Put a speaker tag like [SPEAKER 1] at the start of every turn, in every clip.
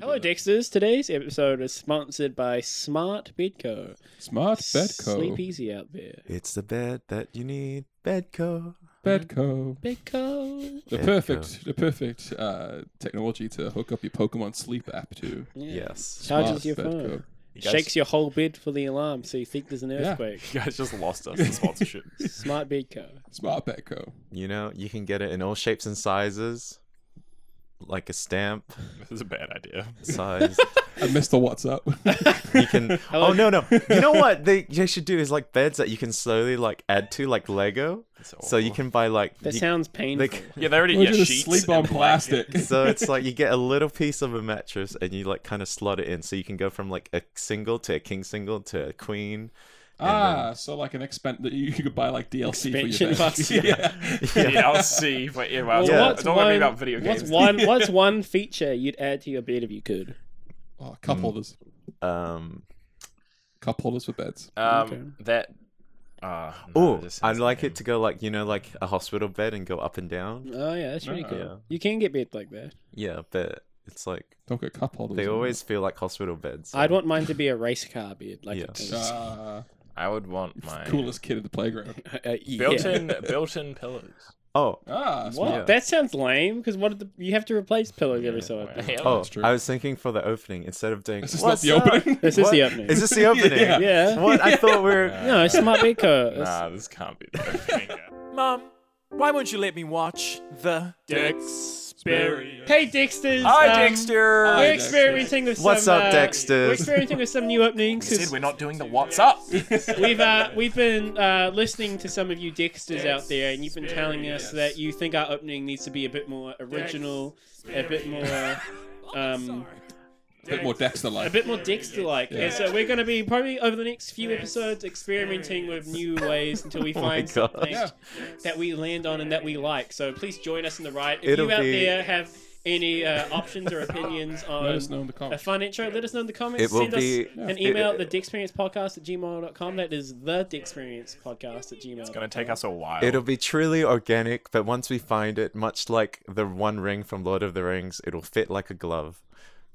[SPEAKER 1] Hello, Dexters. Today's episode is sponsored by Smart Bedco.
[SPEAKER 2] Smart Bedco.
[SPEAKER 1] Sleep easy out there.
[SPEAKER 3] It's the bed that you need. Bedco.
[SPEAKER 2] Bedco.
[SPEAKER 1] Bedco.
[SPEAKER 2] The
[SPEAKER 3] Bedco.
[SPEAKER 2] perfect, the perfect uh, technology to hook up your Pokemon Sleep app to.
[SPEAKER 1] Yeah.
[SPEAKER 3] Yes.
[SPEAKER 1] Charges
[SPEAKER 2] Smart
[SPEAKER 1] your
[SPEAKER 2] Bedco.
[SPEAKER 1] phone.
[SPEAKER 3] You guys-
[SPEAKER 1] Shakes your whole bed for the alarm so you think there's an earthquake.
[SPEAKER 3] You guys just lost us the sponsorship.
[SPEAKER 1] Smart Bedco.
[SPEAKER 2] Smart Bedco.
[SPEAKER 3] you know, you can get it in all shapes and sizes, like a stamp
[SPEAKER 4] This is a bad idea.
[SPEAKER 3] size.
[SPEAKER 2] I missed the what's up.
[SPEAKER 3] you can. oh no no! You know what they they should do is like beds that you can slowly like add to like Lego, so
[SPEAKER 4] Oh.
[SPEAKER 3] you can buy like.
[SPEAKER 1] That
[SPEAKER 3] you-
[SPEAKER 1] sounds painful.
[SPEAKER 3] they c-
[SPEAKER 4] Yeah, they already
[SPEAKER 2] We'll
[SPEAKER 4] yeah,
[SPEAKER 2] just
[SPEAKER 4] sheets
[SPEAKER 2] sleep on
[SPEAKER 4] and blankets.
[SPEAKER 2] plastic.
[SPEAKER 3] so it's like you get a little piece of a mattress and you like kind of slot it in, so you can go from like a single to a king single to a queen. and
[SPEAKER 2] ah, so like an expand that you could buy like DLC for
[SPEAKER 1] Expansion
[SPEAKER 2] your bed.
[SPEAKER 1] box, yeah.
[SPEAKER 3] then-
[SPEAKER 4] Yeah, I'll see. But yeah,
[SPEAKER 1] Well,
[SPEAKER 4] well, it's
[SPEAKER 3] Yeah.
[SPEAKER 4] all-
[SPEAKER 1] what's
[SPEAKER 4] it's all gonna be
[SPEAKER 1] one-
[SPEAKER 4] about video games.
[SPEAKER 1] What's one What's one feature you'd add to your bed if you could?
[SPEAKER 2] Oh, cup
[SPEAKER 3] Mm.
[SPEAKER 2] holders.
[SPEAKER 3] Um.
[SPEAKER 2] Cup holders for beds.
[SPEAKER 4] Um,
[SPEAKER 1] Okay.
[SPEAKER 4] that. Uh, no,
[SPEAKER 3] Oh,
[SPEAKER 4] this
[SPEAKER 3] I'd
[SPEAKER 4] is
[SPEAKER 3] like
[SPEAKER 4] lame.
[SPEAKER 3] it to go like you know, like a hospital bed and go up and down.
[SPEAKER 1] Oh yeah, that's really
[SPEAKER 2] Oh,
[SPEAKER 1] cool.
[SPEAKER 3] yeah.
[SPEAKER 1] You can get bed like that.
[SPEAKER 3] Yeah, but it's like
[SPEAKER 2] Don't get cup holders.
[SPEAKER 3] they
[SPEAKER 2] in
[SPEAKER 3] always feel like hospital beds. so-
[SPEAKER 1] I'd want mine to be a race car bed, like
[SPEAKER 3] Yeah.
[SPEAKER 1] it
[SPEAKER 2] there.
[SPEAKER 1] is.
[SPEAKER 2] Ah,
[SPEAKER 4] I would want
[SPEAKER 2] it's
[SPEAKER 4] my
[SPEAKER 2] the coolest kid at the playground.
[SPEAKER 1] Uh, yeah.
[SPEAKER 4] built-in built-in pillows.
[SPEAKER 3] Oh,
[SPEAKER 2] Ah,
[SPEAKER 1] What?
[SPEAKER 2] smart.
[SPEAKER 1] That sounds lame. Because what? Are the, you have to replace pillows every
[SPEAKER 3] Yeah.
[SPEAKER 1] so often.
[SPEAKER 4] Yeah.
[SPEAKER 3] oh,
[SPEAKER 2] that's true.
[SPEAKER 3] I was thinking for the opening instead of doing.
[SPEAKER 2] This is not
[SPEAKER 3] "What's
[SPEAKER 2] the
[SPEAKER 3] up?"
[SPEAKER 2] opening.
[SPEAKER 1] This is
[SPEAKER 3] What?
[SPEAKER 1] the opening.
[SPEAKER 3] Is this the opening?
[SPEAKER 2] Yeah.
[SPEAKER 1] yeah.
[SPEAKER 3] What I thought we were.
[SPEAKER 4] Yeah.
[SPEAKER 1] No, it's smart Bedco. It's-
[SPEAKER 4] Nah, this can't be. the opening.
[SPEAKER 5] Mom, why won't you let me watch the
[SPEAKER 1] Hey Dexters! um,
[SPEAKER 5] Hi, Dexter.
[SPEAKER 1] We're
[SPEAKER 2] Dexter.
[SPEAKER 1] experimenting with
[SPEAKER 3] What's
[SPEAKER 1] some,
[SPEAKER 3] up,
[SPEAKER 1] uh,
[SPEAKER 3] Dexters?
[SPEAKER 1] We're experimenting with some new openings.
[SPEAKER 4] Sid,
[SPEAKER 1] 'cause
[SPEAKER 4] we're not doing the what's up.
[SPEAKER 1] we've uh, we've been uh, listening to some of you Dexters out there, and you've been telling us that you think our opening needs to be a bit more original, a bit more. Um,
[SPEAKER 2] A bit more Dexter
[SPEAKER 1] a
[SPEAKER 2] like.
[SPEAKER 1] bit more Dexter-like, and so we're going to be probably over the next few episodes experimenting with new ways until we find
[SPEAKER 3] God.
[SPEAKER 1] something
[SPEAKER 2] Yeah.
[SPEAKER 1] that we land on and that we like. So please join us in the ride. If
[SPEAKER 3] It'll
[SPEAKER 1] you out
[SPEAKER 3] be-
[SPEAKER 1] there have any uh, options or opinions on
[SPEAKER 2] Let us know in the
[SPEAKER 1] a
[SPEAKER 2] comments.
[SPEAKER 1] fun intro, let us know in the comments.
[SPEAKER 3] It will
[SPEAKER 1] Send
[SPEAKER 3] be-
[SPEAKER 1] us an
[SPEAKER 3] Yeah.
[SPEAKER 1] email,
[SPEAKER 3] It-
[SPEAKER 1] the dexperiencepodcast at gmail.com. That is the dexperiencepodcast at gmail. It's
[SPEAKER 4] Gonna take us a while.
[SPEAKER 3] It'll be truly organic, but once we find it, much like the One Ring from Lord of the Rings, it'll fit like a glove.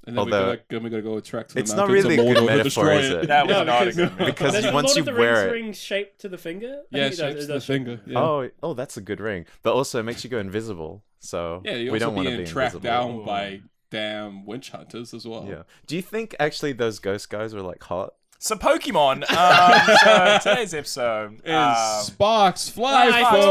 [SPEAKER 2] And then
[SPEAKER 3] Although-
[SPEAKER 2] we gotta, then we gotta go track to the
[SPEAKER 3] It's not
[SPEAKER 2] mountains
[SPEAKER 3] really
[SPEAKER 2] of
[SPEAKER 3] a good
[SPEAKER 2] Mordor to
[SPEAKER 3] metaphor,
[SPEAKER 2] destroy
[SPEAKER 3] is it?
[SPEAKER 4] That was
[SPEAKER 1] No,
[SPEAKER 4] not a
[SPEAKER 1] because-
[SPEAKER 4] good move.
[SPEAKER 3] Because
[SPEAKER 1] Does
[SPEAKER 3] once
[SPEAKER 1] Lord
[SPEAKER 3] you
[SPEAKER 1] of the Rings
[SPEAKER 3] wear it,
[SPEAKER 1] ring shaped to the finger? I
[SPEAKER 2] Yeah,
[SPEAKER 1] think it does.
[SPEAKER 2] shapes
[SPEAKER 1] It
[SPEAKER 2] the
[SPEAKER 1] does.
[SPEAKER 2] finger. Yeah.
[SPEAKER 3] oh, oh, that's a good ring. But also, it makes you go invisible. So
[SPEAKER 2] Yeah, you're
[SPEAKER 3] we
[SPEAKER 2] also
[SPEAKER 3] don't want to
[SPEAKER 2] being
[SPEAKER 3] be
[SPEAKER 2] tracked
[SPEAKER 3] invisible.
[SPEAKER 2] down by uh, damn witch hunters as well.
[SPEAKER 3] Yeah. Do you think actually those ghost guys were like hot?
[SPEAKER 4] So Pokemon. Um, so today's episode
[SPEAKER 2] Is
[SPEAKER 4] um,
[SPEAKER 2] Sparks fly
[SPEAKER 1] Fly
[SPEAKER 2] for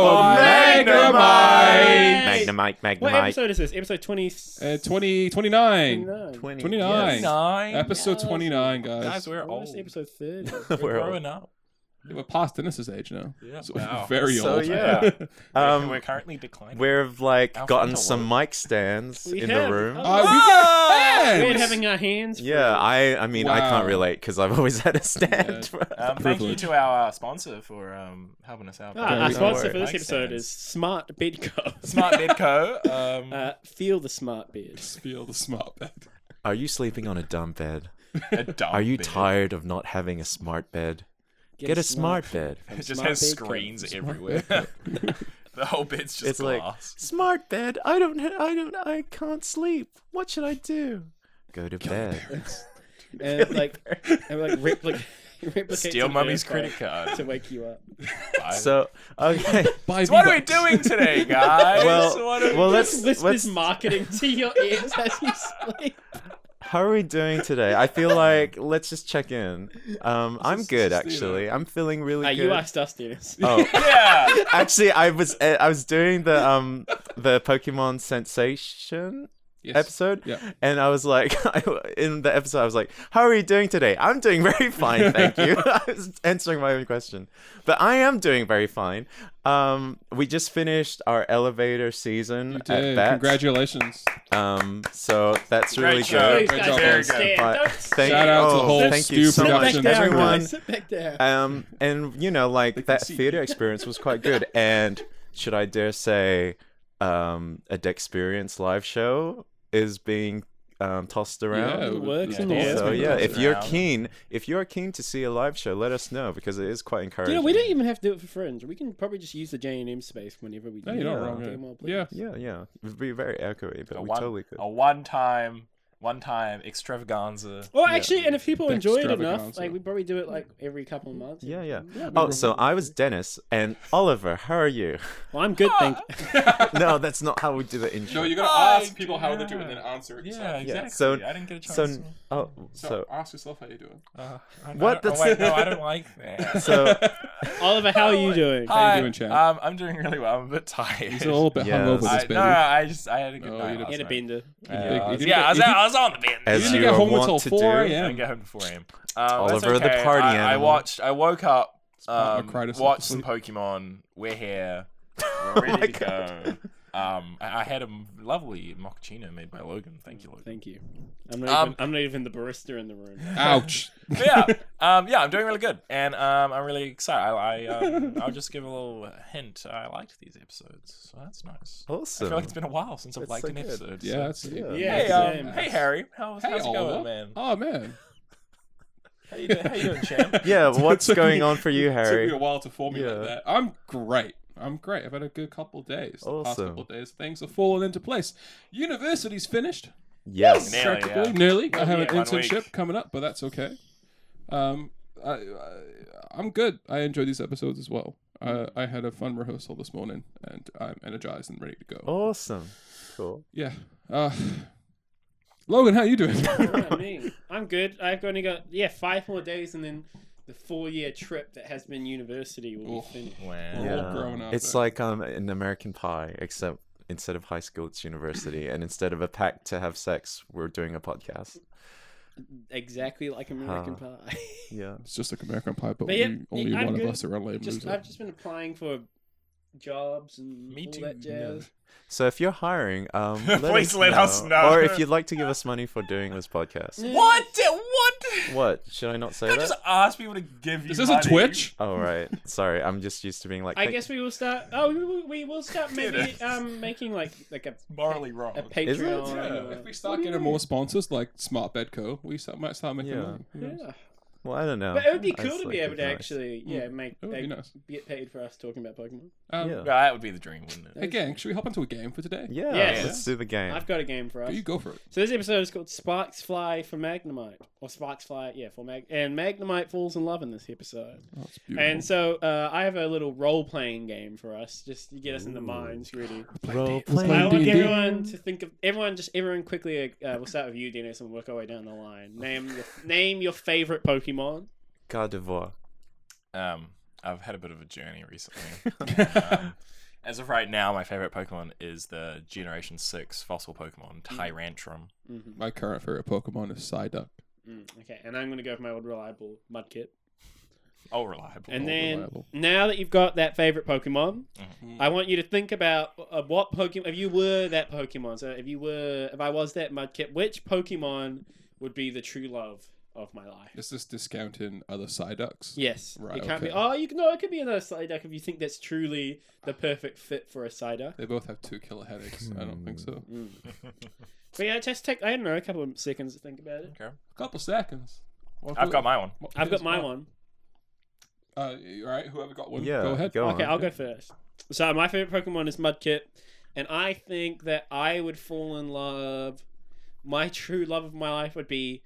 [SPEAKER 1] for
[SPEAKER 2] Magnemite!
[SPEAKER 1] Hey!
[SPEAKER 3] Magnemite, Magnemite.
[SPEAKER 1] What episode is this? Episode 20...
[SPEAKER 2] Uh, 20, 29.
[SPEAKER 1] 29.
[SPEAKER 2] 29.
[SPEAKER 4] nine.
[SPEAKER 2] Episode 29, guys.
[SPEAKER 4] Guys, we're
[SPEAKER 1] Oh, it's
[SPEAKER 4] old.
[SPEAKER 1] episode 30.
[SPEAKER 4] We're
[SPEAKER 3] We're all-
[SPEAKER 4] growing up.
[SPEAKER 2] we're past Dennis's age now.
[SPEAKER 4] Yeah.
[SPEAKER 2] So
[SPEAKER 4] Wow.
[SPEAKER 2] we're very
[SPEAKER 3] So,
[SPEAKER 2] old.
[SPEAKER 3] yeah.
[SPEAKER 4] we're,
[SPEAKER 3] Um,
[SPEAKER 4] we're currently declining.
[SPEAKER 3] we've like
[SPEAKER 4] Alpha
[SPEAKER 3] gotten
[SPEAKER 4] Delta
[SPEAKER 3] some mic stands
[SPEAKER 1] We
[SPEAKER 3] in
[SPEAKER 1] have.
[SPEAKER 3] the room.
[SPEAKER 1] Oh,
[SPEAKER 2] Are we got
[SPEAKER 1] We're
[SPEAKER 2] hands!
[SPEAKER 1] having our hands. free.
[SPEAKER 3] Yeah, I I mean I
[SPEAKER 2] Wow.
[SPEAKER 3] can't relate because I've always had a stand.
[SPEAKER 4] Um, thank you
[SPEAKER 2] privilege.
[SPEAKER 4] to our uh, sponsor for um, helping us out.
[SPEAKER 1] Ah, our
[SPEAKER 2] we go.
[SPEAKER 1] sponsor
[SPEAKER 3] Don't
[SPEAKER 1] for this
[SPEAKER 4] Mic
[SPEAKER 1] episode
[SPEAKER 4] stands.
[SPEAKER 1] is Smart Bedco.
[SPEAKER 4] Smart Bed Co. Um,
[SPEAKER 1] Uh, feel the smart bed.
[SPEAKER 2] Feel the smart bed.
[SPEAKER 3] Are you sleeping on a dumb bed?
[SPEAKER 4] a dumb
[SPEAKER 3] Are you
[SPEAKER 4] bed.
[SPEAKER 3] tired of not having a smart bed? Get a smart bed.
[SPEAKER 4] It just
[SPEAKER 1] Smart
[SPEAKER 4] has
[SPEAKER 1] Bed Co.
[SPEAKER 4] screens everywhere. the whole bed's just
[SPEAKER 3] It's like
[SPEAKER 4] glass.
[SPEAKER 3] smart bed. I don't ha- I don't I can't sleep. What should I do? Go to bed.
[SPEAKER 1] and like and Uh, like repli- replicate
[SPEAKER 4] Steal
[SPEAKER 1] some
[SPEAKER 4] mummy's
[SPEAKER 1] earthquake
[SPEAKER 4] credit card.
[SPEAKER 1] to wake you up.
[SPEAKER 3] So okay.
[SPEAKER 2] Buy
[SPEAKER 4] So what
[SPEAKER 2] V-Bucks.
[SPEAKER 4] are we doing today, guys?
[SPEAKER 3] well,
[SPEAKER 4] What are we-
[SPEAKER 3] well let's,
[SPEAKER 1] Let's
[SPEAKER 3] let's
[SPEAKER 1] whisper marketing to your ears as you sleep.
[SPEAKER 3] how are we doing today? I feel like let's just check in. Um I'm good
[SPEAKER 2] just, you
[SPEAKER 3] actually. I'm feeling really
[SPEAKER 1] Uh,
[SPEAKER 3] good.
[SPEAKER 1] you asked us, Dennis.
[SPEAKER 3] Oh,
[SPEAKER 4] yeah.
[SPEAKER 3] actually, I was uh, I was doing the um the Pokemon sensation
[SPEAKER 2] Yes.
[SPEAKER 3] episode,
[SPEAKER 2] Yeah.
[SPEAKER 3] and I was like, I, in the episode, I was like, "How are you doing today?" I'm doing very fine, thank you. I was answering my own question, but I am doing very fine. Um, we just finished our elevator season
[SPEAKER 2] You
[SPEAKER 3] at
[SPEAKER 2] did.
[SPEAKER 3] Bats.
[SPEAKER 2] Congratulations.
[SPEAKER 3] Um, so that's really
[SPEAKER 4] Great
[SPEAKER 3] good.
[SPEAKER 1] Please,
[SPEAKER 2] Great
[SPEAKER 1] guys,
[SPEAKER 2] job,
[SPEAKER 1] don't
[SPEAKER 2] guys.
[SPEAKER 1] stand.
[SPEAKER 3] But
[SPEAKER 1] Don't
[SPEAKER 3] thank
[SPEAKER 2] Shout out to the
[SPEAKER 3] oh,
[SPEAKER 2] whole
[SPEAKER 3] thank you so
[SPEAKER 2] Stu
[SPEAKER 3] much,
[SPEAKER 2] Productions,
[SPEAKER 1] Sit back down,
[SPEAKER 3] everyone.
[SPEAKER 1] guys. Sit back down.
[SPEAKER 3] Um, and you know, like
[SPEAKER 2] can
[SPEAKER 3] that
[SPEAKER 2] see.
[SPEAKER 3] theater experience was quite good. And should I dare say, um, a Dexperience live show is being um, tossed
[SPEAKER 2] Yeah,
[SPEAKER 3] around.
[SPEAKER 2] with-
[SPEAKER 1] Works
[SPEAKER 2] yeah.
[SPEAKER 1] in the Yeah. world.
[SPEAKER 3] So yeah,
[SPEAKER 4] Tossed
[SPEAKER 3] if you're
[SPEAKER 4] around.
[SPEAKER 3] keen, if you're keen to see a live show, let us know because it is quite
[SPEAKER 1] You
[SPEAKER 3] encouraging.
[SPEAKER 1] know, we don't even have to do it for friends. We can probably just use the J and M space whenever we do.
[SPEAKER 2] No, you're not
[SPEAKER 1] it.
[SPEAKER 2] wrong.
[SPEAKER 1] Damn
[SPEAKER 2] yeah.
[SPEAKER 1] well, please.
[SPEAKER 2] Yeah.
[SPEAKER 3] Yeah, yeah, it'd be very echoey, but
[SPEAKER 4] a
[SPEAKER 3] we
[SPEAKER 4] one,
[SPEAKER 3] totally could.
[SPEAKER 4] a one-time one time extravaganza.
[SPEAKER 1] Well, actually, and if people enjoy it enough,
[SPEAKER 2] Extravaganza.
[SPEAKER 1] like we probably do it like every couple of months.
[SPEAKER 3] Yeah, yeah. Oh, so I was Dennis and Oliver. How are you?
[SPEAKER 1] Well, I'm good, thank
[SPEAKER 3] no, that's not how we do the intro.
[SPEAKER 2] No, you gotta
[SPEAKER 4] Oh,
[SPEAKER 2] ask people how they're doing and then answer it.
[SPEAKER 4] Yeah,
[SPEAKER 2] yourself.
[SPEAKER 4] exactly.
[SPEAKER 3] so-
[SPEAKER 4] I didn't get a chance.
[SPEAKER 3] So,
[SPEAKER 4] to-
[SPEAKER 3] oh,
[SPEAKER 2] So,
[SPEAKER 3] so
[SPEAKER 2] ask yourself how you're doing.
[SPEAKER 4] uh, I- I
[SPEAKER 3] What?
[SPEAKER 4] don't- oh,
[SPEAKER 3] That's-
[SPEAKER 4] wait, no, I don't like that.
[SPEAKER 3] so
[SPEAKER 1] Oliver, how are you doing?
[SPEAKER 4] Hi.
[SPEAKER 2] doing, Chad?
[SPEAKER 4] Um, I'm doing really well. I'm a bit tired.
[SPEAKER 2] He's a little bit
[SPEAKER 3] Yes.
[SPEAKER 2] hungover.
[SPEAKER 3] I-
[SPEAKER 2] This
[SPEAKER 4] I,
[SPEAKER 2] baby.
[SPEAKER 4] no, no, I just I had a good
[SPEAKER 2] Oh,
[SPEAKER 4] night.
[SPEAKER 2] you
[SPEAKER 4] last
[SPEAKER 1] You had a
[SPEAKER 4] night.
[SPEAKER 1] bender.
[SPEAKER 4] Uh,
[SPEAKER 2] You
[SPEAKER 4] I was-
[SPEAKER 2] didn't
[SPEAKER 4] yeah,
[SPEAKER 2] get-
[SPEAKER 4] I was,
[SPEAKER 2] you
[SPEAKER 4] I was on the bend.
[SPEAKER 3] As
[SPEAKER 4] yeah.
[SPEAKER 2] didn't
[SPEAKER 3] you
[SPEAKER 2] get
[SPEAKER 3] are
[SPEAKER 2] home
[SPEAKER 3] wont
[SPEAKER 2] until
[SPEAKER 3] to
[SPEAKER 2] 4
[SPEAKER 3] do.
[SPEAKER 4] I didn't
[SPEAKER 2] a.m.
[SPEAKER 4] get home before him. Um, that's
[SPEAKER 3] Oliver the
[SPEAKER 4] okay.
[SPEAKER 3] party
[SPEAKER 4] I, I
[SPEAKER 3] animal.
[SPEAKER 4] watched. I woke up. Um,
[SPEAKER 2] cried us
[SPEAKER 4] watched some
[SPEAKER 2] asleep.
[SPEAKER 4] Pokemon. We're here. We're ready
[SPEAKER 3] my
[SPEAKER 4] to go. Um, I, I had a lovely mochaccino made by Logan. Thank you, Logan.
[SPEAKER 1] Thank you. I'm not,
[SPEAKER 4] Um,
[SPEAKER 1] even, I'm not even the barista in the room.
[SPEAKER 2] Ouch.
[SPEAKER 4] But yeah, um, yeah, I'm doing really good, and um, I'm really excited. I, I um, I'll just give a little hint. I liked these episodes, so that's nice. I
[SPEAKER 3] awesome.
[SPEAKER 4] feel like it's been a while since I've
[SPEAKER 3] It's
[SPEAKER 4] liked
[SPEAKER 3] so
[SPEAKER 4] an
[SPEAKER 3] good.
[SPEAKER 4] episode.
[SPEAKER 2] Yeah,
[SPEAKER 4] so-
[SPEAKER 2] that's
[SPEAKER 3] Yeah.
[SPEAKER 1] Yeah,
[SPEAKER 4] Hey,
[SPEAKER 1] same.
[SPEAKER 4] um, hey Harry, how's,
[SPEAKER 2] Hey,
[SPEAKER 4] how's it going,
[SPEAKER 2] Oliver.
[SPEAKER 4] man?
[SPEAKER 2] Oh man.
[SPEAKER 4] How you doing, how you doing champ?
[SPEAKER 3] yeah, Uh, what's
[SPEAKER 2] Took
[SPEAKER 3] going
[SPEAKER 2] me-
[SPEAKER 3] on for you,
[SPEAKER 2] Took
[SPEAKER 3] Harry?
[SPEAKER 2] me a while to formulate
[SPEAKER 3] Yeah.
[SPEAKER 2] that. I'm great. I'm great. I've had a good couple days. The past
[SPEAKER 3] Awesome.
[SPEAKER 2] couple days, things have fallen into place. University's finished.
[SPEAKER 3] Yes.
[SPEAKER 4] Nailed it,
[SPEAKER 2] practically,
[SPEAKER 4] yeah.
[SPEAKER 2] nearly. I have an
[SPEAKER 4] yeah. One week.
[SPEAKER 2] internship coming up, but that's okay. Um, I, I, I'm good. I enjoy these episodes as well. Uh, I had a fun rehearsal this morning, and I'm energized and ready to
[SPEAKER 1] Oh.
[SPEAKER 2] go.
[SPEAKER 3] Awesome. Cool.
[SPEAKER 2] Yeah. Uh, Logan, how you doing?
[SPEAKER 1] I mean, I'm good. I've only got yeah five more days, and then the four-year trip that has been university will
[SPEAKER 2] Oh.
[SPEAKER 1] be finished.
[SPEAKER 4] Wow.
[SPEAKER 2] Yeah. all grown up
[SPEAKER 3] It's
[SPEAKER 2] and-
[SPEAKER 3] like um an American Pie, except instead of high school, it's university, and instead of a pact to have sex, we're doing a podcast.
[SPEAKER 1] Exactly like American Pie.
[SPEAKER 3] Yeah.
[SPEAKER 2] it's just like American Pie, but,
[SPEAKER 1] But yeah,
[SPEAKER 2] we, only
[SPEAKER 1] I'm
[SPEAKER 2] one
[SPEAKER 1] good.
[SPEAKER 2] of us are a lame
[SPEAKER 1] just
[SPEAKER 2] loser.
[SPEAKER 1] I've just been applying for jobs and
[SPEAKER 4] Me
[SPEAKER 1] all
[SPEAKER 4] too.
[SPEAKER 1] that jazz.
[SPEAKER 3] So if you're hiring, um, let
[SPEAKER 4] Please
[SPEAKER 3] us
[SPEAKER 4] let
[SPEAKER 3] know.
[SPEAKER 4] us know.
[SPEAKER 3] Or if you'd like to give us money for doing this podcast.
[SPEAKER 4] What? What?
[SPEAKER 3] What? Should I not say
[SPEAKER 4] I
[SPEAKER 3] that?
[SPEAKER 4] just asked people to give you.
[SPEAKER 2] Is this a
[SPEAKER 4] money.
[SPEAKER 2] Twitch?
[SPEAKER 3] Oh right. Sorry, I'm just used to being like.
[SPEAKER 1] I
[SPEAKER 3] "Thank-
[SPEAKER 1] guess we will start. Oh, we, will- we will start maybe
[SPEAKER 4] Dude.
[SPEAKER 1] um making like like a
[SPEAKER 4] Morally wrong.
[SPEAKER 1] a
[SPEAKER 3] Is it?
[SPEAKER 1] Patreon.
[SPEAKER 2] Yeah,
[SPEAKER 1] or-
[SPEAKER 2] Uh, if we start getting more sponsors like Smart Bed Co, we start, might start making
[SPEAKER 3] Yeah.
[SPEAKER 2] money. Who knows?
[SPEAKER 1] Yeah.
[SPEAKER 3] Well, I don't know.
[SPEAKER 1] But it would be
[SPEAKER 3] Oh, I
[SPEAKER 1] cool
[SPEAKER 3] just
[SPEAKER 1] to be
[SPEAKER 3] like
[SPEAKER 1] able to
[SPEAKER 3] advice.
[SPEAKER 1] actually, yeah, make
[SPEAKER 2] It Hmm. would be
[SPEAKER 1] like,
[SPEAKER 2] nice.
[SPEAKER 1] get paid for us talking about Pokemon.
[SPEAKER 2] Um,
[SPEAKER 3] Yeah.
[SPEAKER 4] Yeah, that would be the dream, wouldn't it?
[SPEAKER 2] Hey, gang, should we hop into a game for today?
[SPEAKER 3] Yeah.
[SPEAKER 1] Yeah.
[SPEAKER 3] Let's do the game.
[SPEAKER 1] I've got a game for us.
[SPEAKER 2] Go, you go for it.
[SPEAKER 1] So this episode is called Sparks Fly for Magnemite, or Sparks Fly, yeah, for Mag, and Magnemite falls in love in this episode.
[SPEAKER 2] Oh, it's beautiful.
[SPEAKER 1] And so uh, I have a little role playing game for us, just to get us in the minds, really.
[SPEAKER 3] Role
[SPEAKER 1] I
[SPEAKER 2] Playing
[SPEAKER 3] play.
[SPEAKER 1] want
[SPEAKER 2] D&D.
[SPEAKER 1] everyone to think of everyone. Just everyone quickly. Uh, we'll start with you, Dennis, and work our way down the line. Name your name your favorite Pokemon.
[SPEAKER 3] Gardevoir.
[SPEAKER 4] Um, I've had a bit of a journey recently. um, as of right now, my favorite Pokemon is the Generation Six Fossil Pokemon
[SPEAKER 1] Mm.
[SPEAKER 4] Tyrantrum.
[SPEAKER 1] hmm
[SPEAKER 2] My current favorite Pokemon is Psyduck.
[SPEAKER 1] Mm, okay, and I'm gonna go with my old reliable Mudkip.
[SPEAKER 4] Oh, reliable.
[SPEAKER 1] And
[SPEAKER 2] Old
[SPEAKER 1] then
[SPEAKER 2] reliable.
[SPEAKER 1] now that you've got that favorite Pokemon,
[SPEAKER 2] Mhm.
[SPEAKER 1] I want you to think about uh, what Pokemon if you were that Pokemon. So if you were, if I was that Mudkip, which Pokemon would be the true love of my life?
[SPEAKER 2] Is this discounting other Psyducks?
[SPEAKER 1] Yes,
[SPEAKER 2] Right,
[SPEAKER 1] It can't be.
[SPEAKER 2] okay.
[SPEAKER 1] Oh, you can. No, it could be another Psyduck if you think that's truly the perfect fit for a Psyduck.
[SPEAKER 2] They both have two killer headaches. I don't think so.
[SPEAKER 1] Mm. but yeah, just take I don't know a couple of seconds to think about it.
[SPEAKER 4] okay.
[SPEAKER 2] A couple seconds. What-
[SPEAKER 4] I've got my one.
[SPEAKER 2] what-
[SPEAKER 1] I've got my
[SPEAKER 2] what-
[SPEAKER 1] one.
[SPEAKER 2] Uh, all right, whoever got one,
[SPEAKER 3] Yeah,
[SPEAKER 2] go ahead.
[SPEAKER 3] go
[SPEAKER 1] Okay,
[SPEAKER 3] on.
[SPEAKER 1] I'll go first. So my favorite Pokemon is Mudkip, and I think that I would fall in love. My true love of my life would be,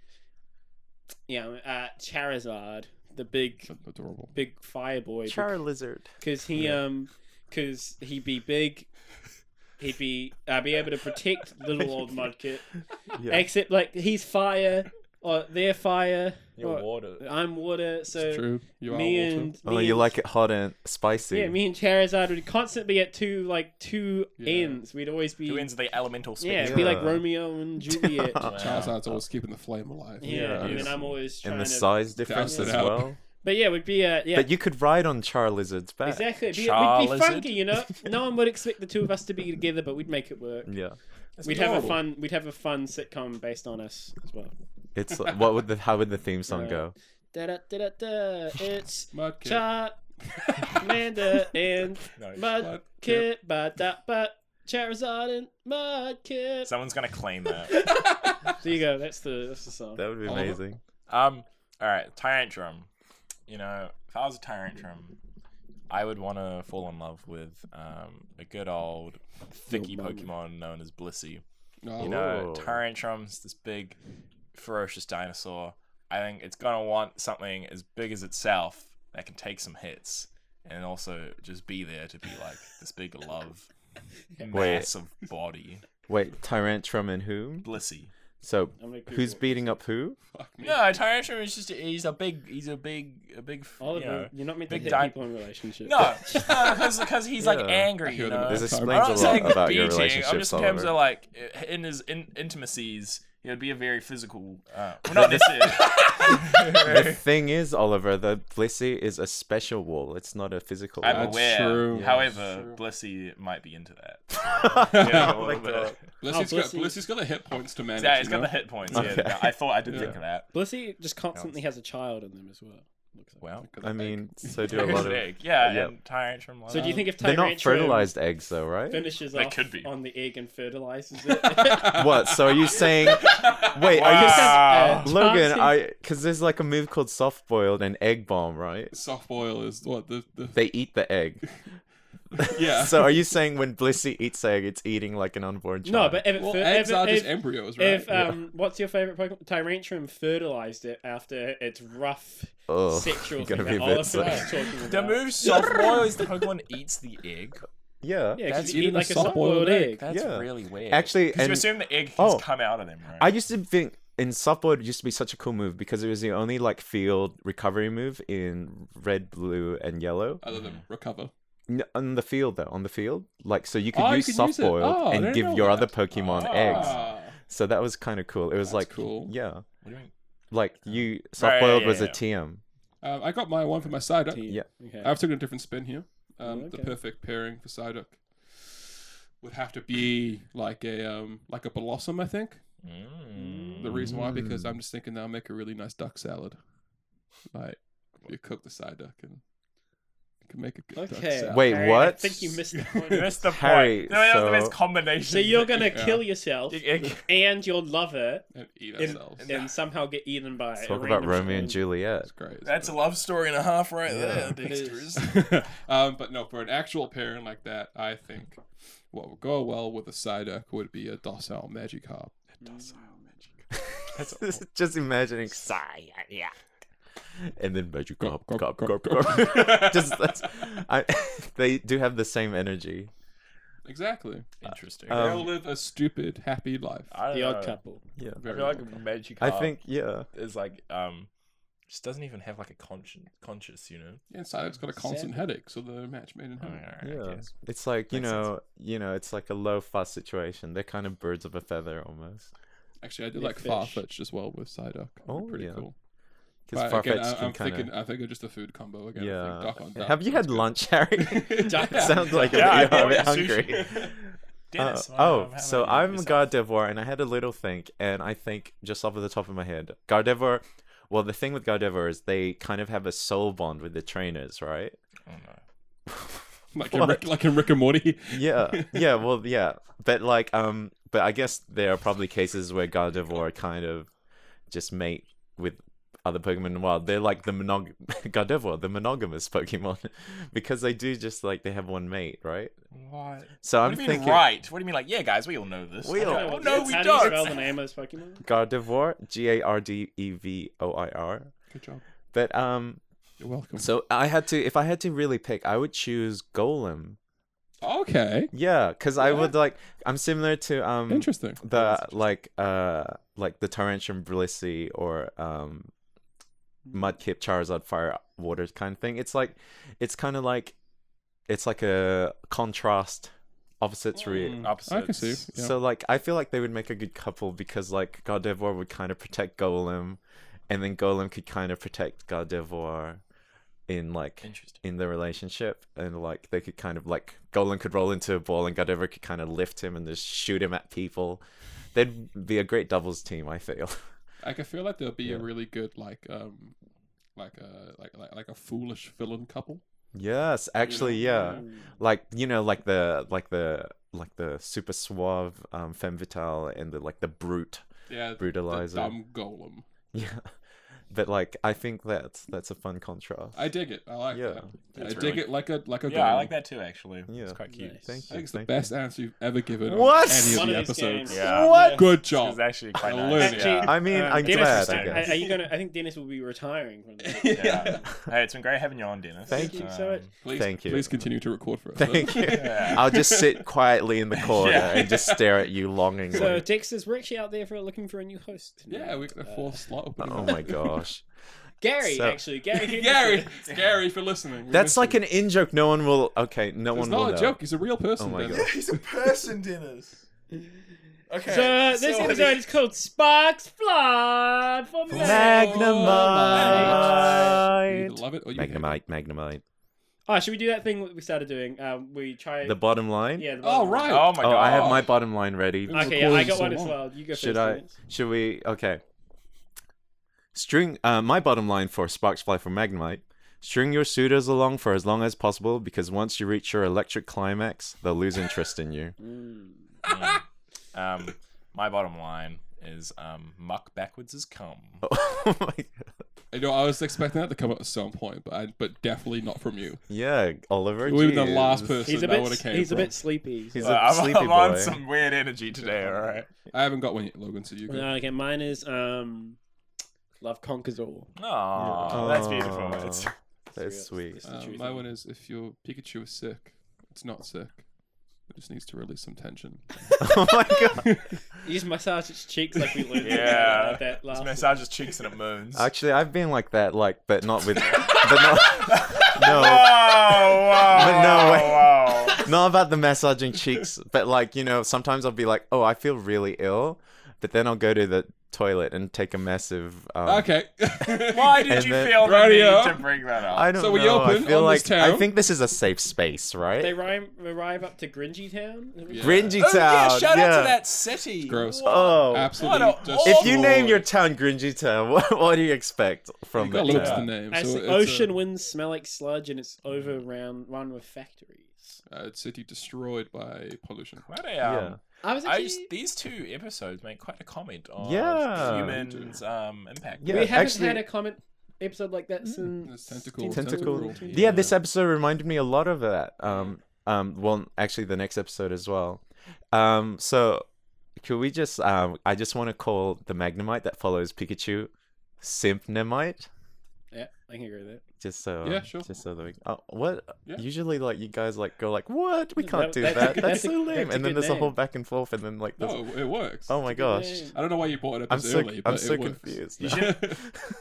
[SPEAKER 1] you know, uh, Charizard, the big,
[SPEAKER 2] Adorable.
[SPEAKER 1] big fire boy,
[SPEAKER 3] Charizard.
[SPEAKER 1] because he um, because he'd be big. He'd be uh, be able to protect little old Mudkip,
[SPEAKER 3] Yeah.
[SPEAKER 1] except like he's fire or they're fire. or-
[SPEAKER 4] water.
[SPEAKER 1] I'm water, so
[SPEAKER 2] It's true. You are
[SPEAKER 1] me
[SPEAKER 2] water.
[SPEAKER 1] and
[SPEAKER 3] Oh,
[SPEAKER 1] me
[SPEAKER 3] you
[SPEAKER 1] and-
[SPEAKER 3] like it hot and spicy.
[SPEAKER 1] yeah, me and Charizard would constantly be at two like two
[SPEAKER 2] Yeah.
[SPEAKER 1] ends. We'd always be
[SPEAKER 4] Who wins the elemental
[SPEAKER 1] yeah,
[SPEAKER 4] spectrum?
[SPEAKER 1] it'd be like
[SPEAKER 3] Yeah.
[SPEAKER 1] Romeo and Juliet. yeah,
[SPEAKER 4] Wow.
[SPEAKER 2] Charizard's always keeping the flame alive.
[SPEAKER 3] Yeah.
[SPEAKER 1] and then I'm always trying
[SPEAKER 3] and the
[SPEAKER 1] to.
[SPEAKER 3] size difference
[SPEAKER 2] Balance it
[SPEAKER 3] as
[SPEAKER 2] out.
[SPEAKER 3] well.
[SPEAKER 1] But yeah, we'd be uh, yeah.
[SPEAKER 3] But you could ride on Charizard's back.
[SPEAKER 1] Exactly, it'd be, we'd be
[SPEAKER 4] Charizard.
[SPEAKER 1] funky, you know. No one would expect the two of us to be together, but we'd make it work.
[SPEAKER 3] Yeah.
[SPEAKER 1] we'd have a fun, we'd have a fun sitcom based on us as well.
[SPEAKER 3] It's like- what would the how would the theme song
[SPEAKER 1] Yeah.
[SPEAKER 3] go?
[SPEAKER 1] Da da da da da. It's
[SPEAKER 2] Mudkip.
[SPEAKER 1] Char, Amanda, and
[SPEAKER 4] No,
[SPEAKER 1] Mudkip, but that but Charizard and Mudkip.
[SPEAKER 4] Someone's gonna claim that.
[SPEAKER 1] There you go. That's the that's the song.
[SPEAKER 3] That would be
[SPEAKER 2] Oliver?
[SPEAKER 3] amazing.
[SPEAKER 4] um, all right, Tyrantrum. You know, if I was a Tyrantrum, I would want to fall in love with um, a good old thicky
[SPEAKER 2] mum.
[SPEAKER 4] Pokemon known as Blissey.
[SPEAKER 2] Oh,
[SPEAKER 4] You know,
[SPEAKER 3] Ooh.
[SPEAKER 4] Tyrantrum's this big, ferocious dinosaur. I think it's gonna want something as big as itself that can take some hits, and also just be there to be like this big love, mass of body,
[SPEAKER 3] Wait, Tyrantrum and who?
[SPEAKER 4] blissy.
[SPEAKER 3] So
[SPEAKER 1] I'm gonna Google
[SPEAKER 3] who's
[SPEAKER 1] it.
[SPEAKER 3] beating up who?
[SPEAKER 2] fuck me.
[SPEAKER 4] No, Tyrantrum is just—he's a big, he's a big, a big.
[SPEAKER 1] Oliver,
[SPEAKER 4] you know,
[SPEAKER 1] you're not meant to
[SPEAKER 4] big
[SPEAKER 1] hit
[SPEAKER 4] di-
[SPEAKER 1] people in relationships.
[SPEAKER 4] No, because he's like
[SPEAKER 3] Yeah.
[SPEAKER 4] angry.
[SPEAKER 2] hear
[SPEAKER 4] You
[SPEAKER 2] them
[SPEAKER 4] know?
[SPEAKER 2] at
[SPEAKER 3] This
[SPEAKER 2] Uh,
[SPEAKER 4] I'm
[SPEAKER 3] explains
[SPEAKER 4] not
[SPEAKER 3] a
[SPEAKER 4] saying
[SPEAKER 3] lot about your
[SPEAKER 4] beating. I'm
[SPEAKER 3] relationship,
[SPEAKER 4] just in terms of
[SPEAKER 3] Oliver.
[SPEAKER 4] like i- in his in- intimacies, he would be a very physical. Uh, well, not necessarily.
[SPEAKER 3] The thing is, Oliver, the Blissey is a special wall. It's not a physical
[SPEAKER 4] I'm
[SPEAKER 3] wall.
[SPEAKER 2] That's
[SPEAKER 4] aware.
[SPEAKER 2] true.
[SPEAKER 4] However,
[SPEAKER 2] That's
[SPEAKER 4] Blissey might be into that. Yeah, a
[SPEAKER 3] Oh my God.
[SPEAKER 4] little bit.
[SPEAKER 2] Blissey's
[SPEAKER 1] Oh,
[SPEAKER 2] got,
[SPEAKER 1] Blissey.
[SPEAKER 2] Blissey's got the hit points to manage.
[SPEAKER 4] Yeah, he's
[SPEAKER 2] you
[SPEAKER 4] got
[SPEAKER 2] know?
[SPEAKER 4] the hit points. Yeah,
[SPEAKER 3] Okay.
[SPEAKER 4] no, I thought I did
[SPEAKER 2] Yeah.
[SPEAKER 4] think of that.
[SPEAKER 1] Blissey just constantly has a child in them as well. Looks like.
[SPEAKER 4] Well,
[SPEAKER 3] I mean, so do a
[SPEAKER 4] there's
[SPEAKER 3] lot
[SPEAKER 4] an
[SPEAKER 3] of.
[SPEAKER 4] egg. Yeah,
[SPEAKER 3] Yeah.
[SPEAKER 4] and Tyrantrum.
[SPEAKER 1] So do you think if
[SPEAKER 3] They're not
[SPEAKER 1] Tyrantrum
[SPEAKER 3] fertilized eggs, though, right?
[SPEAKER 1] finishes
[SPEAKER 4] They
[SPEAKER 1] off
[SPEAKER 4] could be.
[SPEAKER 1] on the egg and fertilizes it, uh,
[SPEAKER 3] What? So are you saying? Wait,
[SPEAKER 4] Wow.
[SPEAKER 3] are you Logan?
[SPEAKER 1] Toxic.
[SPEAKER 3] I because there's like a move called soft boiled and egg bomb, right?
[SPEAKER 2] soft boil is what the, the
[SPEAKER 3] They eat the egg.
[SPEAKER 2] yeah.
[SPEAKER 3] So are you saying when Blissey eats egg, it's eating like an unborn child?
[SPEAKER 1] no, but if it
[SPEAKER 2] well,
[SPEAKER 1] fer-
[SPEAKER 2] eggs
[SPEAKER 1] if, it-
[SPEAKER 2] are
[SPEAKER 1] if,
[SPEAKER 2] just embryos, right?
[SPEAKER 1] if um, what's your favorite Pokemon? Tyrantrum fertilized it after its rough
[SPEAKER 3] Ugh,
[SPEAKER 1] sexual thing
[SPEAKER 3] gotta
[SPEAKER 1] that
[SPEAKER 3] be a bit
[SPEAKER 1] Oliver was
[SPEAKER 3] sad.
[SPEAKER 1] talking
[SPEAKER 4] the
[SPEAKER 1] about.
[SPEAKER 4] move soft boil is the Pokemon eats the egg?
[SPEAKER 3] yeah.
[SPEAKER 1] yeah,
[SPEAKER 4] That's
[SPEAKER 1] because you eat
[SPEAKER 2] eating a
[SPEAKER 1] like a
[SPEAKER 2] soft-boiled
[SPEAKER 1] soft-boiled
[SPEAKER 2] egg.
[SPEAKER 1] egg.
[SPEAKER 4] That's
[SPEAKER 3] Yeah.
[SPEAKER 4] really weird.
[SPEAKER 3] Actually,
[SPEAKER 4] Because you
[SPEAKER 3] and
[SPEAKER 4] assume the egg has
[SPEAKER 3] Oh.
[SPEAKER 4] come out of them, right?
[SPEAKER 3] I used to think in softball it used to be such a cool move because it was the only like field recovery move in red, blue, and yellow.
[SPEAKER 2] other than
[SPEAKER 3] Mm-hmm.
[SPEAKER 2] recover.
[SPEAKER 3] N- on the field though, on the field, like so you could
[SPEAKER 2] Oh, you
[SPEAKER 3] use
[SPEAKER 2] could use
[SPEAKER 3] soft
[SPEAKER 2] it.
[SPEAKER 3] boiled
[SPEAKER 2] Oh, I
[SPEAKER 3] and
[SPEAKER 2] didn't
[SPEAKER 3] give
[SPEAKER 2] know
[SPEAKER 3] your
[SPEAKER 2] that.
[SPEAKER 3] other Pokemon eggs.
[SPEAKER 2] Ah,
[SPEAKER 3] So that was kind of cool. It was
[SPEAKER 2] That's
[SPEAKER 3] like
[SPEAKER 2] cool.
[SPEAKER 3] yeah,
[SPEAKER 4] What do you mean?
[SPEAKER 3] like you
[SPEAKER 4] Right,
[SPEAKER 3] soft boiled
[SPEAKER 4] yeah,
[SPEAKER 3] was a
[SPEAKER 4] yeah.
[SPEAKER 3] TM.
[SPEAKER 2] Um, I got my one for my side. up.
[SPEAKER 1] Team.
[SPEAKER 3] Yeah.
[SPEAKER 1] Okay.
[SPEAKER 2] I've taken a different spin here. Um,
[SPEAKER 1] Oh,
[SPEAKER 2] The
[SPEAKER 1] okay.
[SPEAKER 2] perfect pairing for Psyduck would have to be like a um, like a blossom, I think.
[SPEAKER 4] Mm.
[SPEAKER 2] The reason why because
[SPEAKER 1] Mm.
[SPEAKER 2] I'm just thinking that'll make a really nice duck salad. Like you cook the Psyduck and you can make a good duck
[SPEAKER 1] Okay.
[SPEAKER 2] salad.
[SPEAKER 3] Wait,
[SPEAKER 1] Harry, I
[SPEAKER 3] what?
[SPEAKER 1] think you missed the
[SPEAKER 4] You
[SPEAKER 1] point.
[SPEAKER 4] missed the
[SPEAKER 3] Harry,
[SPEAKER 4] point. No, that was the
[SPEAKER 3] so-
[SPEAKER 4] best combination.
[SPEAKER 1] so you're gonna
[SPEAKER 2] Yeah.
[SPEAKER 1] kill yourself
[SPEAKER 4] Egg-
[SPEAKER 1] and your lover,
[SPEAKER 2] and eat
[SPEAKER 1] and,
[SPEAKER 2] ourselves.
[SPEAKER 1] and somehow get eaten by a
[SPEAKER 3] Talk about
[SPEAKER 1] random
[SPEAKER 3] Romeo and
[SPEAKER 1] child.
[SPEAKER 3] Juliet.
[SPEAKER 2] It's great.
[SPEAKER 4] That's a love story and a half right
[SPEAKER 3] Yeah.
[SPEAKER 4] there, Dexter's.
[SPEAKER 2] um, but no, for an actual pairing like that, I think what would go well with a Psyduck would be a docile Magikarp.
[SPEAKER 3] Just imagining Psy, yeah. And then Magic Cop,
[SPEAKER 2] Cop,
[SPEAKER 3] Cop,
[SPEAKER 2] cop,
[SPEAKER 3] Cop,
[SPEAKER 2] cop.
[SPEAKER 3] Just that's, I, they do have the same energy.
[SPEAKER 2] Exactly.
[SPEAKER 4] Interesting.
[SPEAKER 3] Um,
[SPEAKER 2] They'll live a stupid, happy life.
[SPEAKER 4] I don't
[SPEAKER 1] The
[SPEAKER 4] know.
[SPEAKER 1] odd couple.
[SPEAKER 3] Yeah.
[SPEAKER 4] I
[SPEAKER 2] Very
[SPEAKER 4] feel like
[SPEAKER 2] well.
[SPEAKER 4] Magikarp
[SPEAKER 3] I think yeah.
[SPEAKER 4] is like um, just doesn't even have like a conscience, conscious, you know.
[SPEAKER 2] yeah, and Psyduck's got a constant headache, so the match made in
[SPEAKER 1] Mm.
[SPEAKER 2] heaven.
[SPEAKER 3] Oh, Yeah. It's like, you
[SPEAKER 4] Makes sense.
[SPEAKER 3] know, you know, it's like a low fuss situation. They're kind of birds of a feather almost.
[SPEAKER 2] Actually, I do
[SPEAKER 1] Yeah,
[SPEAKER 2] like
[SPEAKER 1] fish.
[SPEAKER 2] Farfetch as well with Psyduck.
[SPEAKER 3] Oh,
[SPEAKER 2] pretty
[SPEAKER 3] yeah.
[SPEAKER 2] cool.
[SPEAKER 3] Because
[SPEAKER 2] But again,
[SPEAKER 3] Farfetch
[SPEAKER 2] I,
[SPEAKER 3] can
[SPEAKER 2] am
[SPEAKER 3] kind
[SPEAKER 2] thinking.
[SPEAKER 3] of
[SPEAKER 2] I think of just a food combo again. I
[SPEAKER 3] yeah.
[SPEAKER 2] think duck on duck.
[SPEAKER 3] Have you had lunch, Harry?
[SPEAKER 2] Duck.
[SPEAKER 3] Sounds like
[SPEAKER 4] Yeah, I
[SPEAKER 3] you're a bit
[SPEAKER 4] bought you
[SPEAKER 3] hungry.
[SPEAKER 4] sushi.
[SPEAKER 3] Uh,
[SPEAKER 4] Dennis, why
[SPEAKER 3] oh,
[SPEAKER 4] not have
[SPEAKER 3] so
[SPEAKER 4] it
[SPEAKER 3] I'm
[SPEAKER 4] yourself?
[SPEAKER 3] Gardevoir, and I had a little think, and I think just off of the top of my head, Gardevoir. Well, the thing with Gardevoir is they kind of have a soul bond with the trainers, right?
[SPEAKER 4] Oh, no.
[SPEAKER 2] like, in Rick, like in Rick and Morty?
[SPEAKER 3] Yeah, yeah, well, yeah, but like, um, but I guess there are probably cases where Gardevoir kind of just mate with other Pokemon in the wild. They're like the monog Gardevoir, the monogamous Pokemon, because they do just like they have one mate, right?
[SPEAKER 4] What?
[SPEAKER 3] So
[SPEAKER 4] What
[SPEAKER 3] I'm
[SPEAKER 4] do you mean
[SPEAKER 3] thinking
[SPEAKER 4] right? What do you mean like yeah, guys? We all know this.
[SPEAKER 3] We
[SPEAKER 4] I
[SPEAKER 3] all-
[SPEAKER 4] don't-
[SPEAKER 1] Oh,
[SPEAKER 4] oh, no,
[SPEAKER 1] it's-
[SPEAKER 4] we
[SPEAKER 1] How do you spell the
[SPEAKER 4] don't.
[SPEAKER 1] name of this Pokemon?
[SPEAKER 3] Gardevoir, G A R D E V O I R.
[SPEAKER 2] Good job.
[SPEAKER 3] But um,
[SPEAKER 2] You're welcome.
[SPEAKER 3] So I had to, if I had to really pick, I would choose Golem.
[SPEAKER 2] Okay.
[SPEAKER 3] Yeah, because I
[SPEAKER 2] Yeah.
[SPEAKER 3] would like. I'm similar to um
[SPEAKER 2] Interesting.
[SPEAKER 3] the like uh like the Torrentium Blissey or um Mudkip Charizard Fire Water kind of thing. It's like it's kind of like it's like a contrast opposites re-
[SPEAKER 2] Mm,
[SPEAKER 4] Opposites.
[SPEAKER 2] I can see. Yeah.
[SPEAKER 3] So like I feel like they would make a good couple because like Gardevoir would kind of protect Golem, and then Golem could kind of protect Gardevoir, in like
[SPEAKER 4] Interesting.
[SPEAKER 3] in the relationship, and like they could kind of like Golem could roll into a ball, and Gardevoir could kind of lift him and just shoot him at people. They'd be a great doubles team, I feel.
[SPEAKER 2] I can feel like there'll be a
[SPEAKER 3] Yeah.
[SPEAKER 2] really good like um like a like like, like a foolish villain couple.
[SPEAKER 3] yes, actually,
[SPEAKER 1] Mm.
[SPEAKER 3] yeah.
[SPEAKER 2] yeah.
[SPEAKER 3] Like you know, like the like the like the super suave um, femme fatale and the like the brute
[SPEAKER 2] Yeah, the- the
[SPEAKER 3] brutalizer.
[SPEAKER 2] dumb golem.
[SPEAKER 3] Yeah. but like I think that that's a fun contrast.
[SPEAKER 2] I dig it. I like
[SPEAKER 3] Yeah.
[SPEAKER 2] that. I
[SPEAKER 4] That's
[SPEAKER 2] dig
[SPEAKER 4] really-
[SPEAKER 2] it like a like a
[SPEAKER 4] Yeah, I
[SPEAKER 2] garden.
[SPEAKER 4] like that too. Actually,
[SPEAKER 3] Yeah.
[SPEAKER 4] it's quite cute.
[SPEAKER 1] Nice.
[SPEAKER 3] Thank
[SPEAKER 2] I
[SPEAKER 3] you.
[SPEAKER 2] think it's the
[SPEAKER 3] thank
[SPEAKER 2] best answer you've ever given
[SPEAKER 3] What?
[SPEAKER 2] on any of
[SPEAKER 1] One
[SPEAKER 2] the
[SPEAKER 1] of these
[SPEAKER 2] episodes.
[SPEAKER 1] games.
[SPEAKER 4] Yeah.
[SPEAKER 3] What?
[SPEAKER 2] Good
[SPEAKER 4] It
[SPEAKER 2] job.
[SPEAKER 4] was actually quite
[SPEAKER 2] I
[SPEAKER 4] nice.
[SPEAKER 2] learned
[SPEAKER 1] Actually,
[SPEAKER 4] Yeah.
[SPEAKER 3] I mean, I'm
[SPEAKER 1] Dennis
[SPEAKER 3] glad,
[SPEAKER 1] Uh, is-
[SPEAKER 3] I guess.
[SPEAKER 1] Are you gonna? I think Dennis will be retiring from this.
[SPEAKER 4] Yeah. Hey, it's been great having you on, Dennis. Um,
[SPEAKER 3] Thank
[SPEAKER 1] you so much.
[SPEAKER 2] Please,
[SPEAKER 3] Thank you.
[SPEAKER 2] Please continue to record for us.
[SPEAKER 3] Thank you.
[SPEAKER 4] Yeah.
[SPEAKER 3] I'll just sit quietly in the corner
[SPEAKER 4] Yeah.
[SPEAKER 3] and just stare at you longingly.
[SPEAKER 1] So Dexter's we're actually out there for looking for a new host.
[SPEAKER 2] Yeah, we got a fourth slot open.
[SPEAKER 3] oh my gosh.
[SPEAKER 1] Gary
[SPEAKER 3] So-
[SPEAKER 1] actually. Gary. Henderson.
[SPEAKER 2] Gary, it's Gary for listening. We
[SPEAKER 3] That's
[SPEAKER 2] missed
[SPEAKER 3] like
[SPEAKER 2] you.
[SPEAKER 3] an in joke no one will Okay, no
[SPEAKER 2] It's
[SPEAKER 3] one will
[SPEAKER 2] not a
[SPEAKER 3] know.
[SPEAKER 2] joke. He's a real person.
[SPEAKER 3] Oh my
[SPEAKER 2] Dennis.
[SPEAKER 3] God.
[SPEAKER 4] He's a person, Dennis. Okay.
[SPEAKER 1] So uh, this episode is called Sparks Flood for Mag.
[SPEAKER 2] You either
[SPEAKER 3] Magnemite.
[SPEAKER 2] love it or you hate it.
[SPEAKER 3] Magnemite, Magnemite.
[SPEAKER 1] Oh, should we do that thing that we started doing? Um, we try.
[SPEAKER 3] The bottom line?
[SPEAKER 1] yeah. The
[SPEAKER 2] Oh
[SPEAKER 1] bottom
[SPEAKER 2] right.
[SPEAKER 4] Oh my
[SPEAKER 3] Oh,
[SPEAKER 4] god.
[SPEAKER 3] I have my bottom line ready.
[SPEAKER 2] It was
[SPEAKER 1] Okay. Yeah, I
[SPEAKER 2] recorded
[SPEAKER 1] got
[SPEAKER 2] so
[SPEAKER 1] one as
[SPEAKER 2] long.
[SPEAKER 1] well. You go
[SPEAKER 3] Should
[SPEAKER 1] first.
[SPEAKER 3] I?
[SPEAKER 1] Dennis.
[SPEAKER 3] Should we? Okay. String. Uh, my bottom line for sparks fly from Magnemite. String your suitors along for as long as possible because once you reach your electric climax, they'll lose interest in you.
[SPEAKER 4] um, my bottom line is um, muck backwards is cum.
[SPEAKER 3] Oh my God.
[SPEAKER 2] You know, I was expecting that to come up at some point, but I, but definitely not from you.
[SPEAKER 3] Yeah, Oliver.
[SPEAKER 2] We were the
[SPEAKER 3] geez.
[SPEAKER 2] last person
[SPEAKER 1] He's a
[SPEAKER 2] that would
[SPEAKER 1] bit.
[SPEAKER 2] have came
[SPEAKER 1] He's a
[SPEAKER 2] from.
[SPEAKER 1] bit sleepy.
[SPEAKER 3] He's
[SPEAKER 4] Uh,
[SPEAKER 3] a
[SPEAKER 4] I'm,
[SPEAKER 3] sleepy
[SPEAKER 4] I'm
[SPEAKER 3] boy.
[SPEAKER 4] on some weird energy today. All right.
[SPEAKER 2] I haven't got one yet, Logan. So you go.
[SPEAKER 1] Uh, okay, mine is um, love conquers all.
[SPEAKER 4] Oh, that's
[SPEAKER 3] Aw.
[SPEAKER 4] beautiful. It's,
[SPEAKER 3] That's
[SPEAKER 1] Real-
[SPEAKER 3] sweet. Um,
[SPEAKER 1] it's the
[SPEAKER 2] Uh,
[SPEAKER 1] truth
[SPEAKER 2] my
[SPEAKER 1] of it.
[SPEAKER 2] one is if your Pikachu is sick, it's not sick. It just needs to release some tension.
[SPEAKER 3] oh my god.
[SPEAKER 1] You just massage its cheeks like we learned
[SPEAKER 4] yeah.
[SPEAKER 1] about that
[SPEAKER 4] This
[SPEAKER 1] last.
[SPEAKER 4] massages cheeks and it moons.
[SPEAKER 3] Actually, I've been like that, like, but not with, but not, no,
[SPEAKER 4] Oh, Wow!
[SPEAKER 3] But no
[SPEAKER 4] Wow!
[SPEAKER 3] way.
[SPEAKER 4] wow.
[SPEAKER 3] not about the massaging cheeks. But like, you know, sometimes I'll be like, oh, I feel really ill, but then I'll go to the toilet and take a massive. Um,
[SPEAKER 2] Okay.
[SPEAKER 4] Why did
[SPEAKER 3] And
[SPEAKER 4] you
[SPEAKER 3] then-
[SPEAKER 4] feel the
[SPEAKER 2] Radio.
[SPEAKER 4] need to bring that up?
[SPEAKER 3] I don't
[SPEAKER 2] So
[SPEAKER 3] know.
[SPEAKER 2] we open
[SPEAKER 3] I feel
[SPEAKER 2] on
[SPEAKER 3] like
[SPEAKER 2] this town.
[SPEAKER 3] I think this is a safe space, right?
[SPEAKER 1] They arrive, arrive up to Gringy Town.
[SPEAKER 2] Oh, Yeah.
[SPEAKER 3] Gringy
[SPEAKER 4] Oh,
[SPEAKER 3] Town.
[SPEAKER 4] city.
[SPEAKER 2] Gross.
[SPEAKER 3] Oh.
[SPEAKER 2] Absolutely.
[SPEAKER 4] What a
[SPEAKER 2] just
[SPEAKER 3] if you
[SPEAKER 2] awful.
[SPEAKER 3] name your town Gringy Town, what, what do you expect from
[SPEAKER 2] You gotta
[SPEAKER 3] that
[SPEAKER 2] look
[SPEAKER 3] town?
[SPEAKER 2] at the name.
[SPEAKER 1] As
[SPEAKER 2] so
[SPEAKER 1] the
[SPEAKER 2] it's
[SPEAKER 1] ocean
[SPEAKER 2] A,
[SPEAKER 1] winds smell like sludge, and it's over round run with factories.
[SPEAKER 2] uh, it's city destroyed by pollution.
[SPEAKER 4] What a,
[SPEAKER 3] Yeah.
[SPEAKER 4] um,
[SPEAKER 1] I was
[SPEAKER 4] I
[SPEAKER 1] actually.
[SPEAKER 4] just, these two episodes make quite a comment on
[SPEAKER 3] Yeah.
[SPEAKER 4] humans' um, impact.
[SPEAKER 3] Yeah.
[SPEAKER 1] we haven't
[SPEAKER 3] actually- Mm,
[SPEAKER 1] had a comment episode like that since.
[SPEAKER 2] It's tentacle.
[SPEAKER 3] Tentacle.
[SPEAKER 2] tentacle.
[SPEAKER 3] Yeah. this episode reminded me a lot of that. Um, um, well, actually, the next episode as well. Um, so, could we just? Um, I just want to call the Magnemite that follows Pikachu, Simpnemite.
[SPEAKER 1] Yeah, I can agree with that.
[SPEAKER 3] Just so,
[SPEAKER 2] Yeah, sure.
[SPEAKER 3] Just so that we, oh, what?
[SPEAKER 2] Yeah.
[SPEAKER 3] Usually, like you guys, like go like, what? We
[SPEAKER 1] No,
[SPEAKER 3] can't do
[SPEAKER 1] that's a
[SPEAKER 3] that.
[SPEAKER 1] good-
[SPEAKER 3] that's
[SPEAKER 1] that's a-
[SPEAKER 3] so lame.
[SPEAKER 1] that's a
[SPEAKER 3] and then
[SPEAKER 1] good
[SPEAKER 3] there's a whole
[SPEAKER 1] name.
[SPEAKER 3] back and forth, and then like, there's,
[SPEAKER 2] No, it works.
[SPEAKER 3] oh my gosh,
[SPEAKER 1] name.
[SPEAKER 2] I don't know why you bought it up
[SPEAKER 3] I'm
[SPEAKER 2] this
[SPEAKER 3] so
[SPEAKER 2] early, but
[SPEAKER 3] I'm so
[SPEAKER 2] it works.
[SPEAKER 3] confused.
[SPEAKER 4] You
[SPEAKER 3] now.
[SPEAKER 4] should,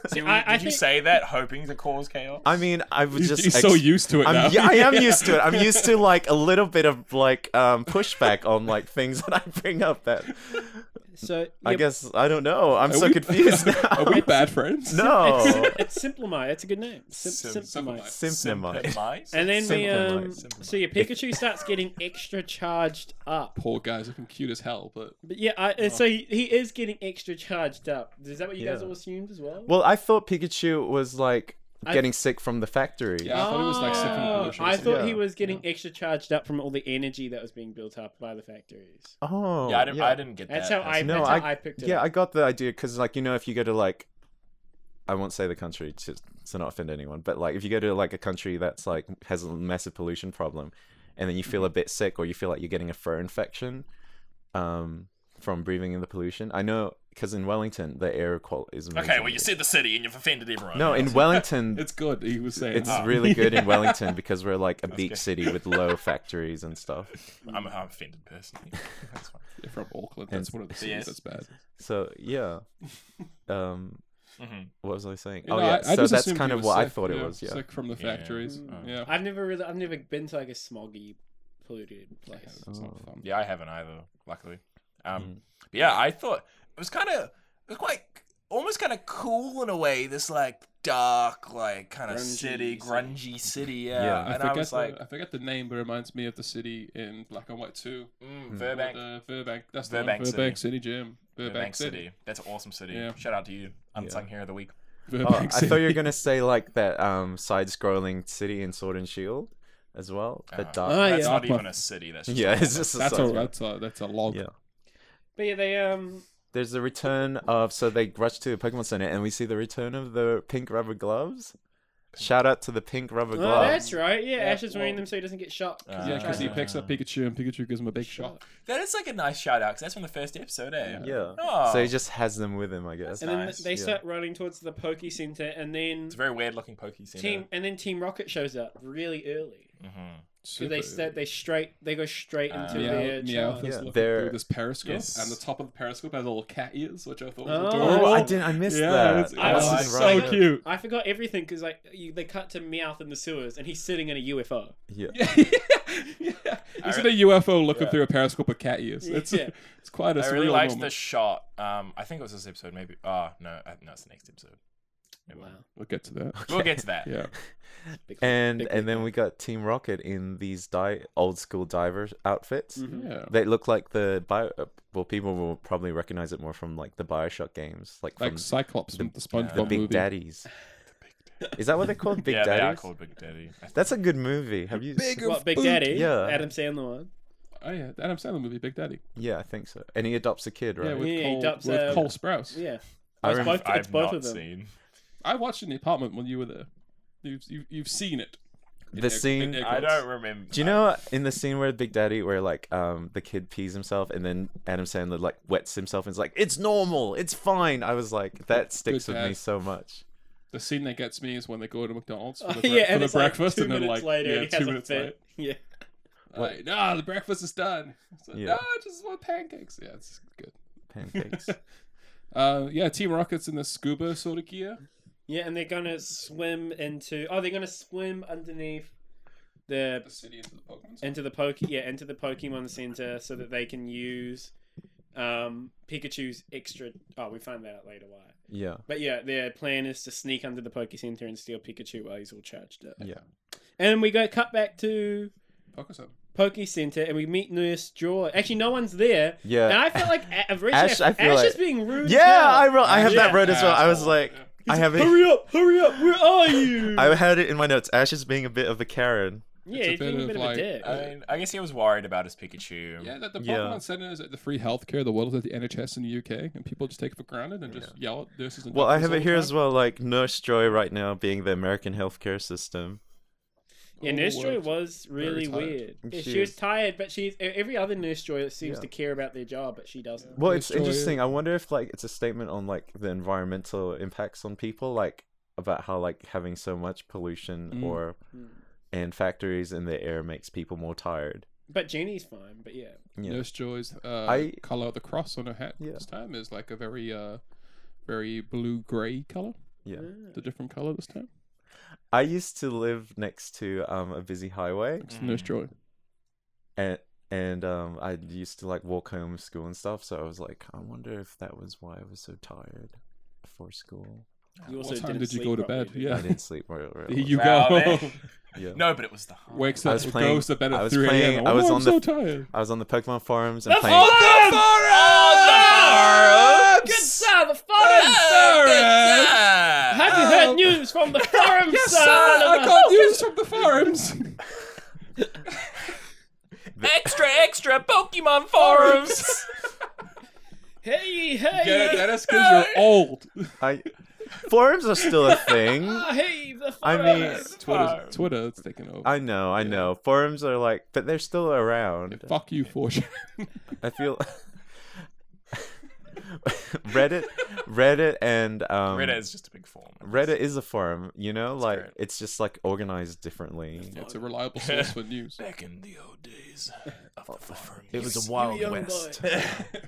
[SPEAKER 4] see,
[SPEAKER 1] I-
[SPEAKER 4] did
[SPEAKER 1] I
[SPEAKER 4] you
[SPEAKER 1] think-
[SPEAKER 4] say that hoping to cause chaos?
[SPEAKER 3] I mean, I was
[SPEAKER 2] He's,
[SPEAKER 3] just
[SPEAKER 2] he's
[SPEAKER 3] ex-
[SPEAKER 2] so used to it now.
[SPEAKER 3] I'm, yeah, I am used to it. I'm used to like a little bit of like um, pushback on like things that I bring up. That
[SPEAKER 1] So
[SPEAKER 3] I
[SPEAKER 1] yeah,
[SPEAKER 3] guess I don't know. I'm
[SPEAKER 2] Are
[SPEAKER 3] so
[SPEAKER 2] we-
[SPEAKER 3] confused
[SPEAKER 2] Are
[SPEAKER 3] now.
[SPEAKER 2] we bad friends?
[SPEAKER 3] no,
[SPEAKER 1] it's Simplemai. It's a good name. Sim-
[SPEAKER 4] Sim-
[SPEAKER 1] Simplemai.
[SPEAKER 2] Simplemai.
[SPEAKER 3] Simpnemite.
[SPEAKER 4] Mice?
[SPEAKER 1] And then we
[SPEAKER 3] Simplemai.
[SPEAKER 1] um.
[SPEAKER 4] Simplemai.
[SPEAKER 1] So your Pikachu starts getting extra charged up.
[SPEAKER 2] Poor guy's looking cute as hell, but
[SPEAKER 1] But yeah, I, and so he, he is getting extra charged up. Is that what you guys
[SPEAKER 3] Oh. Yeah.
[SPEAKER 1] all assumed as well?
[SPEAKER 3] Well, I thought Pikachu was like
[SPEAKER 1] I-
[SPEAKER 3] getting sick from the factory.
[SPEAKER 2] Yeah. I thought it was, like, siphoned
[SPEAKER 1] Oh,
[SPEAKER 2] pollution or
[SPEAKER 1] I
[SPEAKER 2] something.
[SPEAKER 1] thought he
[SPEAKER 3] Yeah.
[SPEAKER 1] was getting extra charged up from all the energy that was being built up by the factories.
[SPEAKER 3] Oh,
[SPEAKER 4] yeah, I didn't, I didn't get
[SPEAKER 1] That's
[SPEAKER 4] that.
[SPEAKER 1] how I.
[SPEAKER 3] No,
[SPEAKER 1] that's how
[SPEAKER 3] I-
[SPEAKER 1] I picked it.
[SPEAKER 3] Yeah,
[SPEAKER 1] up.
[SPEAKER 3] I got the idea because like you know if you go to like, I won't say the country to to not offend anyone, but like if you go to like a country that's like has a massive pollution problem, and then you feel
[SPEAKER 2] Mm-hmm.
[SPEAKER 3] a bit sick or you feel like you're getting a fur infection, um, from breathing in the pollution. I know because in Wellington the air quality is amazing.
[SPEAKER 4] Okay, well, you said the city and you've offended everyone.
[SPEAKER 3] No, in Wellington.
[SPEAKER 2] it's good. He was saying
[SPEAKER 3] It's
[SPEAKER 2] Ah.
[SPEAKER 3] really good in Wellington because we're like a beach
[SPEAKER 4] good.
[SPEAKER 3] city with low factories and stuff.
[SPEAKER 4] I'm, I'm offended personally. That's fine.
[SPEAKER 2] You're from Auckland. That's
[SPEAKER 3] It's-
[SPEAKER 2] one of the cities
[SPEAKER 4] Yes.
[SPEAKER 2] that's bad.
[SPEAKER 3] Oh, So yeah, um,
[SPEAKER 4] Mhm.
[SPEAKER 3] what was I saying?
[SPEAKER 2] You
[SPEAKER 3] oh
[SPEAKER 2] know,
[SPEAKER 3] yeah,
[SPEAKER 2] I- I
[SPEAKER 3] so
[SPEAKER 2] just
[SPEAKER 3] that's
[SPEAKER 2] assumed
[SPEAKER 3] kind
[SPEAKER 2] he
[SPEAKER 3] of
[SPEAKER 2] was
[SPEAKER 3] what I
[SPEAKER 2] sick,
[SPEAKER 3] thought
[SPEAKER 2] yeah,
[SPEAKER 3] it was. Yeah. Oh,
[SPEAKER 2] sick from the
[SPEAKER 4] Yeah.
[SPEAKER 2] factories.
[SPEAKER 1] Mm.
[SPEAKER 2] Yeah,
[SPEAKER 1] I've never really, I've never been to like a smoggy, polluted place.
[SPEAKER 2] it's not
[SPEAKER 3] Oh.
[SPEAKER 2] fun.
[SPEAKER 4] Yeah, I haven't either, luckily. Um, but Yeah, I thought it was kind of, it was quite, almost kind of cool in a way. This like dark, like kind of
[SPEAKER 1] Grungy city.
[SPEAKER 4] city, grungy city. Yeah,
[SPEAKER 3] Yeah,
[SPEAKER 2] I
[SPEAKER 4] and
[SPEAKER 2] forget,
[SPEAKER 4] I was
[SPEAKER 2] the, uh,
[SPEAKER 4] like,
[SPEAKER 2] I forget the name, but it reminds me of the city in Black and White Two.
[SPEAKER 4] mm, Burbank,
[SPEAKER 2] Uh, Burbank. That's the
[SPEAKER 4] Burbank
[SPEAKER 2] one.
[SPEAKER 4] City.
[SPEAKER 2] Burbank City, Gym. Burbank,
[SPEAKER 4] Burbank, city. That's an awesome city.
[SPEAKER 2] Yeah.
[SPEAKER 4] Shout out to you, unsung hero of the week.
[SPEAKER 3] Oh,
[SPEAKER 2] Burbank
[SPEAKER 3] I
[SPEAKER 2] City.
[SPEAKER 3] thought you were gonna say like that um, side-scrolling city in Sword and Shield, as well. The
[SPEAKER 4] Uh,
[SPEAKER 3] dark.
[SPEAKER 1] Oh, yeah.
[SPEAKER 4] that's not
[SPEAKER 2] Dark one.
[SPEAKER 4] even a city. That's just
[SPEAKER 3] yeah,
[SPEAKER 4] a-
[SPEAKER 3] it's just a
[SPEAKER 2] that's a
[SPEAKER 3] side-
[SPEAKER 2] that's a that's a log.
[SPEAKER 3] Yeah.
[SPEAKER 1] But yeah, they um,
[SPEAKER 3] There's the return of so they rush to the Pokemon Center and we see the return of the pink rubber gloves. Shout out to the pink rubber
[SPEAKER 1] Oh,
[SPEAKER 3] gloves.
[SPEAKER 1] that's right. Yeah,
[SPEAKER 4] Yeah,
[SPEAKER 1] Ash is wearing
[SPEAKER 4] well-
[SPEAKER 1] them so he doesn't get shot.
[SPEAKER 4] Uh,
[SPEAKER 2] yeah, because he
[SPEAKER 4] Ah.
[SPEAKER 2] picks up Pikachu and Pikachu gives him a big shot.
[SPEAKER 1] Shot.
[SPEAKER 4] That is like a nice shout out because that's from the first episode, eh?
[SPEAKER 3] yeah.
[SPEAKER 4] Oh,
[SPEAKER 3] So he just has them with him, I guess.
[SPEAKER 4] That's
[SPEAKER 1] and then
[SPEAKER 4] nice,
[SPEAKER 1] they
[SPEAKER 3] yeah.
[SPEAKER 1] start running towards the Poke Center, and then
[SPEAKER 4] it's a very weird looking Pokey Center.
[SPEAKER 1] Team and then Team Rocket shows up really early.
[SPEAKER 4] Mhm.
[SPEAKER 1] So they st- they straight they go straight
[SPEAKER 4] Uh,
[SPEAKER 1] into
[SPEAKER 2] Meow,
[SPEAKER 1] their
[SPEAKER 2] Meowth
[SPEAKER 1] charge.
[SPEAKER 2] is
[SPEAKER 3] Yeah,
[SPEAKER 2] looking
[SPEAKER 3] they're-
[SPEAKER 2] through this periscope,
[SPEAKER 4] Yes.
[SPEAKER 2] and the top of the periscope has little cat ears, which I thought was
[SPEAKER 1] Oh.
[SPEAKER 2] adorable.
[SPEAKER 3] Oh, I didn't. I missed
[SPEAKER 2] yeah,
[SPEAKER 3] that.
[SPEAKER 2] it's-
[SPEAKER 1] I
[SPEAKER 3] This
[SPEAKER 1] was
[SPEAKER 3] is
[SPEAKER 2] it's so
[SPEAKER 1] right.
[SPEAKER 2] cute.
[SPEAKER 1] I forgot everything because like you, they cut to Meowth in the sewers and he's sitting in a UFO.
[SPEAKER 3] Yeah.
[SPEAKER 2] yeah. It's a UFO looking
[SPEAKER 4] Yeah.
[SPEAKER 2] through a periscope with cat ears.
[SPEAKER 1] Yeah.
[SPEAKER 2] It's it's quite a
[SPEAKER 4] I
[SPEAKER 2] surreal
[SPEAKER 4] really liked
[SPEAKER 2] moment.
[SPEAKER 4] the shot. Um, I think it was this episode, maybe. Oh, no, I, no, it's the next episode. Never
[SPEAKER 1] Wow.
[SPEAKER 4] mind.
[SPEAKER 2] We'll get to that.
[SPEAKER 4] We'll get to that.
[SPEAKER 2] Yeah.
[SPEAKER 1] Big-
[SPEAKER 3] And
[SPEAKER 1] big-
[SPEAKER 3] and then we got Team Rocket in these di- old school diver outfits.
[SPEAKER 1] Mhm.
[SPEAKER 2] Yeah.
[SPEAKER 3] They look like the bio. uh, Well, people will probably recognize it more from like the Bioshock games, like from
[SPEAKER 2] Like Cyclops from the SpongeBob
[SPEAKER 3] the Big
[SPEAKER 2] movie.
[SPEAKER 3] Daddies. Is that what they're called? Big
[SPEAKER 4] yeah, they are
[SPEAKER 3] Daddies.
[SPEAKER 4] called Big Daddy. I
[SPEAKER 3] That's a good movie. Have you?
[SPEAKER 2] Big-
[SPEAKER 1] What Big
[SPEAKER 2] Boot.
[SPEAKER 1] Daddy?
[SPEAKER 3] Yeah.
[SPEAKER 1] Adam Sandler one.
[SPEAKER 2] Oh yeah, the Adam Sandler movie, Big Daddy.
[SPEAKER 3] Yeah, I think so. And he adopts a kid,
[SPEAKER 2] Yeah,
[SPEAKER 3] right?
[SPEAKER 2] with,
[SPEAKER 1] Yeah,
[SPEAKER 2] Cole,
[SPEAKER 1] that's,
[SPEAKER 2] with
[SPEAKER 1] uh,
[SPEAKER 2] Cole Sprouse.
[SPEAKER 1] Yeah.
[SPEAKER 3] I
[SPEAKER 1] It's
[SPEAKER 3] remember.
[SPEAKER 1] both-
[SPEAKER 4] I've
[SPEAKER 1] it's both
[SPEAKER 4] not
[SPEAKER 1] of them.
[SPEAKER 4] seen.
[SPEAKER 2] I watched it in the apartment when you were there. You've you've, you've seen it.
[SPEAKER 3] The scene-
[SPEAKER 4] I don't remember.
[SPEAKER 3] Do you know in the scene where Big Daddy, where like um the kid pees himself and then Adam Sandler like wets himself and is like, "It's normal, it's fine." I was like, that sticks with me
[SPEAKER 2] dad.
[SPEAKER 3] so much.
[SPEAKER 2] The scene that gets me is when they go to McDonald's for
[SPEAKER 1] Oh,
[SPEAKER 2] the, bre-
[SPEAKER 1] yeah,
[SPEAKER 2] for
[SPEAKER 1] and
[SPEAKER 2] the
[SPEAKER 1] it's like
[SPEAKER 2] breakfast,
[SPEAKER 1] two
[SPEAKER 2] and then
[SPEAKER 1] minutes
[SPEAKER 2] like
[SPEAKER 1] later,
[SPEAKER 2] yeah,
[SPEAKER 1] he
[SPEAKER 2] two
[SPEAKER 1] has a
[SPEAKER 2] minutes later,
[SPEAKER 1] fit. Yeah.
[SPEAKER 2] like nah, the breakfast is done. It's like,
[SPEAKER 3] Yeah.
[SPEAKER 2] Nah, I just want pancakes. Yeah, it's good.
[SPEAKER 3] Pancakes.
[SPEAKER 2] Uh, yeah, Team Rocket's in the scuba sort of gear.
[SPEAKER 1] Yeah, and they're gonna swim into. Oh, they're gonna swim underneath the
[SPEAKER 2] The city into the Pokemon.
[SPEAKER 1] into the poke yeah into the Pokemon Center so that they can use um Pikachu's extra. Oh, we find that out later why.
[SPEAKER 3] yeah.
[SPEAKER 1] But yeah, their plan is to sneak under the Poke Center and steal Pikachu while he's all charged up.
[SPEAKER 3] Yeah.
[SPEAKER 1] And we go cut back to
[SPEAKER 2] Pokemon.
[SPEAKER 1] Poke Center and we meet Nurse Joy. Actually, no one's there.
[SPEAKER 3] Yeah.
[SPEAKER 1] And I felt like a- originally
[SPEAKER 3] Ash- I feel
[SPEAKER 1] Ash
[SPEAKER 3] like-
[SPEAKER 1] is being rude. as
[SPEAKER 3] Yeah,
[SPEAKER 1] hell.
[SPEAKER 3] I wrote. I have that
[SPEAKER 1] Yeah.
[SPEAKER 3] wrote as well. I was
[SPEAKER 2] Asshole.
[SPEAKER 3] like, I have it.
[SPEAKER 1] Hurry up! Hurry up! Where are you?
[SPEAKER 3] I had it in my notes. Ash is being a bit of a Karen.
[SPEAKER 1] yeah,
[SPEAKER 2] It's a
[SPEAKER 1] he's
[SPEAKER 2] bit
[SPEAKER 1] being a
[SPEAKER 2] of
[SPEAKER 1] bit of a
[SPEAKER 2] like-
[SPEAKER 1] dick.
[SPEAKER 4] I mean, I guess he was worried about his Pikachu.
[SPEAKER 2] Yeah, that the Pokemon
[SPEAKER 3] Yeah.
[SPEAKER 2] Center is at the free healthcare, the world is at the NHS in the UK, and people just take it for granted and just yell at nurses and
[SPEAKER 3] Well, I
[SPEAKER 2] doctors
[SPEAKER 3] have
[SPEAKER 2] all
[SPEAKER 3] it
[SPEAKER 2] the
[SPEAKER 3] here
[SPEAKER 2] time.
[SPEAKER 3] as well. Like Nurse Joy right now being the American healthcare system.
[SPEAKER 1] Yeah,
[SPEAKER 2] All
[SPEAKER 1] Nurse Joy
[SPEAKER 2] worked.
[SPEAKER 1] was really
[SPEAKER 2] tired.
[SPEAKER 1] weird. Yeah,
[SPEAKER 3] She
[SPEAKER 1] she was
[SPEAKER 3] is.
[SPEAKER 1] tired, but she's e, every other Nurse Joy seems
[SPEAKER 3] Yeah.
[SPEAKER 1] to care about their job, but she doesn't.
[SPEAKER 3] Well,
[SPEAKER 2] Nurse
[SPEAKER 3] it's
[SPEAKER 2] Joy-
[SPEAKER 3] interesting. I wonder if like it's a statement on like the environmental impacts on people, like about how like having so much pollution
[SPEAKER 2] Mm.
[SPEAKER 3] or
[SPEAKER 1] Mm.
[SPEAKER 3] and factories in the air makes people more tired.
[SPEAKER 1] But Jeannie's fine. But yeah,
[SPEAKER 3] Yeah.
[SPEAKER 2] Nurse Joy's uh,
[SPEAKER 3] I-
[SPEAKER 2] color of the cross on her hat
[SPEAKER 3] Yeah.
[SPEAKER 2] this time is like a very, uh, very blue gray color.
[SPEAKER 3] Yeah.
[SPEAKER 1] Ah.
[SPEAKER 2] The different color this time.
[SPEAKER 3] I used to live next to um a busy highway
[SPEAKER 2] It's Nurse Joy.
[SPEAKER 3] and and um I used to like walk home from school and stuff, so I was like, I wonder if that was why I was so tired for school.
[SPEAKER 1] You also
[SPEAKER 2] what time
[SPEAKER 1] didn't
[SPEAKER 2] did you
[SPEAKER 1] sleep
[SPEAKER 2] go to
[SPEAKER 1] properly,
[SPEAKER 2] bed?
[SPEAKER 1] did you?
[SPEAKER 2] Yeah,
[SPEAKER 3] I didn't sleep real, real
[SPEAKER 2] you
[SPEAKER 4] Wow,
[SPEAKER 2] go.
[SPEAKER 4] man.
[SPEAKER 3] Yeah.
[SPEAKER 4] No, but it was the heart.
[SPEAKER 2] Wakes
[SPEAKER 3] I
[SPEAKER 2] up,
[SPEAKER 3] was playing-
[SPEAKER 2] goes to bed
[SPEAKER 3] I
[SPEAKER 2] at
[SPEAKER 3] was
[SPEAKER 2] three
[SPEAKER 3] playing-
[SPEAKER 2] a.m.
[SPEAKER 3] I
[SPEAKER 2] I was
[SPEAKER 3] was on
[SPEAKER 2] so
[SPEAKER 3] the-
[SPEAKER 2] tired.
[SPEAKER 3] I was on the Pokemon forums and
[SPEAKER 1] The
[SPEAKER 3] playing
[SPEAKER 1] forum!
[SPEAKER 2] Oh,
[SPEAKER 4] Oh, the forums!
[SPEAKER 1] Good sir, the forums! Have you heard news from the forums,
[SPEAKER 2] Yes,
[SPEAKER 1] sir?
[SPEAKER 2] sir. I got news from the forums.
[SPEAKER 5] Extra, extra Pokemon forums!
[SPEAKER 1] Hey, hey!
[SPEAKER 2] Get it, Dennis? Because you're old.
[SPEAKER 3] I forums are still a thing.
[SPEAKER 1] Ah, hey, the
[SPEAKER 3] I
[SPEAKER 1] forums!
[SPEAKER 3] mean-
[SPEAKER 2] Twitter, Twitter, it's taking over.
[SPEAKER 3] I know, I know. Forums are like but they're still around.
[SPEAKER 2] Fuck you, Fortune.
[SPEAKER 3] I feel Reddit Reddit and um
[SPEAKER 4] Reddit is just a big form.
[SPEAKER 3] Reddit is a forum, you know, like
[SPEAKER 4] great.
[SPEAKER 3] it's just like organized differently.
[SPEAKER 2] it's a reliable source for news.
[SPEAKER 4] Back in the old days of the forums.
[SPEAKER 3] It was a
[SPEAKER 1] You
[SPEAKER 3] wild
[SPEAKER 1] young
[SPEAKER 3] west.
[SPEAKER 1] boy,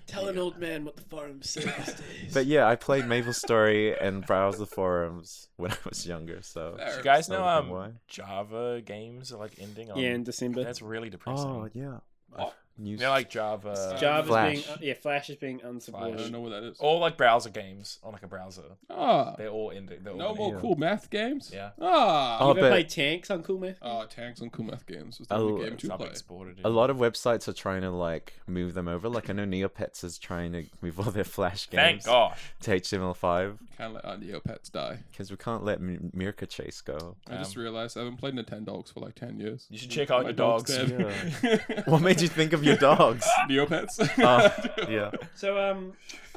[SPEAKER 1] tell an old man what the forums say these days.
[SPEAKER 3] But yeah, I played Maple Story and browsed the forums when I was younger, so
[SPEAKER 4] Do you guys
[SPEAKER 3] Not
[SPEAKER 4] know
[SPEAKER 3] looking
[SPEAKER 4] um
[SPEAKER 3] why.
[SPEAKER 4] Java games are like ending on
[SPEAKER 1] yeah, in December.
[SPEAKER 4] That's really depressing.
[SPEAKER 3] Oh yeah.
[SPEAKER 4] What?
[SPEAKER 3] News-
[SPEAKER 4] They're like Java
[SPEAKER 1] Java's
[SPEAKER 3] Flash.
[SPEAKER 1] being yeah, Flash is being
[SPEAKER 2] I
[SPEAKER 1] unsupported.
[SPEAKER 2] don't know what that is.
[SPEAKER 4] all like browser games on like a browser.
[SPEAKER 2] Ah,
[SPEAKER 4] They're all ending. They're all
[SPEAKER 2] no
[SPEAKER 4] ending.
[SPEAKER 2] more cool math games.
[SPEAKER 4] Yeah.
[SPEAKER 2] Ah.
[SPEAKER 3] Oh,
[SPEAKER 1] You ever
[SPEAKER 3] but-
[SPEAKER 1] play tanks on Cool Man?
[SPEAKER 2] Ah, tanks on cool math games was the only
[SPEAKER 3] Oh,
[SPEAKER 2] game
[SPEAKER 4] It's
[SPEAKER 2] to
[SPEAKER 4] not
[SPEAKER 2] play.
[SPEAKER 4] being supported.
[SPEAKER 3] a lot of websites are trying to like move them over. Like I know Neopets is trying to move all their Flash
[SPEAKER 4] Thank
[SPEAKER 3] games
[SPEAKER 4] gosh.
[SPEAKER 3] to HTML5
[SPEAKER 2] Kind of let our Neopets die.
[SPEAKER 3] because we can't let M- Mirka Chase go.
[SPEAKER 2] I just realized I haven't played Nintendogs for like ten years.
[SPEAKER 4] You should check out
[SPEAKER 2] My
[SPEAKER 4] your dogs.
[SPEAKER 2] dead.
[SPEAKER 3] What made you think of of your dogs.
[SPEAKER 2] Neopets.
[SPEAKER 3] Oh, yeah.
[SPEAKER 1] So um,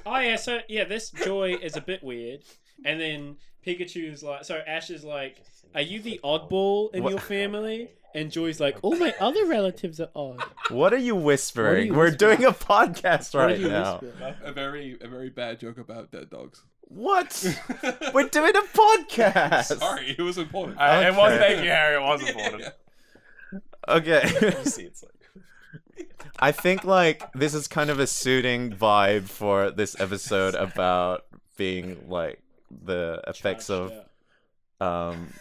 [SPEAKER 1] oh yeah, so yeah, this joy is a bit weird, and then Pikachu's like, so Ash is like, "Are you the oddball in
[SPEAKER 3] What-
[SPEAKER 1] your family?" And Joy's like, "All my other relatives are odd."
[SPEAKER 3] What are you whispering?
[SPEAKER 1] What are you
[SPEAKER 3] We're
[SPEAKER 1] whispering?
[SPEAKER 3] doing a podcast
[SPEAKER 1] What
[SPEAKER 3] right
[SPEAKER 1] do you
[SPEAKER 3] now.
[SPEAKER 1] whisper?
[SPEAKER 2] a very a very bad joke about dead dogs.
[SPEAKER 3] What? We're doing a podcast.
[SPEAKER 2] Sorry, it was important.
[SPEAKER 4] I, Uh, It was
[SPEAKER 3] Okay.
[SPEAKER 4] thank you, Harry. It was important.
[SPEAKER 3] Okay.
[SPEAKER 4] it's like
[SPEAKER 3] I think like this is kind of a suiting vibe for this episode about being like the effects of
[SPEAKER 1] Charged up.
[SPEAKER 3] um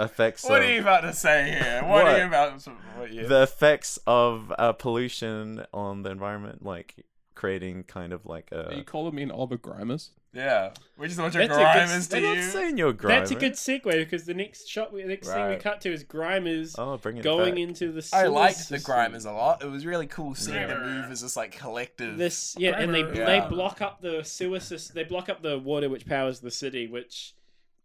[SPEAKER 3] effects
[SPEAKER 4] what
[SPEAKER 3] of
[SPEAKER 4] are you about to say here? What,
[SPEAKER 3] What?
[SPEAKER 4] are you about to? What you,
[SPEAKER 3] the effects of uh, pollution on the environment, like creating kind of like
[SPEAKER 2] Are you
[SPEAKER 3] a.
[SPEAKER 2] calling me an Oliver Grimus?
[SPEAKER 4] yeah, we just want your
[SPEAKER 1] That's a good-
[SPEAKER 4] grime is to
[SPEAKER 3] I'm not
[SPEAKER 4] you.
[SPEAKER 3] saying you're grimy.
[SPEAKER 1] That's a good segue because the next shot, we, the next thing we
[SPEAKER 4] Right.
[SPEAKER 1] cut to is Grimers
[SPEAKER 3] Oh, bring it
[SPEAKER 1] going
[SPEAKER 3] back.
[SPEAKER 1] into the.
[SPEAKER 4] I
[SPEAKER 1] sewer
[SPEAKER 4] liked the
[SPEAKER 1] system.
[SPEAKER 4] Grimers a lot. It was really cool seeing
[SPEAKER 1] Yeah.
[SPEAKER 4] the move as this like collective.
[SPEAKER 1] This yeah, and they
[SPEAKER 2] Grimer.
[SPEAKER 4] Yeah.
[SPEAKER 1] they block up the sewer system. They block up the water which powers the city, which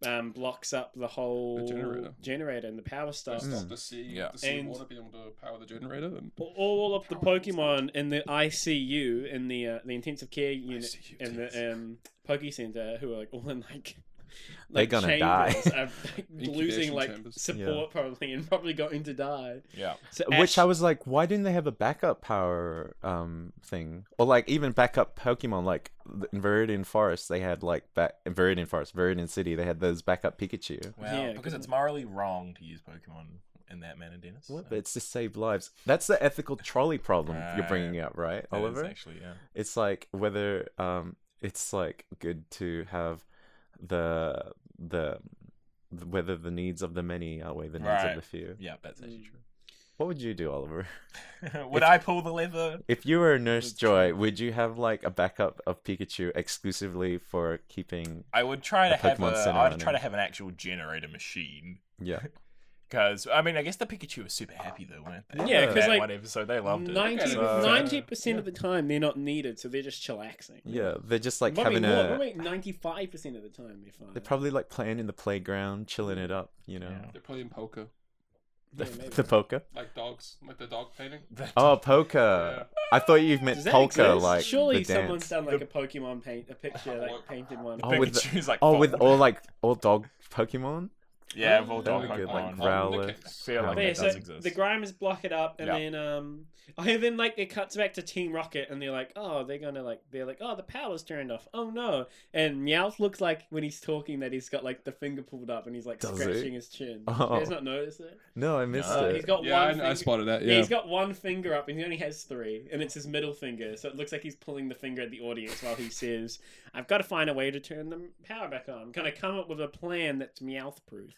[SPEAKER 1] um, blocks up the whole
[SPEAKER 2] generator.
[SPEAKER 1] generator and the power stuff.
[SPEAKER 2] the sea,
[SPEAKER 4] Hmm. Yeah.
[SPEAKER 2] the
[SPEAKER 1] sea And-
[SPEAKER 2] water
[SPEAKER 1] water
[SPEAKER 2] being able to power the generator. And...
[SPEAKER 1] all- all of the Pokemon in the ICU in the uh, the intensive care unit
[SPEAKER 2] ICU
[SPEAKER 1] in the um, Poke Center who are like all in like
[SPEAKER 3] They're gonna
[SPEAKER 1] chambers,
[SPEAKER 3] die.
[SPEAKER 1] are, like, losing
[SPEAKER 2] Incubation
[SPEAKER 1] like
[SPEAKER 2] chambers.
[SPEAKER 1] support probably and probably going to die.
[SPEAKER 4] yeah,
[SPEAKER 1] So
[SPEAKER 3] Which
[SPEAKER 1] Ash-
[SPEAKER 3] I was like, why didn't they have a backup power um thing, or like even backup Pokemon? Like th- in Viridian Forest, they had like back in Viridian Forest, Viridian City, they had those backup Pikachu.
[SPEAKER 4] well,
[SPEAKER 1] Yeah,
[SPEAKER 4] because
[SPEAKER 1] good
[SPEAKER 4] it's morally wrong to use Pokemon in that manner, Dennis.
[SPEAKER 3] What?
[SPEAKER 4] So-
[SPEAKER 3] But it's to save lives. That's the ethical trolley problem you're
[SPEAKER 4] Right.
[SPEAKER 3] bringing up, right,
[SPEAKER 4] That is
[SPEAKER 3] Oliver?
[SPEAKER 4] actually, yeah.
[SPEAKER 3] it's like whether um it's like good to have the the whether the needs of the many outweigh the needs of
[SPEAKER 4] Right.
[SPEAKER 3] the few.
[SPEAKER 4] Yeah, that's actually
[SPEAKER 1] Mm.
[SPEAKER 3] What would you do, Oliver?
[SPEAKER 4] true. Would I pull the lever?
[SPEAKER 3] If you were a Nurse Joy, would you have like a backup of Pikachu exclusively for keeping?
[SPEAKER 4] I would try to
[SPEAKER 3] The
[SPEAKER 4] have a.
[SPEAKER 3] Pokemon Center
[SPEAKER 4] I
[SPEAKER 3] running.
[SPEAKER 4] would try to have an actual generator machine.
[SPEAKER 3] Yeah,
[SPEAKER 4] Because I mean, I guess the Pikachu was super happy though, weren't they?
[SPEAKER 1] Yeah, 'cause,
[SPEAKER 4] That
[SPEAKER 1] like,
[SPEAKER 4] one episode they loved it.
[SPEAKER 1] 90
[SPEAKER 4] So-
[SPEAKER 1] 90 percent of the time they're not needed, so they're just chillaxing.
[SPEAKER 3] yeah. They're just like
[SPEAKER 1] probably
[SPEAKER 3] having
[SPEAKER 1] more,
[SPEAKER 3] a.
[SPEAKER 1] probably ninety five percent of the time uh, they're fine.
[SPEAKER 3] They're probably like playing in the playground, chilling it up. You know,
[SPEAKER 4] Yeah.
[SPEAKER 2] They're playing poker,
[SPEAKER 1] Yeah,
[SPEAKER 3] the,
[SPEAKER 1] maybe.
[SPEAKER 3] the poker.
[SPEAKER 2] like dogs, like the dog painting.
[SPEAKER 3] Oh, poker! I thought you meant
[SPEAKER 1] Does that
[SPEAKER 3] polka,
[SPEAKER 1] exist?
[SPEAKER 3] like
[SPEAKER 1] surely
[SPEAKER 3] the
[SPEAKER 1] someone's
[SPEAKER 3] dance.
[SPEAKER 1] done like a Pokemon paint a picture like painted one.
[SPEAKER 3] Oh, with the-
[SPEAKER 4] Pikachu's like,
[SPEAKER 3] Oh, with
[SPEAKER 4] "Fuck."
[SPEAKER 3] all like all dog Pokemon.
[SPEAKER 4] yeah, with all
[SPEAKER 3] That
[SPEAKER 4] dog
[SPEAKER 3] would be good,
[SPEAKER 4] Pokemon.
[SPEAKER 3] like,
[SPEAKER 4] on.
[SPEAKER 3] growl-
[SPEAKER 4] I feel like
[SPEAKER 1] But yeah,
[SPEAKER 4] that
[SPEAKER 1] so
[SPEAKER 4] does exist.
[SPEAKER 1] the Grimers block it up, and
[SPEAKER 4] Yeah.
[SPEAKER 1] then um, and then like it cuts back to Team Rocket, and they're like, oh, they're gonna like, they're like, oh, the power's turned off. Oh no! And Meowth looks like when he's talking that he's got like the finger pulled up, and he's like
[SPEAKER 3] Does he?
[SPEAKER 1] scratching his chin.
[SPEAKER 3] Oh.
[SPEAKER 1] You guys not noticed it?
[SPEAKER 3] No, I missed
[SPEAKER 1] Uh,
[SPEAKER 3] it.
[SPEAKER 1] he's got
[SPEAKER 2] Yeah, I,
[SPEAKER 1] one.
[SPEAKER 2] kn-
[SPEAKER 1] finger...
[SPEAKER 2] I spotted that.
[SPEAKER 1] yeah.
[SPEAKER 2] Yeah,
[SPEAKER 1] he's got one finger up, and he only has three, and it's his middle finger, so it looks like he's pulling the finger at the audience while he says, "I've got to find a way to turn the power back on. I'm gonna come up with a plan that's Meowth proof."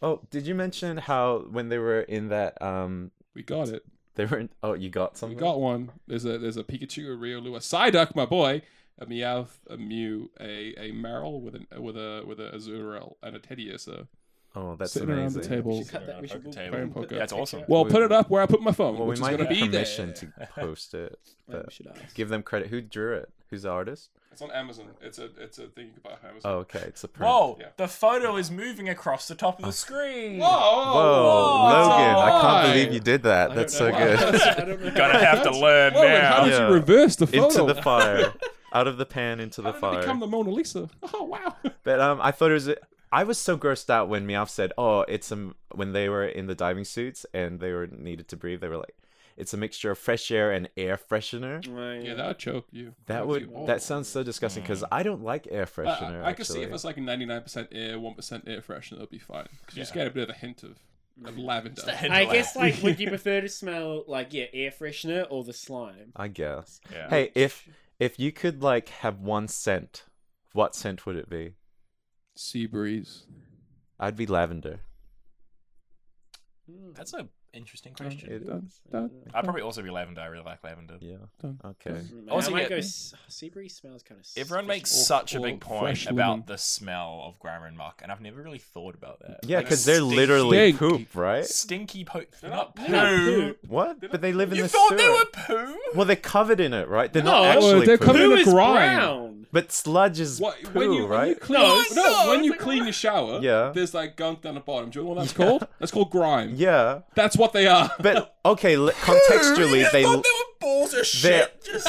[SPEAKER 3] Oh, did you mention how when they were in that um
[SPEAKER 2] we got it.
[SPEAKER 3] they were in oh you got
[SPEAKER 2] We
[SPEAKER 3] something?
[SPEAKER 2] got one. There's a there's a Pikachu, a Riolu, a Psyduck, my boy, a Meowth, a Mew, a a Meryl with an with a with a Azurel and a Teddiursa.
[SPEAKER 3] Oh that's
[SPEAKER 2] Sitting around the
[SPEAKER 3] amazing.
[SPEAKER 2] table.
[SPEAKER 1] We should cut that. We should.
[SPEAKER 4] Poker
[SPEAKER 1] We'll,
[SPEAKER 4] table.
[SPEAKER 1] we'll put that
[SPEAKER 4] That's
[SPEAKER 1] picture
[SPEAKER 4] awesome.
[SPEAKER 1] up.
[SPEAKER 2] Well,
[SPEAKER 3] We-
[SPEAKER 2] put it up where I put my phone,
[SPEAKER 3] Well
[SPEAKER 2] which
[SPEAKER 3] we
[SPEAKER 2] is
[SPEAKER 3] might
[SPEAKER 2] gonna
[SPEAKER 3] get
[SPEAKER 2] be there.
[SPEAKER 3] permission to post it.
[SPEAKER 1] Maybe we
[SPEAKER 3] But
[SPEAKER 1] should ask.
[SPEAKER 3] give them credit. Who drew it? Who's the artist?
[SPEAKER 2] It's on Amazon. It's a it's a thing you can buy on Amazon.
[SPEAKER 3] Oh okay, it's a print.
[SPEAKER 4] Whoa,
[SPEAKER 2] Yeah.
[SPEAKER 4] the photo is moving across the top of the screen.
[SPEAKER 3] Oh. Whoa,
[SPEAKER 4] whoa,
[SPEAKER 3] Logan, I
[SPEAKER 2] why?
[SPEAKER 3] can't believe you did that.
[SPEAKER 1] I
[SPEAKER 3] That's so
[SPEAKER 1] don't know why.
[SPEAKER 3] good.
[SPEAKER 1] I don't know.
[SPEAKER 4] Gonna have to learn
[SPEAKER 2] Logan, how
[SPEAKER 4] now.
[SPEAKER 2] did
[SPEAKER 3] Yeah.
[SPEAKER 2] you reverse the photo?
[SPEAKER 3] into the fire. Out of the pan into the
[SPEAKER 2] How did it
[SPEAKER 3] fire.
[SPEAKER 2] become the Mona Lisa? Oh wow!
[SPEAKER 3] But um, I thought it was. I was so grossed out when Meowth said, "Oh, it's um when they were in the diving suits and they were needed to breathe. They were like, it's a mixture of fresh air and air freshener.
[SPEAKER 1] Right.
[SPEAKER 2] Yeah, that would choke you.
[SPEAKER 3] That
[SPEAKER 2] be
[SPEAKER 3] would
[SPEAKER 2] awful.
[SPEAKER 3] that sounds so disgusting
[SPEAKER 2] Mm.
[SPEAKER 3] because I don't like air
[SPEAKER 2] But
[SPEAKER 3] freshener.
[SPEAKER 2] Uh, I, I could see if
[SPEAKER 3] actually.
[SPEAKER 2] it's like 99% air, 1% air freshener, it'll be fine. Because you just get a bit of a hint of, of lavender.
[SPEAKER 4] a hint.
[SPEAKER 1] I guess like, would you prefer to smell like yeah, air freshener or the slime?
[SPEAKER 3] I guess.
[SPEAKER 4] Yeah.
[SPEAKER 3] Hey, if if you could like have one scent, what scent would it be?
[SPEAKER 2] Sea breeze.
[SPEAKER 3] I'd be lavender.
[SPEAKER 1] Hmm.
[SPEAKER 4] That's an interesting
[SPEAKER 2] Um,
[SPEAKER 4] question.
[SPEAKER 3] It-
[SPEAKER 2] done, done.
[SPEAKER 4] I'd probably also be lavender. I really like lavender.
[SPEAKER 3] Yeah.
[SPEAKER 2] Done.
[SPEAKER 3] Okay.
[SPEAKER 1] Mm,
[SPEAKER 4] Also
[SPEAKER 1] I might
[SPEAKER 4] get-
[SPEAKER 1] go. s- oh, Sea breeze smells kind of.
[SPEAKER 4] Everyone makes
[SPEAKER 2] Or-
[SPEAKER 4] such a
[SPEAKER 2] or
[SPEAKER 4] big
[SPEAKER 2] fresh
[SPEAKER 4] point
[SPEAKER 2] lemon.
[SPEAKER 4] about the smell of grammar and muck, and I've never really thought about that.
[SPEAKER 3] Yeah,
[SPEAKER 4] Like,
[SPEAKER 3] because they're
[SPEAKER 4] stinky-
[SPEAKER 3] literally
[SPEAKER 2] Stink.
[SPEAKER 3] poop, right?
[SPEAKER 4] stinky po- They're not poo.
[SPEAKER 1] They're not poo.
[SPEAKER 3] What? But they live in
[SPEAKER 4] You
[SPEAKER 3] the
[SPEAKER 4] thought
[SPEAKER 3] sewer.
[SPEAKER 4] they were poo?
[SPEAKER 3] Well, they're covered in it, right? They're
[SPEAKER 1] No,
[SPEAKER 3] not actually.
[SPEAKER 2] they're
[SPEAKER 3] poop.
[SPEAKER 2] covered in
[SPEAKER 1] Who
[SPEAKER 2] the
[SPEAKER 1] is
[SPEAKER 2] grime.
[SPEAKER 1] brown?
[SPEAKER 3] But sludge is
[SPEAKER 2] What,
[SPEAKER 3] poo,
[SPEAKER 2] when you, when you
[SPEAKER 3] right?
[SPEAKER 2] clean,
[SPEAKER 1] No,
[SPEAKER 2] no,
[SPEAKER 4] no,
[SPEAKER 2] when
[SPEAKER 4] it's
[SPEAKER 2] you
[SPEAKER 4] like-
[SPEAKER 2] clean your shower,
[SPEAKER 3] Yeah.
[SPEAKER 2] there's like gunk down the bottom. Do you know what that's called? That's called grime.
[SPEAKER 3] yeah,
[SPEAKER 2] That's what they are.
[SPEAKER 3] but okay, li- contextually
[SPEAKER 4] You
[SPEAKER 3] they
[SPEAKER 4] thought they balls are shit. Just,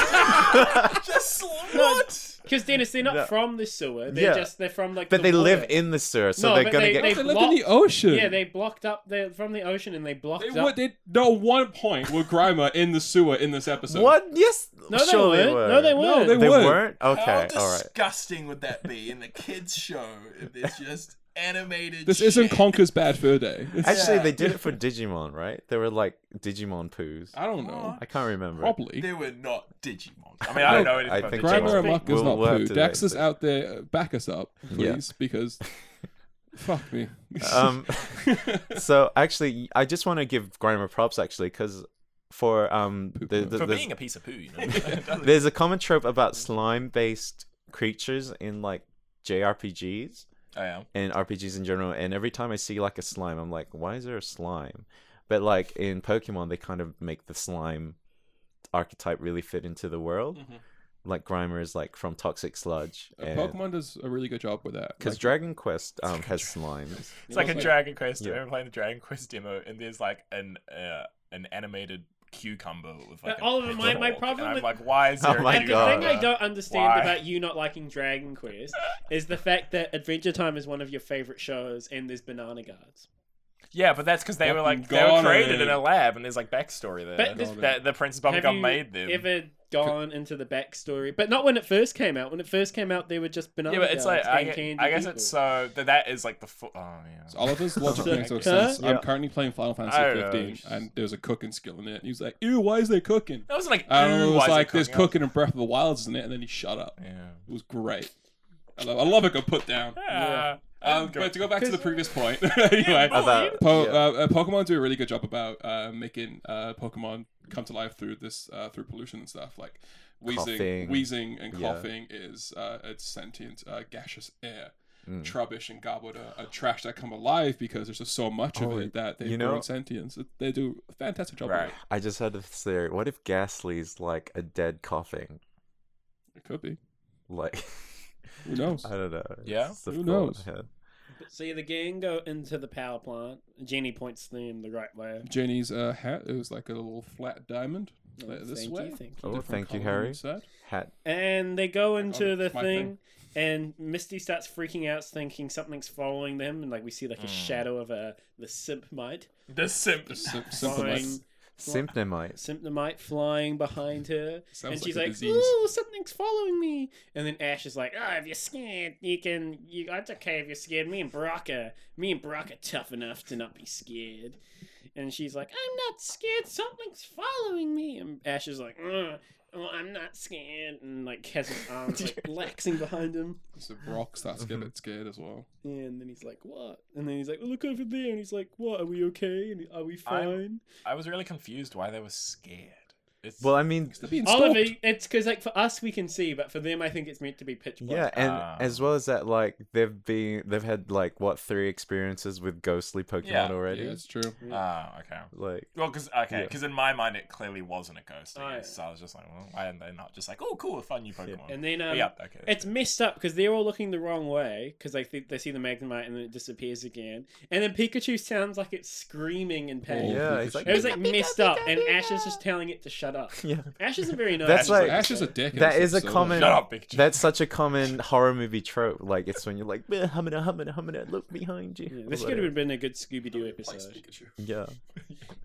[SPEAKER 4] just what?
[SPEAKER 1] Because Dennis, they're not
[SPEAKER 3] No.
[SPEAKER 1] from the sewer. They're
[SPEAKER 3] Yeah.
[SPEAKER 1] just they're from like.
[SPEAKER 3] But
[SPEAKER 1] the
[SPEAKER 3] they live
[SPEAKER 1] water.
[SPEAKER 3] in the sewer, so
[SPEAKER 1] No,
[SPEAKER 3] they're
[SPEAKER 1] but
[SPEAKER 3] gonna
[SPEAKER 1] they-
[SPEAKER 3] get.
[SPEAKER 2] They,
[SPEAKER 1] They
[SPEAKER 2] lived in
[SPEAKER 1] blocked-
[SPEAKER 2] the ocean.
[SPEAKER 1] Yeah, they blocked up. They're from the ocean and they blocked
[SPEAKER 2] They
[SPEAKER 1] up.
[SPEAKER 2] were, they, no one point were Grimer in the sewer in this episode.
[SPEAKER 3] what? Yes.
[SPEAKER 1] No, they
[SPEAKER 3] surely
[SPEAKER 1] weren't.
[SPEAKER 3] were.
[SPEAKER 1] No, they weren't.
[SPEAKER 2] they
[SPEAKER 3] They
[SPEAKER 2] weren't.
[SPEAKER 3] weren't.
[SPEAKER 4] How
[SPEAKER 3] Okay. All right.
[SPEAKER 4] disgusting would that be in the kids' show? If it's just animated.
[SPEAKER 2] This isn't
[SPEAKER 4] shit?
[SPEAKER 2] Conker's Bad Fur Day. It's-
[SPEAKER 3] Actually,
[SPEAKER 4] Yeah.
[SPEAKER 3] they did it for Digimon, right? They were like Digimon poos.
[SPEAKER 2] I don't know.
[SPEAKER 3] I can't remember.
[SPEAKER 2] Ah, Probably.
[SPEAKER 4] They were not Digimon. I mean, I don't know anything
[SPEAKER 3] I
[SPEAKER 4] about
[SPEAKER 3] think-
[SPEAKER 2] Grimer
[SPEAKER 3] Digimon.
[SPEAKER 2] and Muck is
[SPEAKER 3] We'll-
[SPEAKER 2] not
[SPEAKER 3] we'll have
[SPEAKER 2] poo.
[SPEAKER 3] to
[SPEAKER 2] Daxter's
[SPEAKER 3] wait.
[SPEAKER 2] out there. uh, Back us up,
[SPEAKER 3] Yeah.
[SPEAKER 2] please, because fuck me.
[SPEAKER 3] Um, so actually, I just want to give Grimer props actually, because for um, the, the,
[SPEAKER 4] for
[SPEAKER 3] the-
[SPEAKER 4] being a piece of poo. You know, It doesn't-
[SPEAKER 3] there's a common trope about slime-based creatures in like JRPGs
[SPEAKER 4] I am.
[SPEAKER 3] and RPGs in general. And every time I see like a slime, I'm like, why is there a slime? But like in Pokemon, they kind of make the slime archetype really fit into the world. Like Grimer is like from Toxic Sludge.
[SPEAKER 2] Uh, Pokemon does Mm-hmm. a really good job with that.
[SPEAKER 3] Because
[SPEAKER 2] Like,
[SPEAKER 3] Dragon Quest um, has slimes.
[SPEAKER 4] It's like a
[SPEAKER 2] like-
[SPEAKER 4] Dragon Quest.
[SPEAKER 3] Yeah.
[SPEAKER 4] I remember playing the Dragon Quest demo, and there's like an uh, an animated cucumber with like.
[SPEAKER 1] Now, Oliver,
[SPEAKER 4] a
[SPEAKER 1] my- my
[SPEAKER 4] fork,
[SPEAKER 1] problem
[SPEAKER 4] and I'm
[SPEAKER 1] with-
[SPEAKER 4] like, why is
[SPEAKER 3] Oh
[SPEAKER 4] there? a
[SPEAKER 3] my
[SPEAKER 1] and
[SPEAKER 3] God.
[SPEAKER 1] the thing I
[SPEAKER 4] cucumber?
[SPEAKER 1] don't understand
[SPEAKER 4] Why?
[SPEAKER 1] about you not liking Dragon Quest is the fact that Adventure Time is one of your favorite shows, and there's banana guards.
[SPEAKER 4] Yeah, but that's because they were
[SPEAKER 2] Fucking
[SPEAKER 4] like they were
[SPEAKER 2] got
[SPEAKER 4] created
[SPEAKER 2] it.
[SPEAKER 4] in a lab, and there's like backstory there.
[SPEAKER 1] But this-
[SPEAKER 4] that the Princess
[SPEAKER 1] Have
[SPEAKER 4] Bubblegum
[SPEAKER 1] you
[SPEAKER 4] made them.
[SPEAKER 1] ever gone into the backstory? But not when it first came out. When it first came out, they were just banana
[SPEAKER 4] yeah, but it's like
[SPEAKER 1] guards
[SPEAKER 4] I,
[SPEAKER 1] and
[SPEAKER 4] gue-
[SPEAKER 1] candy
[SPEAKER 4] I guess
[SPEAKER 1] people.
[SPEAKER 4] it's so that that is like the fu- oh
[SPEAKER 2] so
[SPEAKER 4] yeah.
[SPEAKER 2] Oliver's logic makes no
[SPEAKER 1] Huh?
[SPEAKER 2] sense.
[SPEAKER 3] Yeah.
[SPEAKER 2] I'm currently playing Final Fantasy
[SPEAKER 4] I don't know,
[SPEAKER 2] 15,
[SPEAKER 4] it's just-
[SPEAKER 2] and there's a cooking skill in it. And he's like, "Ew, why is there cooking?"
[SPEAKER 4] That was like
[SPEAKER 2] I don't know. It
[SPEAKER 4] ooh, why
[SPEAKER 2] was
[SPEAKER 4] is
[SPEAKER 2] like,
[SPEAKER 4] there
[SPEAKER 2] "There's cooking in Breath of the Wild, isn't it?" And then he shut up.
[SPEAKER 4] Yeah.
[SPEAKER 2] It was great. I love, I love it. Got put down.
[SPEAKER 4] Yeah.
[SPEAKER 2] Um,
[SPEAKER 4] Go-
[SPEAKER 2] but to go back to the previous point, anyway,
[SPEAKER 4] but-
[SPEAKER 3] About,
[SPEAKER 2] po-
[SPEAKER 3] yeah.
[SPEAKER 2] uh, uh, Pokemon do a really good job about uh, making uh, Pokemon come to life through this uh, through pollution and stuff like wheezing,
[SPEAKER 3] Coughing.
[SPEAKER 2] wheezing and
[SPEAKER 3] Yeah.
[SPEAKER 2] coughing is uh, it's sentient uh, gaseous air.
[SPEAKER 3] Mm.
[SPEAKER 2] Trubbish and Gobblet are, are trash that come alive because there's just so much
[SPEAKER 3] Oh,
[SPEAKER 2] of it that they've
[SPEAKER 3] you know-
[SPEAKER 2] grown sentience. They do a fantastic job. Of
[SPEAKER 4] Right.
[SPEAKER 2] it.
[SPEAKER 3] I just had this theory. What if Ghastly's like a dead coughing?
[SPEAKER 2] it could be.
[SPEAKER 3] Like,
[SPEAKER 2] Who knows?
[SPEAKER 3] I don't know. It's
[SPEAKER 4] Yeah?
[SPEAKER 3] just a
[SPEAKER 2] Who
[SPEAKER 3] thought in
[SPEAKER 2] knows?
[SPEAKER 3] my head.
[SPEAKER 1] But see, the gang go into the power plant. Jenny points them the right way.
[SPEAKER 2] Jenny's uh, hat. It was like a little flat diamond. like this
[SPEAKER 1] thank
[SPEAKER 2] way.
[SPEAKER 1] you, thank
[SPEAKER 3] Oh,
[SPEAKER 2] A different
[SPEAKER 3] thank you,
[SPEAKER 2] colour
[SPEAKER 3] Harry.
[SPEAKER 2] inside.
[SPEAKER 3] Hat.
[SPEAKER 1] And they go into
[SPEAKER 2] it,
[SPEAKER 1] the
[SPEAKER 2] it's my
[SPEAKER 1] thing, and Misty starts freaking out, thinking something's following them, and like we see like a shadow of a the simp mite
[SPEAKER 4] The simp.
[SPEAKER 2] Just sim- simple like-
[SPEAKER 1] flying,
[SPEAKER 3] Symptomite.
[SPEAKER 1] simp mite flying behind her,
[SPEAKER 2] Sounds
[SPEAKER 1] and she's
[SPEAKER 2] like a
[SPEAKER 1] like,
[SPEAKER 2] disease.
[SPEAKER 1] "Ooh, something's following me!" And then Ash is like, "Oh, if you're scared, you can. You, it's okay if you're scared. Me and Brock are, me and Brock are tough enough to not be scared." And she's like, "I'm not scared. Something's following me." And Ash is like, "Ugh, "Well, I'm not scared," and like has his arms like relaxing behind him.
[SPEAKER 2] So Brock starts getting
[SPEAKER 3] Mm-hmm.
[SPEAKER 2] scared as well.
[SPEAKER 1] And then he's like, "What?" And then he's like, "Look over there." And he's like, "What? Are we okay? And are we fine?"
[SPEAKER 4] I'm- I was really confused why they were scared. It's,
[SPEAKER 3] Well, I mean,
[SPEAKER 2] They're being
[SPEAKER 1] Oliver,
[SPEAKER 2] stalked.
[SPEAKER 1] it's because like for us we can see, but for them I think it's meant to be pitch black.
[SPEAKER 3] yeah, and
[SPEAKER 4] Ah.
[SPEAKER 3] as well as that, like they've been, they've had like what three experiences with ghostly Pokemon
[SPEAKER 4] Yeah.
[SPEAKER 3] already.
[SPEAKER 2] Yeah, it's true.
[SPEAKER 4] ah okay.
[SPEAKER 3] Like,
[SPEAKER 4] Well, because okay,
[SPEAKER 3] Yeah.
[SPEAKER 4] because in my mind it clearly wasn't a ghost.
[SPEAKER 1] Oh,
[SPEAKER 4] I guess.
[SPEAKER 1] yeah.
[SPEAKER 4] So I was just like, well, why are they not just like, oh, cool, a fun new Pokemon?
[SPEAKER 1] And then um,
[SPEAKER 4] yeah, okay.
[SPEAKER 1] it's messed up because they're all looking the wrong way because they think they see the Magnemite and then it disappears again, and then Pikachu sounds like it's screaming in
[SPEAKER 2] Oh,
[SPEAKER 1] pain.
[SPEAKER 3] yeah,
[SPEAKER 2] Pikachu.
[SPEAKER 3] it's like,
[SPEAKER 1] It was like messed up, and Ash is just telling it to shut up.
[SPEAKER 3] yeah,
[SPEAKER 1] Ash isn't very nice.
[SPEAKER 3] That's like-
[SPEAKER 2] Ash is a dick. in
[SPEAKER 3] That
[SPEAKER 2] this
[SPEAKER 3] is a
[SPEAKER 2] episode.
[SPEAKER 3] common-
[SPEAKER 4] Shut up, Pikachu.
[SPEAKER 3] that's such a common horror movie trope. Like, it's when you're like, "Bleh, humana, humana, humana, look behind you.
[SPEAKER 1] Yeah,
[SPEAKER 3] or
[SPEAKER 1] this could
[SPEAKER 3] whatever.
[SPEAKER 1] have been a good Scooby Doo episode.
[SPEAKER 3] Yeah.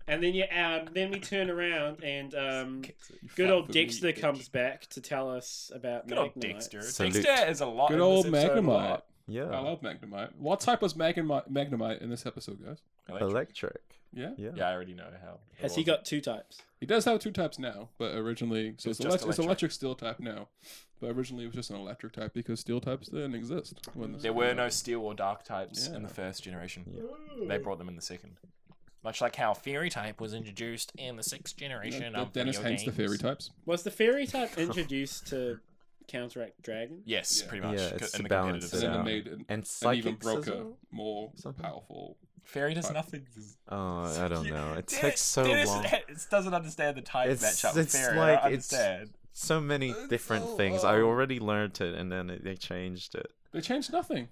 [SPEAKER 1] And then yeah, um, then we turn around and um,
[SPEAKER 2] You
[SPEAKER 1] good
[SPEAKER 2] fat
[SPEAKER 1] old
[SPEAKER 2] fuck, you
[SPEAKER 1] Dexter
[SPEAKER 2] bitch.
[SPEAKER 1] comes back to tell us about
[SPEAKER 4] Good old
[SPEAKER 1] Magnemite.
[SPEAKER 4] Dexter.
[SPEAKER 3] Salute.
[SPEAKER 4] Dexter is a lot.
[SPEAKER 2] Good
[SPEAKER 4] in
[SPEAKER 2] old
[SPEAKER 4] this episode, a
[SPEAKER 2] Magnemite.
[SPEAKER 4] lot.
[SPEAKER 3] Yeah.
[SPEAKER 2] I love Magnemite. What type was Magnemite, Magnemite in this episode, guys?
[SPEAKER 4] Electric.
[SPEAKER 3] Electric.
[SPEAKER 2] Yeah,
[SPEAKER 3] Yeah.
[SPEAKER 4] Yeah, I already know how. it
[SPEAKER 1] Has he
[SPEAKER 2] Oh.
[SPEAKER 4] was.
[SPEAKER 1] got two types?
[SPEAKER 2] he does have two types now, but originally, so
[SPEAKER 4] It's
[SPEAKER 2] it's,
[SPEAKER 4] just
[SPEAKER 2] electric, it's
[SPEAKER 4] electric.
[SPEAKER 2] electric steel type now, but originally it was just an electric type because steel types didn't exist. When this
[SPEAKER 4] There were no steel or dark types in the
[SPEAKER 2] Yeah.
[SPEAKER 4] first generation. They brought them in the second. Much like how fairy type was introduced in the sixth generation
[SPEAKER 2] Uh,
[SPEAKER 4] of
[SPEAKER 2] Dennis
[SPEAKER 4] video
[SPEAKER 2] hates the
[SPEAKER 4] games.
[SPEAKER 2] fairy types.
[SPEAKER 1] Was the fairy type introduced to counteract dragon?
[SPEAKER 4] Yes,
[SPEAKER 2] Yeah.
[SPEAKER 4] pretty much.
[SPEAKER 3] Yeah,
[SPEAKER 4] co-
[SPEAKER 3] it's
[SPEAKER 4] in
[SPEAKER 3] to
[SPEAKER 4] the
[SPEAKER 3] balance
[SPEAKER 4] competitive
[SPEAKER 2] And
[SPEAKER 3] it
[SPEAKER 2] then
[SPEAKER 3] Yeah.
[SPEAKER 2] it made
[SPEAKER 3] out.
[SPEAKER 4] scene.
[SPEAKER 2] an,
[SPEAKER 3] And
[SPEAKER 2] an even
[SPEAKER 3] psychics as
[SPEAKER 2] broker,
[SPEAKER 3] well?
[SPEAKER 2] more
[SPEAKER 3] Something.
[SPEAKER 2] powerful.
[SPEAKER 4] Fairy does
[SPEAKER 2] Type.
[SPEAKER 4] nothing.
[SPEAKER 3] Oh, I don't know. It
[SPEAKER 4] Dennis-
[SPEAKER 3] takes so
[SPEAKER 4] Dennis
[SPEAKER 3] long.
[SPEAKER 4] It doesn't understand the type
[SPEAKER 3] It's-
[SPEAKER 4] matchup. with
[SPEAKER 3] it's
[SPEAKER 4] fairy. I
[SPEAKER 3] like-
[SPEAKER 4] don't
[SPEAKER 3] it's-
[SPEAKER 4] understand.
[SPEAKER 3] So many
[SPEAKER 2] It's
[SPEAKER 3] different
[SPEAKER 2] so
[SPEAKER 3] things. I
[SPEAKER 2] long.
[SPEAKER 3] already learned it, and then it, they changed it.
[SPEAKER 2] They changed nothing.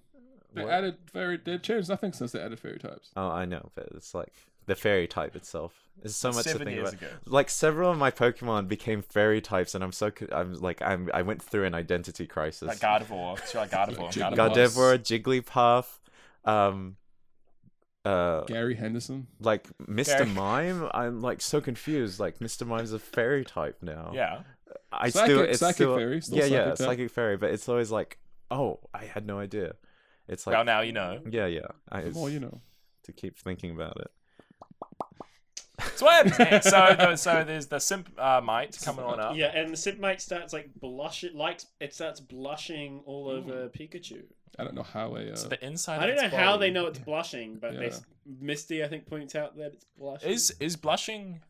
[SPEAKER 2] They
[SPEAKER 3] What?
[SPEAKER 2] added fairy. They changed nothing since they added fairy types.
[SPEAKER 3] Oh, I know, but it's like the fairy type itself. There's so much to
[SPEAKER 4] Seven
[SPEAKER 3] think
[SPEAKER 4] years
[SPEAKER 3] about.
[SPEAKER 4] ago.
[SPEAKER 3] Like several of my Pokemon became fairy types, and I'm so co- I'm like I'm I went through an identity crisis.
[SPEAKER 4] Like Gardevoir. It's like Gardevoir.
[SPEAKER 2] Jigglypuff.
[SPEAKER 3] Gardevoir, Jigglypuff, um, uh,
[SPEAKER 2] Gary Henderson.
[SPEAKER 3] like Mr.
[SPEAKER 4] Gary-
[SPEAKER 3] Mime. I'm like so confused. Like Mr. Mime's a fairy type now.
[SPEAKER 4] Yeah.
[SPEAKER 3] I
[SPEAKER 2] Psychic-
[SPEAKER 3] still it's
[SPEAKER 2] psychic
[SPEAKER 3] still,
[SPEAKER 2] fairy, still
[SPEAKER 3] yeah, yeah,
[SPEAKER 2] psychic type.
[SPEAKER 3] psychic fairy, but it's always like, oh, I had no idea. It's like
[SPEAKER 4] well, now you know.
[SPEAKER 3] yeah, yeah. I
[SPEAKER 2] The
[SPEAKER 3] it's-
[SPEAKER 2] more you know.
[SPEAKER 3] to keep thinking about it.
[SPEAKER 4] So what happens next? So, the- so there's the simp uh, mite coming on up.
[SPEAKER 1] Yeah, and the Sipmite starts like blush. It likes it starts blushing all over Pikachu.
[SPEAKER 2] I don't know how a. Uh,
[SPEAKER 4] So the inside.
[SPEAKER 1] I
[SPEAKER 4] of
[SPEAKER 1] don't
[SPEAKER 4] its
[SPEAKER 1] know how
[SPEAKER 4] body-
[SPEAKER 1] they know it's blushing, but they,
[SPEAKER 2] Yeah.
[SPEAKER 1] Misty I think points out that it's blushing.
[SPEAKER 4] Is is blushing?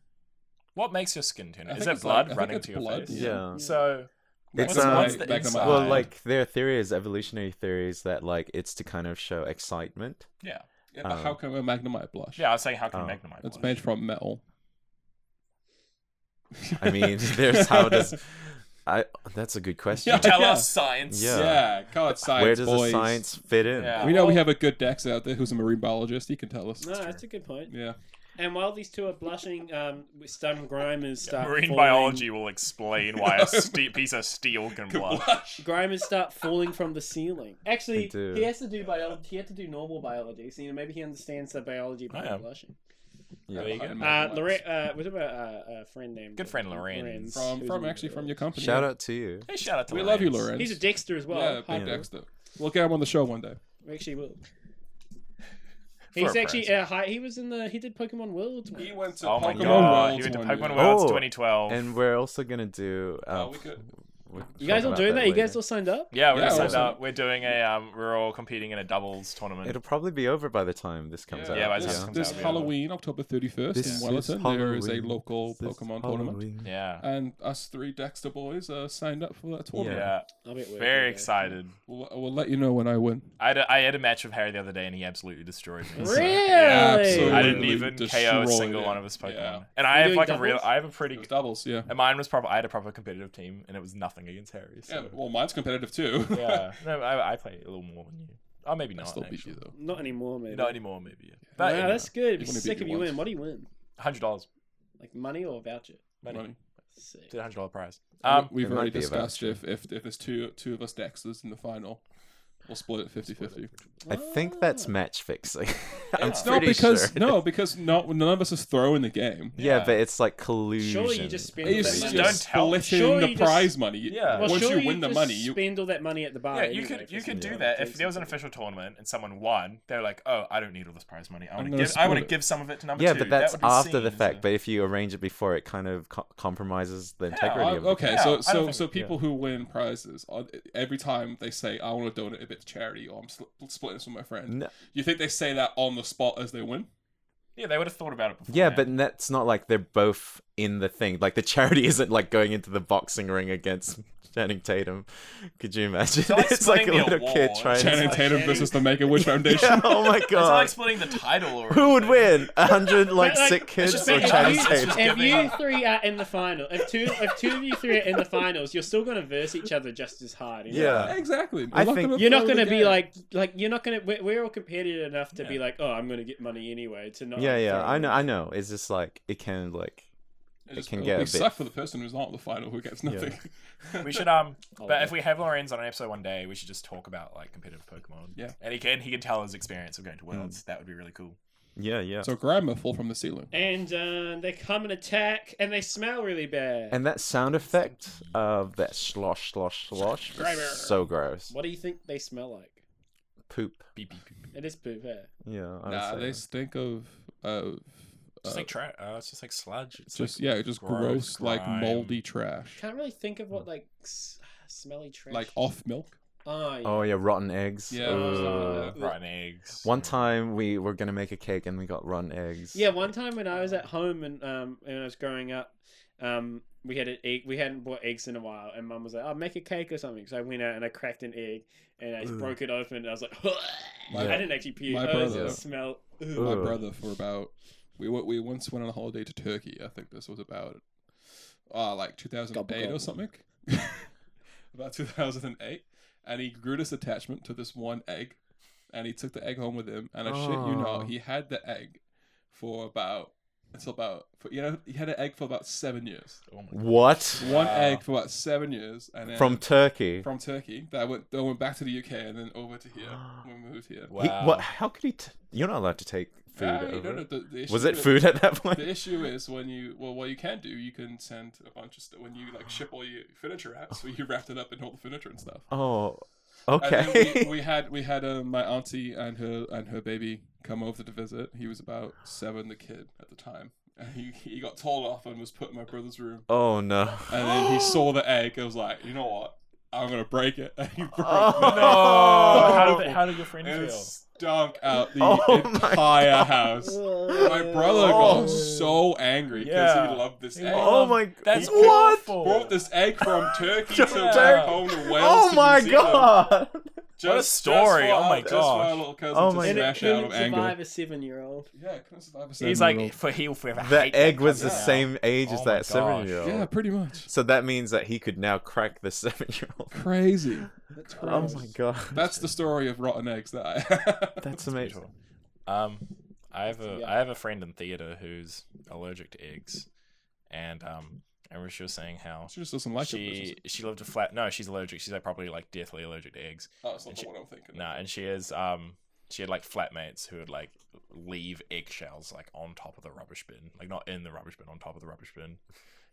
[SPEAKER 4] What makes your skin turn?
[SPEAKER 2] I
[SPEAKER 4] Is
[SPEAKER 2] think
[SPEAKER 4] that
[SPEAKER 2] it's like-
[SPEAKER 4] blood
[SPEAKER 2] I think
[SPEAKER 4] running
[SPEAKER 2] it's
[SPEAKER 4] to your
[SPEAKER 2] blood,
[SPEAKER 4] face?
[SPEAKER 2] Yeah.
[SPEAKER 3] Yeah.
[SPEAKER 4] So
[SPEAKER 2] back
[SPEAKER 3] It's,
[SPEAKER 2] of my-
[SPEAKER 3] uh,
[SPEAKER 2] back
[SPEAKER 3] What's
[SPEAKER 4] the
[SPEAKER 2] of my
[SPEAKER 4] inside?
[SPEAKER 2] eye.
[SPEAKER 3] Well, like their theory is evolutionary theories that like it's to kind of show excitement.
[SPEAKER 4] yeah,
[SPEAKER 2] Yeah, but how come a Magnemite blush?
[SPEAKER 4] yeah. I was saying, how can
[SPEAKER 3] Oh.
[SPEAKER 4] you Magnemite?
[SPEAKER 2] It's
[SPEAKER 4] blush?
[SPEAKER 2] made from metal.
[SPEAKER 3] I mean, there's how does I? That's a good question.
[SPEAKER 2] Yeah.
[SPEAKER 4] Tell us science.
[SPEAKER 2] Yeah,
[SPEAKER 3] Yeah.
[SPEAKER 2] God, science.
[SPEAKER 3] Where does
[SPEAKER 2] boys.
[SPEAKER 3] the science fit in?
[SPEAKER 4] Yeah.
[SPEAKER 2] We know we have a good Dex out there who's a marine biologist. He can tell us.
[SPEAKER 1] no, that's a good point.
[SPEAKER 2] Yeah.
[SPEAKER 1] And while these two are blushing, um, Stun Grimers start
[SPEAKER 4] Marine
[SPEAKER 1] falling-
[SPEAKER 4] biology will explain why a ste- piece of steel can blush.
[SPEAKER 1] Grimers start falling from the ceiling. Actually,
[SPEAKER 3] They do.
[SPEAKER 1] he has to do biology. He had to do normal biology, so you know maybe he understands the biology behind
[SPEAKER 4] yeah.
[SPEAKER 1] blushing.
[SPEAKER 3] Yeah.
[SPEAKER 4] There you go.
[SPEAKER 1] Uh, Lorraine, uh, what about uh, a friend named
[SPEAKER 4] Good friend Lorenz.
[SPEAKER 2] From,
[SPEAKER 1] who's
[SPEAKER 2] from
[SPEAKER 1] in-
[SPEAKER 2] actually from your company.
[SPEAKER 3] Shout out to you.
[SPEAKER 4] Hey, shout out to
[SPEAKER 2] We love you,
[SPEAKER 4] Lorenz.
[SPEAKER 2] Lorenz.
[SPEAKER 1] He's a Dexter as well.
[SPEAKER 2] Yeah,
[SPEAKER 1] Hi,
[SPEAKER 2] big
[SPEAKER 3] Yeah.
[SPEAKER 2] Dexter. We'll get him on the show one day.
[SPEAKER 1] We actually will.
[SPEAKER 4] For
[SPEAKER 1] He's
[SPEAKER 4] a
[SPEAKER 1] actually
[SPEAKER 4] present.
[SPEAKER 1] uh, hi, he was in the he did Pokemon Worlds. once.
[SPEAKER 2] went to
[SPEAKER 4] Oh my
[SPEAKER 2] Pokemon
[SPEAKER 4] god, he
[SPEAKER 2] Worlds
[SPEAKER 4] went to
[SPEAKER 2] one
[SPEAKER 4] Pokemon
[SPEAKER 2] year.
[SPEAKER 4] Worlds
[SPEAKER 3] Oh,
[SPEAKER 4] 2012.
[SPEAKER 3] And we're also gonna do. Uh,
[SPEAKER 2] Oh, we could-
[SPEAKER 3] we'll
[SPEAKER 1] You
[SPEAKER 3] talk
[SPEAKER 1] guys all
[SPEAKER 3] about
[SPEAKER 1] doing that? You guys
[SPEAKER 3] later.
[SPEAKER 1] all signed up?
[SPEAKER 4] yeah, we're
[SPEAKER 2] Yeah,
[SPEAKER 4] gonna sign
[SPEAKER 2] awesome.
[SPEAKER 4] up. We're doing a um, we're all competing in a doubles tournament.
[SPEAKER 3] It'll probably be over by the time this comes
[SPEAKER 2] Yeah,
[SPEAKER 3] out.
[SPEAKER 4] Yeah, by the time
[SPEAKER 2] this,
[SPEAKER 4] comes
[SPEAKER 2] this
[SPEAKER 4] out, yeah.
[SPEAKER 2] Halloween, October 31st
[SPEAKER 3] is
[SPEAKER 2] in Wellington, there is a
[SPEAKER 3] Halloween.
[SPEAKER 2] local
[SPEAKER 3] This is
[SPEAKER 2] Pokemon tournament.
[SPEAKER 3] Halloween.
[SPEAKER 4] yeah,
[SPEAKER 2] And us three Dexter boys uh, signed up for that
[SPEAKER 4] yeah.
[SPEAKER 2] tournament.
[SPEAKER 1] I'll be at work
[SPEAKER 4] Very
[SPEAKER 1] one day.
[SPEAKER 4] excited.
[SPEAKER 2] We'll, we'll let you know when I win.
[SPEAKER 4] I had, a, I had a match with Harry the other day, and he absolutely destroyed me. so-
[SPEAKER 1] Really?
[SPEAKER 2] Absolutely.
[SPEAKER 4] I didn't
[SPEAKER 2] Literally
[SPEAKER 4] even KO a
[SPEAKER 2] destroyed
[SPEAKER 4] single
[SPEAKER 2] it.
[SPEAKER 4] one of his Pokemon.
[SPEAKER 2] Yeah.
[SPEAKER 4] And I
[SPEAKER 1] You're
[SPEAKER 4] have
[SPEAKER 1] doing
[SPEAKER 4] like a real,
[SPEAKER 1] doubles?
[SPEAKER 4] I have a pretty,
[SPEAKER 2] It was doubles, yeah.
[SPEAKER 4] and mine was proper. I had a proper competitive team, and it was nothing against Harry.
[SPEAKER 2] Yeah,
[SPEAKER 4] So.
[SPEAKER 2] well, mine's competitive too.
[SPEAKER 4] Yeah, no, I, I play a little more than you. Oh, maybe
[SPEAKER 2] I
[SPEAKER 4] not.
[SPEAKER 2] still beat
[SPEAKER 4] actually.
[SPEAKER 2] you though.
[SPEAKER 1] Not anymore, maybe.
[SPEAKER 4] Not anymore, maybe. Yeah.
[SPEAKER 1] Wow,
[SPEAKER 4] But anyway,
[SPEAKER 1] that's good. It'd be
[SPEAKER 2] He's gonna beat
[SPEAKER 1] sick
[SPEAKER 2] you
[SPEAKER 1] if you
[SPEAKER 2] once.
[SPEAKER 1] win. What do you win?
[SPEAKER 4] hundred dollars.
[SPEAKER 1] Like money or voucher?
[SPEAKER 4] Money.
[SPEAKER 2] Money.
[SPEAKER 1] Sick.
[SPEAKER 4] It's a hundred dollar prize.
[SPEAKER 2] Um,
[SPEAKER 4] Um,
[SPEAKER 2] We've
[SPEAKER 3] It might
[SPEAKER 2] already
[SPEAKER 3] be a
[SPEAKER 2] discussed if, if if there's two two of us Dexters in the final, we'll split it 50-50.
[SPEAKER 3] I think that's match fixing. I'm
[SPEAKER 2] It's not
[SPEAKER 3] pretty
[SPEAKER 2] because
[SPEAKER 3] sure.
[SPEAKER 2] no, because not none of us is throwing the game.
[SPEAKER 3] Yeah,
[SPEAKER 4] Yeah.
[SPEAKER 3] but it's like collusion.
[SPEAKER 1] Surely you just spend
[SPEAKER 2] It's
[SPEAKER 1] that
[SPEAKER 2] just
[SPEAKER 1] money.
[SPEAKER 4] Don't tell.
[SPEAKER 2] splitting
[SPEAKER 1] Surely
[SPEAKER 2] the
[SPEAKER 1] you just-
[SPEAKER 2] prize money. You-
[SPEAKER 4] Yeah.
[SPEAKER 1] Well,
[SPEAKER 2] Once
[SPEAKER 1] surely
[SPEAKER 2] you win the
[SPEAKER 1] just
[SPEAKER 2] money, you
[SPEAKER 1] spend all that money at the bar.
[SPEAKER 4] yeah, you
[SPEAKER 1] anyway,
[SPEAKER 4] could
[SPEAKER 1] for
[SPEAKER 4] you could
[SPEAKER 1] something.
[SPEAKER 4] do that if
[SPEAKER 1] Takes
[SPEAKER 4] there was an
[SPEAKER 1] something.
[SPEAKER 4] official tournament and someone won. They're like, oh, I don't need all this prize money. I want to
[SPEAKER 2] gonna
[SPEAKER 4] give I want to
[SPEAKER 2] split it."
[SPEAKER 4] give some of it to number
[SPEAKER 3] yeah,
[SPEAKER 4] two.
[SPEAKER 3] but that's
[SPEAKER 4] that would be
[SPEAKER 3] after
[SPEAKER 4] seen
[SPEAKER 3] the
[SPEAKER 4] as
[SPEAKER 3] fact.
[SPEAKER 4] a-
[SPEAKER 3] But if you arrange it before, it kind of co- compromises the integrity
[SPEAKER 2] Uh,
[SPEAKER 3] of it.
[SPEAKER 2] okay,
[SPEAKER 4] Yeah, I
[SPEAKER 2] so
[SPEAKER 4] don't
[SPEAKER 2] so
[SPEAKER 4] think-
[SPEAKER 2] so people who win prizes uh, every time they say I want to donate a bit to charity or I'm spl- splitting this with my friend.
[SPEAKER 3] No-
[SPEAKER 2] You think they say that on the spot as they win?
[SPEAKER 4] Yeah, they would have thought about it before.
[SPEAKER 3] Yeah, but that's not like they're both in the thing. Like the charity isn't like going into the boxing ring against Channing Tatum. Could you imagine?
[SPEAKER 4] So, like,
[SPEAKER 3] it's like a
[SPEAKER 4] splitting the
[SPEAKER 3] little kid
[SPEAKER 4] award.
[SPEAKER 3] trying.
[SPEAKER 2] Channing
[SPEAKER 3] to...
[SPEAKER 4] like
[SPEAKER 2] Tatum
[SPEAKER 4] any-
[SPEAKER 2] versus the Maker Wish Foundation.
[SPEAKER 3] Yeah, oh my
[SPEAKER 4] it's not
[SPEAKER 3] god!
[SPEAKER 4] like splitting the title or
[SPEAKER 3] Who would
[SPEAKER 4] anything.
[SPEAKER 3] win? A hundred like
[SPEAKER 1] But, like,
[SPEAKER 3] sick
[SPEAKER 1] it's
[SPEAKER 3] kids
[SPEAKER 1] just
[SPEAKER 3] or
[SPEAKER 1] being-
[SPEAKER 3] Channing
[SPEAKER 4] it's
[SPEAKER 3] Tatum?
[SPEAKER 4] just-
[SPEAKER 1] If you
[SPEAKER 4] giving-
[SPEAKER 1] three are in the final, if two if two of you three are in the finals, you're still gonna verse each other just as hard. you know?
[SPEAKER 3] Yeah.
[SPEAKER 2] exactly.
[SPEAKER 3] I
[SPEAKER 2] You're
[SPEAKER 3] think-
[SPEAKER 1] You're not
[SPEAKER 2] throw the
[SPEAKER 1] gonna be
[SPEAKER 2] game.
[SPEAKER 1] like like you're not gonna we're, we're all competitive enough to be
[SPEAKER 4] Yeah.
[SPEAKER 1] like oh I'm gonna get money anyway to not
[SPEAKER 3] Yeah,
[SPEAKER 1] like,
[SPEAKER 3] yeah.
[SPEAKER 1] throw
[SPEAKER 3] I know.
[SPEAKER 1] away.
[SPEAKER 3] I know. It's just like it can like.
[SPEAKER 2] It just-
[SPEAKER 3] can
[SPEAKER 2] it'll
[SPEAKER 3] get
[SPEAKER 2] be
[SPEAKER 3] a bit-
[SPEAKER 2] suck for the person who's not in the final who gets nothing.
[SPEAKER 4] We should um, but
[SPEAKER 1] yeah.
[SPEAKER 4] if we have Lorenz on an episode one day, we should just talk about like competitive Pokemon.
[SPEAKER 2] Yeah.
[SPEAKER 4] and he can he can tell his experience of going to Worlds. That would be really cool.
[SPEAKER 3] Yeah, yeah.
[SPEAKER 2] so Grimer fall from the ceiling.
[SPEAKER 1] And um, they come and attack, and they smell really bad.
[SPEAKER 3] And that sound effect of that slosh, slosh, slosh
[SPEAKER 1] Grimer.
[SPEAKER 3] was so gross.
[SPEAKER 1] what do you think they smell like?
[SPEAKER 3] Poop.
[SPEAKER 4] Beep beep beep.
[SPEAKER 1] It is poop hair.
[SPEAKER 3] Yeah. I
[SPEAKER 2] Nah,
[SPEAKER 3] would
[SPEAKER 2] they
[SPEAKER 3] say.
[SPEAKER 2] stink of of
[SPEAKER 4] Just
[SPEAKER 2] uh,
[SPEAKER 4] like tra- uh, it's just like sludge. It's
[SPEAKER 2] just
[SPEAKER 4] like
[SPEAKER 2] yeah, just gross, like
[SPEAKER 4] grime.
[SPEAKER 2] moldy trash,
[SPEAKER 1] Can't really think of what like s- smelly trash.
[SPEAKER 2] like off milk.
[SPEAKER 1] Oh, yeah.
[SPEAKER 3] Oh yeah, rotten eggs.
[SPEAKER 2] Yeah.
[SPEAKER 3] Ooh.
[SPEAKER 4] uh, rotten eggs.
[SPEAKER 3] One time we were gonna make a cake and we got rotten eggs.
[SPEAKER 1] Yeah, one time when I was at home and um when I was growing up, um we had an egg we hadn't bought eggs in a while and mum was like, Oh make a cake or something. So I went out and I cracked an egg and I
[SPEAKER 3] Ugh.
[SPEAKER 1] broke it open and I was like
[SPEAKER 2] My-
[SPEAKER 1] I didn't actually puke.
[SPEAKER 2] my
[SPEAKER 1] I was
[SPEAKER 2] brother-
[SPEAKER 1] just smell
[SPEAKER 2] my
[SPEAKER 3] Ugh.
[SPEAKER 2] brother for about we wa- we once went on a holiday to Turkey. I think this was about uh like 2008
[SPEAKER 1] Gobble,
[SPEAKER 2] or something. about 2008, and he grew this attachment to this one egg, and he took the egg home with him. And I shit you
[SPEAKER 3] Oh.
[SPEAKER 2] not, he had the egg for about until about for, you know he had an egg for about seven years.
[SPEAKER 4] Oh my
[SPEAKER 3] What?
[SPEAKER 2] One
[SPEAKER 4] Wow.
[SPEAKER 2] egg for about seven years, and then
[SPEAKER 3] From Turkey?
[SPEAKER 2] from Turkey that went that went back to the UK and then over to here. we moved here.
[SPEAKER 4] Wow.
[SPEAKER 3] He, what? How could he? T- You're not allowed to take food
[SPEAKER 2] Ah, you
[SPEAKER 3] over.
[SPEAKER 2] don't know, the- the issue
[SPEAKER 3] Was it
[SPEAKER 2] with-
[SPEAKER 3] food at that
[SPEAKER 2] The
[SPEAKER 3] point?
[SPEAKER 2] issue is when you well, what you can do, you can send a bunch of stuff when you like ship all your furniture out, so you wrapped it up in all the furniture and stuff.
[SPEAKER 3] Oh,
[SPEAKER 2] And then
[SPEAKER 3] okay.
[SPEAKER 2] we, we had we had uh, my auntie and her and her baby come over to visit. He was about seven, the kid at the time. And he, he got told off and was put in my brother's room.
[SPEAKER 3] oh no.
[SPEAKER 2] And then he saw the egg. and was like, you know what? I'm gonna break it. And he broke
[SPEAKER 3] Oh,
[SPEAKER 2] it.
[SPEAKER 4] But how did,
[SPEAKER 3] no.
[SPEAKER 4] how did your friend
[SPEAKER 2] It
[SPEAKER 4] feel?
[SPEAKER 2] stunk out the
[SPEAKER 3] Oh my
[SPEAKER 2] entire house. My brother
[SPEAKER 3] Oh.
[SPEAKER 2] got so angry because
[SPEAKER 4] Yeah.
[SPEAKER 2] he loved this
[SPEAKER 4] He
[SPEAKER 2] egg.
[SPEAKER 3] Oh my god.
[SPEAKER 4] That's
[SPEAKER 3] what?
[SPEAKER 4] awful.
[SPEAKER 2] Brought this egg from Turkey to
[SPEAKER 4] Yeah.
[SPEAKER 2] back home to Wales.
[SPEAKER 3] Oh
[SPEAKER 2] to
[SPEAKER 3] my
[SPEAKER 2] New Zealand.
[SPEAKER 3] god.
[SPEAKER 2] Just,
[SPEAKER 4] story.
[SPEAKER 2] just for
[SPEAKER 4] Oh
[SPEAKER 2] our-
[SPEAKER 4] my
[SPEAKER 2] just for our
[SPEAKER 4] gosh.
[SPEAKER 2] little cousin
[SPEAKER 3] Oh
[SPEAKER 2] to
[SPEAKER 3] my-
[SPEAKER 1] And it
[SPEAKER 2] smash out
[SPEAKER 1] couldn't
[SPEAKER 2] of anger.
[SPEAKER 1] survive a seven-year-old.
[SPEAKER 2] Yeah, it couldn't survive a
[SPEAKER 4] He's
[SPEAKER 2] seven-year-old.
[SPEAKER 4] like, for he'll forever. hate
[SPEAKER 3] That egg
[SPEAKER 4] that
[SPEAKER 3] was the
[SPEAKER 4] cunt.
[SPEAKER 3] same age
[SPEAKER 4] Oh
[SPEAKER 3] as
[SPEAKER 4] my
[SPEAKER 3] that
[SPEAKER 4] gosh.
[SPEAKER 3] seven year old.
[SPEAKER 2] yeah, pretty much.
[SPEAKER 3] So that means that he could now crack the seven year old.
[SPEAKER 2] Crazy. That's
[SPEAKER 3] Oh
[SPEAKER 2] crazy.
[SPEAKER 3] my god.
[SPEAKER 2] That's the story of rotten eggs that I.
[SPEAKER 3] That's amazing.
[SPEAKER 4] Um, I have a
[SPEAKER 1] Yeah.
[SPEAKER 4] I have a friend in theater who's allergic to eggs, and um, I remember she was saying how
[SPEAKER 2] she just doesn't like
[SPEAKER 4] she
[SPEAKER 2] it.
[SPEAKER 4] she lived a flat. No, she's allergic. She's like probably like deathly allergic to eggs.
[SPEAKER 2] Oh, it's not
[SPEAKER 4] she-
[SPEAKER 2] the one I'm thinking.
[SPEAKER 4] No, and she is um she had like flatmates who would like leave eggshells like on top of the rubbish bin, like not in the rubbish bin, on top of the rubbish bin.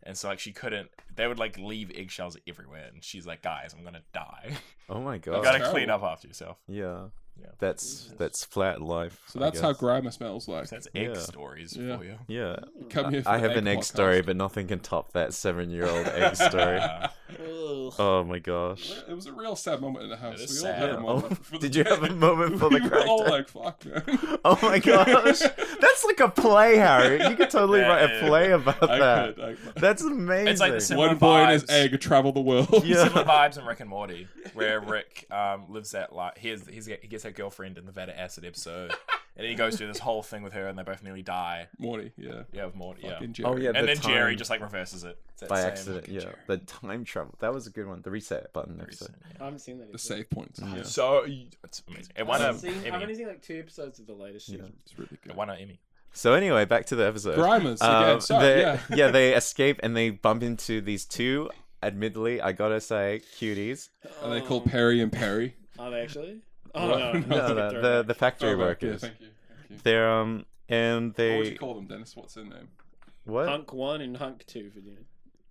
[SPEAKER 4] And so like she couldn't. They would like leave eggshells everywhere, and she's like, "Guys, I'm gonna die.
[SPEAKER 3] Oh my
[SPEAKER 4] you
[SPEAKER 3] god.
[SPEAKER 4] gotta
[SPEAKER 2] terrible.
[SPEAKER 4] clean up after yourself."
[SPEAKER 3] Yeah.
[SPEAKER 4] Yeah.
[SPEAKER 3] That's that's flat life.
[SPEAKER 2] So
[SPEAKER 3] I
[SPEAKER 2] that's how
[SPEAKER 3] guess.
[SPEAKER 2] grammar smells like.
[SPEAKER 4] So that's egg
[SPEAKER 3] Yeah.
[SPEAKER 4] stories
[SPEAKER 2] Yeah.
[SPEAKER 4] for you.
[SPEAKER 3] Yeah.
[SPEAKER 2] Come here. For
[SPEAKER 3] I
[SPEAKER 2] the
[SPEAKER 3] have an egg
[SPEAKER 2] podcast.
[SPEAKER 3] story, but nothing can top that seven year old egg story.
[SPEAKER 4] Uh,
[SPEAKER 1] Ugh.
[SPEAKER 3] Oh my gosh.
[SPEAKER 2] It was a real sad moment in the house.
[SPEAKER 4] is
[SPEAKER 2] We all
[SPEAKER 4] sad.
[SPEAKER 2] had
[SPEAKER 4] Yeah.
[SPEAKER 2] a
[SPEAKER 3] Oh,
[SPEAKER 2] moment. for the
[SPEAKER 3] did you have a moment for the
[SPEAKER 2] we were all
[SPEAKER 3] character?
[SPEAKER 2] like, "Fuck, man."
[SPEAKER 3] Oh my gosh. That's like a play, Harry. You could totally
[SPEAKER 4] Yeah,
[SPEAKER 3] write
[SPEAKER 4] yeah.
[SPEAKER 3] a play about
[SPEAKER 2] I
[SPEAKER 3] that.
[SPEAKER 2] could. I could.
[SPEAKER 3] That's amazing.
[SPEAKER 4] It's like the similar
[SPEAKER 2] One boy and his
[SPEAKER 4] vibes.
[SPEAKER 2] egg travel the world.
[SPEAKER 3] Yeah.
[SPEAKER 4] Similar vibes in Rick and Morty, where Rick um, lives that like he, has, he's, he gets her girlfriend in the Vata Acid episode, and then he goes through this whole thing with her, and they both nearly die.
[SPEAKER 2] Morty. Yeah.
[SPEAKER 4] Yeah, with Morty. Yeah,
[SPEAKER 2] Fucking
[SPEAKER 3] Oh,
[SPEAKER 2] Jerry.
[SPEAKER 3] yeah.
[SPEAKER 4] and
[SPEAKER 3] the
[SPEAKER 4] then Jerry
[SPEAKER 3] time-
[SPEAKER 4] just like reverses it It's that
[SPEAKER 3] by
[SPEAKER 4] same
[SPEAKER 3] accident. Yeah, the time travel. That was a good one. The reset button episode.
[SPEAKER 4] reason,
[SPEAKER 1] I haven't seen that.
[SPEAKER 2] The
[SPEAKER 1] episode.
[SPEAKER 2] save points.
[SPEAKER 4] yeah.
[SPEAKER 2] Yeah.
[SPEAKER 4] So it's amazing. It won
[SPEAKER 1] I've,
[SPEAKER 4] a
[SPEAKER 1] seen, I've only
[SPEAKER 4] Emmy.
[SPEAKER 1] seen like two episodes of the latest season.
[SPEAKER 2] It's really
[SPEAKER 4] It
[SPEAKER 2] good.
[SPEAKER 4] won an Emmy.
[SPEAKER 3] So anyway, back to the episode.
[SPEAKER 2] Grimers
[SPEAKER 3] Um,
[SPEAKER 2] again. Sorry.
[SPEAKER 3] they-
[SPEAKER 2] Yeah.
[SPEAKER 3] they escape and they bump into these two. Admittedly, I gotta say, cuties.
[SPEAKER 2] Are they called Perry and Perry?
[SPEAKER 1] Oh. Are they actually? Oh
[SPEAKER 2] What?
[SPEAKER 1] no,
[SPEAKER 2] No,
[SPEAKER 1] that's
[SPEAKER 3] No,
[SPEAKER 1] a
[SPEAKER 3] no,
[SPEAKER 1] good
[SPEAKER 3] the
[SPEAKER 1] throwback.
[SPEAKER 3] the factory
[SPEAKER 2] Oh, right, yeah,
[SPEAKER 3] workers.
[SPEAKER 2] thank you. Thank you.
[SPEAKER 3] They're um and
[SPEAKER 2] What would you
[SPEAKER 3] they
[SPEAKER 2] call them, Dennis? What's their name?
[SPEAKER 3] what
[SPEAKER 1] Hunk one and hunk two for you.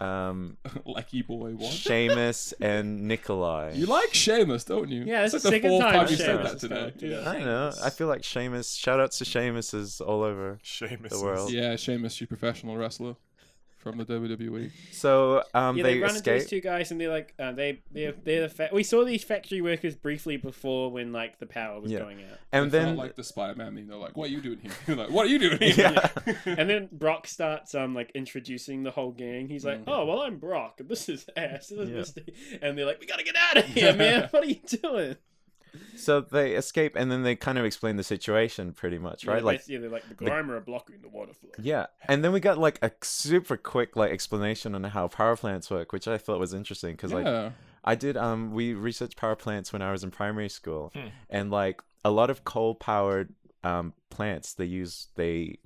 [SPEAKER 3] um
[SPEAKER 2] Lucky boy one.
[SPEAKER 3] Seamus and Nikolai.
[SPEAKER 2] You like Seamus, don't you?
[SPEAKER 1] Yeah,
[SPEAKER 2] it's
[SPEAKER 1] it's
[SPEAKER 2] like
[SPEAKER 1] the
[SPEAKER 2] the
[SPEAKER 1] second
[SPEAKER 2] fourth
[SPEAKER 1] time
[SPEAKER 2] time you said that
[SPEAKER 3] Seamus
[SPEAKER 1] has come
[SPEAKER 2] today.
[SPEAKER 1] up today.
[SPEAKER 2] Yeah.
[SPEAKER 3] I don't know. I
[SPEAKER 4] Seamus.
[SPEAKER 3] feel like Seamus. Shout out to Seamus is all over.
[SPEAKER 4] Seamus.
[SPEAKER 3] The world.
[SPEAKER 2] yeah, Seamus, you professional wrestler from the E. WWE.
[SPEAKER 3] So um
[SPEAKER 1] Yeah,
[SPEAKER 3] they,
[SPEAKER 1] they, run into
[SPEAKER 3] escape.
[SPEAKER 1] these two guys and they're like, uh, they they're they're the fa- we saw these factory workers briefly before when like the power was
[SPEAKER 3] Yeah.
[SPEAKER 1] going out,
[SPEAKER 3] and
[SPEAKER 2] They felt
[SPEAKER 3] then
[SPEAKER 2] like the Spider-Man meme, they're like, "What are you doing here?" You're like, "What are you doing here?"
[SPEAKER 3] Yeah.
[SPEAKER 1] and then Brock starts um like introducing the whole gang. He's like, oh well, I'm Brock. and This is Ash. This is
[SPEAKER 3] Mm. Yeah.
[SPEAKER 1] Misty. And they're like, we gotta get out of here, man. What are you doing?
[SPEAKER 3] so they escape and then they kind of explain the situation pretty much, right?
[SPEAKER 1] Yeah,
[SPEAKER 3] Like
[SPEAKER 1] basically, they're like the Grimer are blocking the water flow.
[SPEAKER 3] Yeah, and then we got like a super quick like explanation on how power plants work, which I thought was interesting because like
[SPEAKER 2] Yeah.
[SPEAKER 3] I did um we researched power plants when I was in primary school,
[SPEAKER 1] Hmm.
[SPEAKER 3] and like a lot of coal powered um plants they use they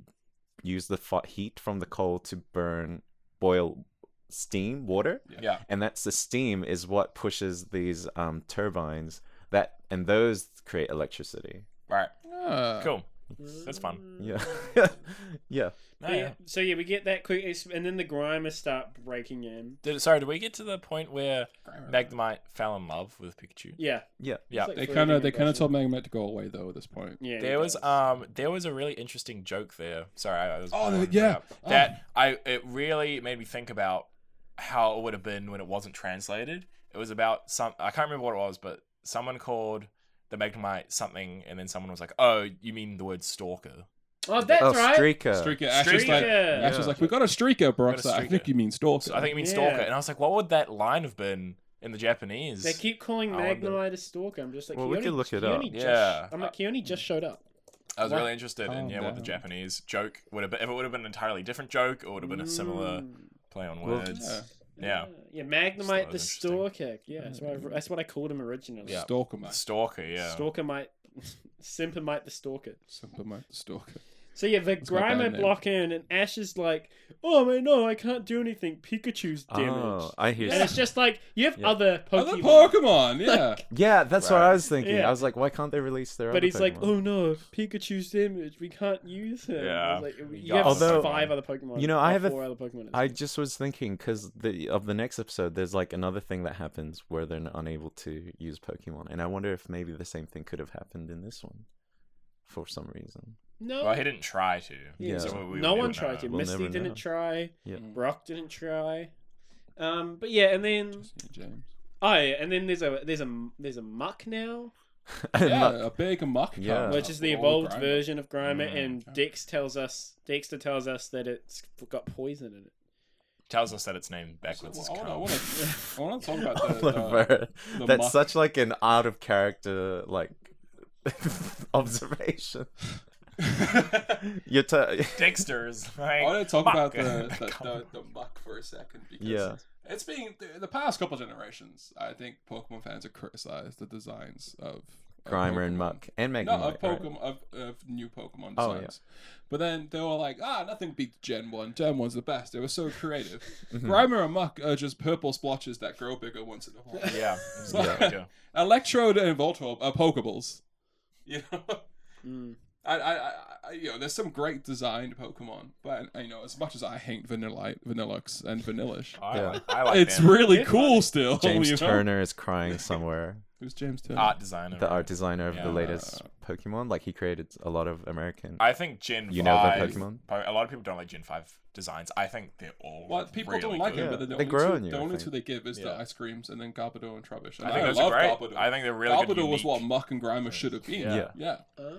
[SPEAKER 3] use the fo- heat from the coal to burn boil steam water,
[SPEAKER 4] Yeah.
[SPEAKER 3] and that's the steam is what pushes these um turbines that and those create electricity.
[SPEAKER 4] Right.
[SPEAKER 1] Oh.
[SPEAKER 2] Yeah.
[SPEAKER 4] Cool. That's fun.
[SPEAKER 3] Yeah, yeah.
[SPEAKER 4] No,
[SPEAKER 1] But
[SPEAKER 4] yeah.
[SPEAKER 1] yeah, So yeah, we get that quick, it's- and then the Grimer start breaking in.
[SPEAKER 4] Did, sorry, did we get to the point where Magnemite fell in love with Pikachu?
[SPEAKER 1] Yeah,
[SPEAKER 4] Yeah.
[SPEAKER 1] It's like
[SPEAKER 2] They
[SPEAKER 1] flirting
[SPEAKER 2] kind of
[SPEAKER 1] with
[SPEAKER 2] they kind of
[SPEAKER 1] Russia.
[SPEAKER 2] told Magnemite to go away though at this point.
[SPEAKER 1] Yeah,
[SPEAKER 4] There
[SPEAKER 1] he
[SPEAKER 4] was
[SPEAKER 1] does.
[SPEAKER 4] um there was a really interesting joke there. Sorry, I, I was.
[SPEAKER 2] Oh,
[SPEAKER 4] I
[SPEAKER 2] no,
[SPEAKER 4] wanted to bring
[SPEAKER 2] yeah.
[SPEAKER 4] it up.
[SPEAKER 2] Oh.
[SPEAKER 4] That I it really made me think about how it would have been when it wasn't translated. It was about some I can't remember what it was, but someone called the Magnemite something, and then someone was like, "Oh, you mean the word stalker?"
[SPEAKER 1] Oh, that's
[SPEAKER 3] oh,
[SPEAKER 1] right.
[SPEAKER 3] streaker.
[SPEAKER 2] Streaker. Ash was like,
[SPEAKER 1] Streaker.
[SPEAKER 2] Ash was like, we got a streaker, bro.
[SPEAKER 4] Got a
[SPEAKER 2] So I
[SPEAKER 4] streaker.
[SPEAKER 2] think you mean stalker.
[SPEAKER 4] So I think it means
[SPEAKER 1] Yeah.
[SPEAKER 4] stalker, and I was like, "What would that line have been in the Japanese?"
[SPEAKER 1] They keep calling
[SPEAKER 4] I wonder-
[SPEAKER 1] Magnemite a stalker. I'm just like,
[SPEAKER 3] Well,
[SPEAKER 1] he
[SPEAKER 3] we
[SPEAKER 1] only-
[SPEAKER 3] could look it
[SPEAKER 1] he
[SPEAKER 3] up.
[SPEAKER 1] only just-
[SPEAKER 4] Yeah. Mm.
[SPEAKER 1] I'm like, he only just showed up.
[SPEAKER 4] I was
[SPEAKER 1] What?
[SPEAKER 4] really interested in
[SPEAKER 2] Oh,
[SPEAKER 4] yeah, what the
[SPEAKER 2] damn.
[SPEAKER 4] Japanese joke would have been. If it would have been an entirely different joke, or would have been a similar
[SPEAKER 1] Mm.
[SPEAKER 4] play on
[SPEAKER 3] Well,
[SPEAKER 4] words.
[SPEAKER 2] yeah.
[SPEAKER 4] Yeah.
[SPEAKER 1] Yeah,
[SPEAKER 4] Thought it
[SPEAKER 1] Magnemite the
[SPEAKER 4] was
[SPEAKER 1] stalker. Yeah,
[SPEAKER 3] Mm.
[SPEAKER 1] that's what I, that's what I called him originally.
[SPEAKER 4] Yeah.
[SPEAKER 2] Stalker, mate.
[SPEAKER 4] Stalker, yeah.
[SPEAKER 1] Stalker might, Simpermite the stalker.
[SPEAKER 2] Simple, mate. Stalker.
[SPEAKER 1] So yeah, the
[SPEAKER 2] my band
[SPEAKER 1] Grimer
[SPEAKER 2] name.
[SPEAKER 1] block in, and Ash is like, "Oh man, no, I can't do anything. Pikachu's damaged."
[SPEAKER 3] Oh, I hear.
[SPEAKER 1] And it's just like you have
[SPEAKER 3] Yeah.
[SPEAKER 1] other
[SPEAKER 2] Other
[SPEAKER 1] Pokemon,
[SPEAKER 2] Pokemon, yeah.
[SPEAKER 3] Yeah, that's what
[SPEAKER 4] Right.
[SPEAKER 3] I was thinking.
[SPEAKER 1] Yeah.
[SPEAKER 3] I was like, why can't they release their?
[SPEAKER 1] but
[SPEAKER 3] other
[SPEAKER 1] he's like,
[SPEAKER 3] Pokemon?
[SPEAKER 1] "Oh no, Pikachu's damaged. We can't use him."
[SPEAKER 4] Yeah.
[SPEAKER 1] I was like, you
[SPEAKER 4] got
[SPEAKER 1] have
[SPEAKER 3] Although-
[SPEAKER 1] five other Pokemon.
[SPEAKER 3] you know, I
[SPEAKER 1] or
[SPEAKER 3] have a-
[SPEAKER 1] four other Pokemon. at this
[SPEAKER 3] I
[SPEAKER 1] point.
[SPEAKER 3] just was thinking because the of the next episode, there's like another thing that happens where they're unable to use Pokemon, and I wonder if maybe the same thing could have happened in this one, for some reason.
[SPEAKER 1] no,
[SPEAKER 4] Well, he didn't try to.
[SPEAKER 1] Yeah.
[SPEAKER 4] So we- we
[SPEAKER 1] no
[SPEAKER 4] will
[SPEAKER 1] one
[SPEAKER 4] never
[SPEAKER 1] tried to.
[SPEAKER 4] know.
[SPEAKER 3] We'll
[SPEAKER 1] Misty
[SPEAKER 3] never
[SPEAKER 1] didn't
[SPEAKER 3] know.
[SPEAKER 1] try.
[SPEAKER 3] Yeah.
[SPEAKER 1] Brock didn't try. Um, but yeah, and then
[SPEAKER 2] James.
[SPEAKER 1] oh yeah, and then there's a there's a there's a Muck now,
[SPEAKER 2] Yeah, uh, a big muck.
[SPEAKER 3] Yeah.
[SPEAKER 2] comes
[SPEAKER 1] which
[SPEAKER 2] up
[SPEAKER 1] is the
[SPEAKER 2] with all
[SPEAKER 1] evolved
[SPEAKER 2] Grimer.
[SPEAKER 1] version of Grimer,
[SPEAKER 4] Mm,
[SPEAKER 1] and Dex tells us Dexter tells us that it's got poison in it.
[SPEAKER 4] Tells us that it's named backwards as
[SPEAKER 2] So, I
[SPEAKER 4] cum.
[SPEAKER 2] want to I want to talk about the, uh,
[SPEAKER 3] Oliver,
[SPEAKER 2] the
[SPEAKER 3] that's
[SPEAKER 2] muck.
[SPEAKER 3] such like an out of character like observation. You're t-
[SPEAKER 4] Dexter's
[SPEAKER 2] uh, I
[SPEAKER 4] like.
[SPEAKER 2] want to talk
[SPEAKER 4] "Fuck."
[SPEAKER 2] about the the,
[SPEAKER 4] Cum.
[SPEAKER 2] the the muck for a second because
[SPEAKER 3] Yeah.
[SPEAKER 2] it's been the, the past couple generations. I think Pokemon fans have criticized the designs of, of
[SPEAKER 3] Grimer
[SPEAKER 2] Pokemon.
[SPEAKER 3] and Muck and Magnemite.
[SPEAKER 2] No, of
[SPEAKER 3] right?
[SPEAKER 2] Pokemon of, of new Pokemon designs.
[SPEAKER 3] Oh, yeah.
[SPEAKER 2] But then they were like, ah, nothing beats Gen One. Gen One's the best. They were so creative.
[SPEAKER 3] Mm-hmm.
[SPEAKER 2] Grimer and Muck are just purple splotches that grow bigger once in a while.
[SPEAKER 4] Yeah.
[SPEAKER 2] Yeah. Electrode and Voltorb are Pokeballs. You know.
[SPEAKER 1] Mm.
[SPEAKER 2] I, I, I, I- you know, there's some great designed Pokemon, but you know, as much as I hate Vanilla, Vanillux and Vanillish,
[SPEAKER 4] I,
[SPEAKER 3] Yeah.
[SPEAKER 4] like, I like
[SPEAKER 2] it's
[SPEAKER 4] them.
[SPEAKER 2] really
[SPEAKER 1] Yeah.
[SPEAKER 2] cool still.
[SPEAKER 3] James
[SPEAKER 2] you know?
[SPEAKER 3] Turner is crying somewhere.
[SPEAKER 2] Who's James Turner?
[SPEAKER 4] art designer.
[SPEAKER 3] the art designer of
[SPEAKER 4] Yeah.
[SPEAKER 3] the latest Pokemon. Like he created a lot of American.
[SPEAKER 4] I think Gen
[SPEAKER 3] You know the
[SPEAKER 4] Five.
[SPEAKER 3] Pokemon?
[SPEAKER 4] po- A lot of people don't like Gen Five designs. I think they're all.
[SPEAKER 2] Well, people
[SPEAKER 4] really
[SPEAKER 2] don't like
[SPEAKER 4] good.
[SPEAKER 2] them,
[SPEAKER 3] Yeah.
[SPEAKER 2] but they're the only,
[SPEAKER 3] They grow
[SPEAKER 2] two,
[SPEAKER 3] on you,
[SPEAKER 2] the
[SPEAKER 3] I
[SPEAKER 2] only
[SPEAKER 3] think.
[SPEAKER 2] two they give is
[SPEAKER 4] Yeah.
[SPEAKER 2] the ice creams and then Garbodor and Trubbish. And
[SPEAKER 4] I think those
[SPEAKER 2] love
[SPEAKER 4] are great.
[SPEAKER 2] Garbodor.
[SPEAKER 4] I think they're really good.
[SPEAKER 2] Garbodor was
[SPEAKER 4] unique-
[SPEAKER 2] what Muck and Grimer should have been.
[SPEAKER 4] Yeah.
[SPEAKER 2] Yeah,
[SPEAKER 1] Oh.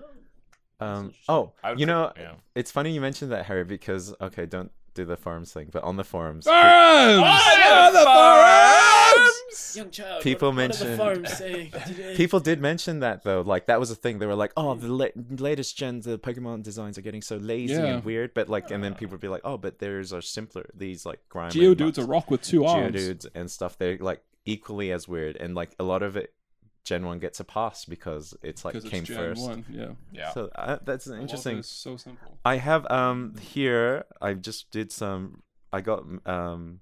[SPEAKER 3] Um,
[SPEAKER 1] interesting.
[SPEAKER 3] oh,
[SPEAKER 4] I would
[SPEAKER 3] you
[SPEAKER 4] cr-
[SPEAKER 3] know,
[SPEAKER 4] yeah.
[SPEAKER 3] it's funny you mentioned that, Harry, because okay, don't do the forums thing, but on the forums, pe-
[SPEAKER 2] Forums! Oh, Yeah, the forums!
[SPEAKER 1] Young child,
[SPEAKER 3] People
[SPEAKER 1] what,
[SPEAKER 3] mention-
[SPEAKER 1] what are the forums saying today?
[SPEAKER 3] people did mention that though. Like that was a thing. They were like, "Oh, the la- latest gens, the Pokemon designs are getting so lazy
[SPEAKER 2] Yeah.
[SPEAKER 3] and weird." But like, and then people would be like, "Oh, but theirs are simpler. These like Grimer,
[SPEAKER 2] Geodude's a
[SPEAKER 3] Mux,
[SPEAKER 2] rock with two arms.
[SPEAKER 3] Geodudes, and stuff. They're like equally as weird, and like a lot of it, Gen One gets a pass because it's like
[SPEAKER 2] 'Cause
[SPEAKER 3] came
[SPEAKER 2] it's Gen
[SPEAKER 3] first.
[SPEAKER 2] One. Yeah,
[SPEAKER 4] Yeah.
[SPEAKER 3] So uh, that's an
[SPEAKER 2] A lot of
[SPEAKER 3] interesting.
[SPEAKER 2] it is so simple.
[SPEAKER 3] I have um here. I just did some. I got um,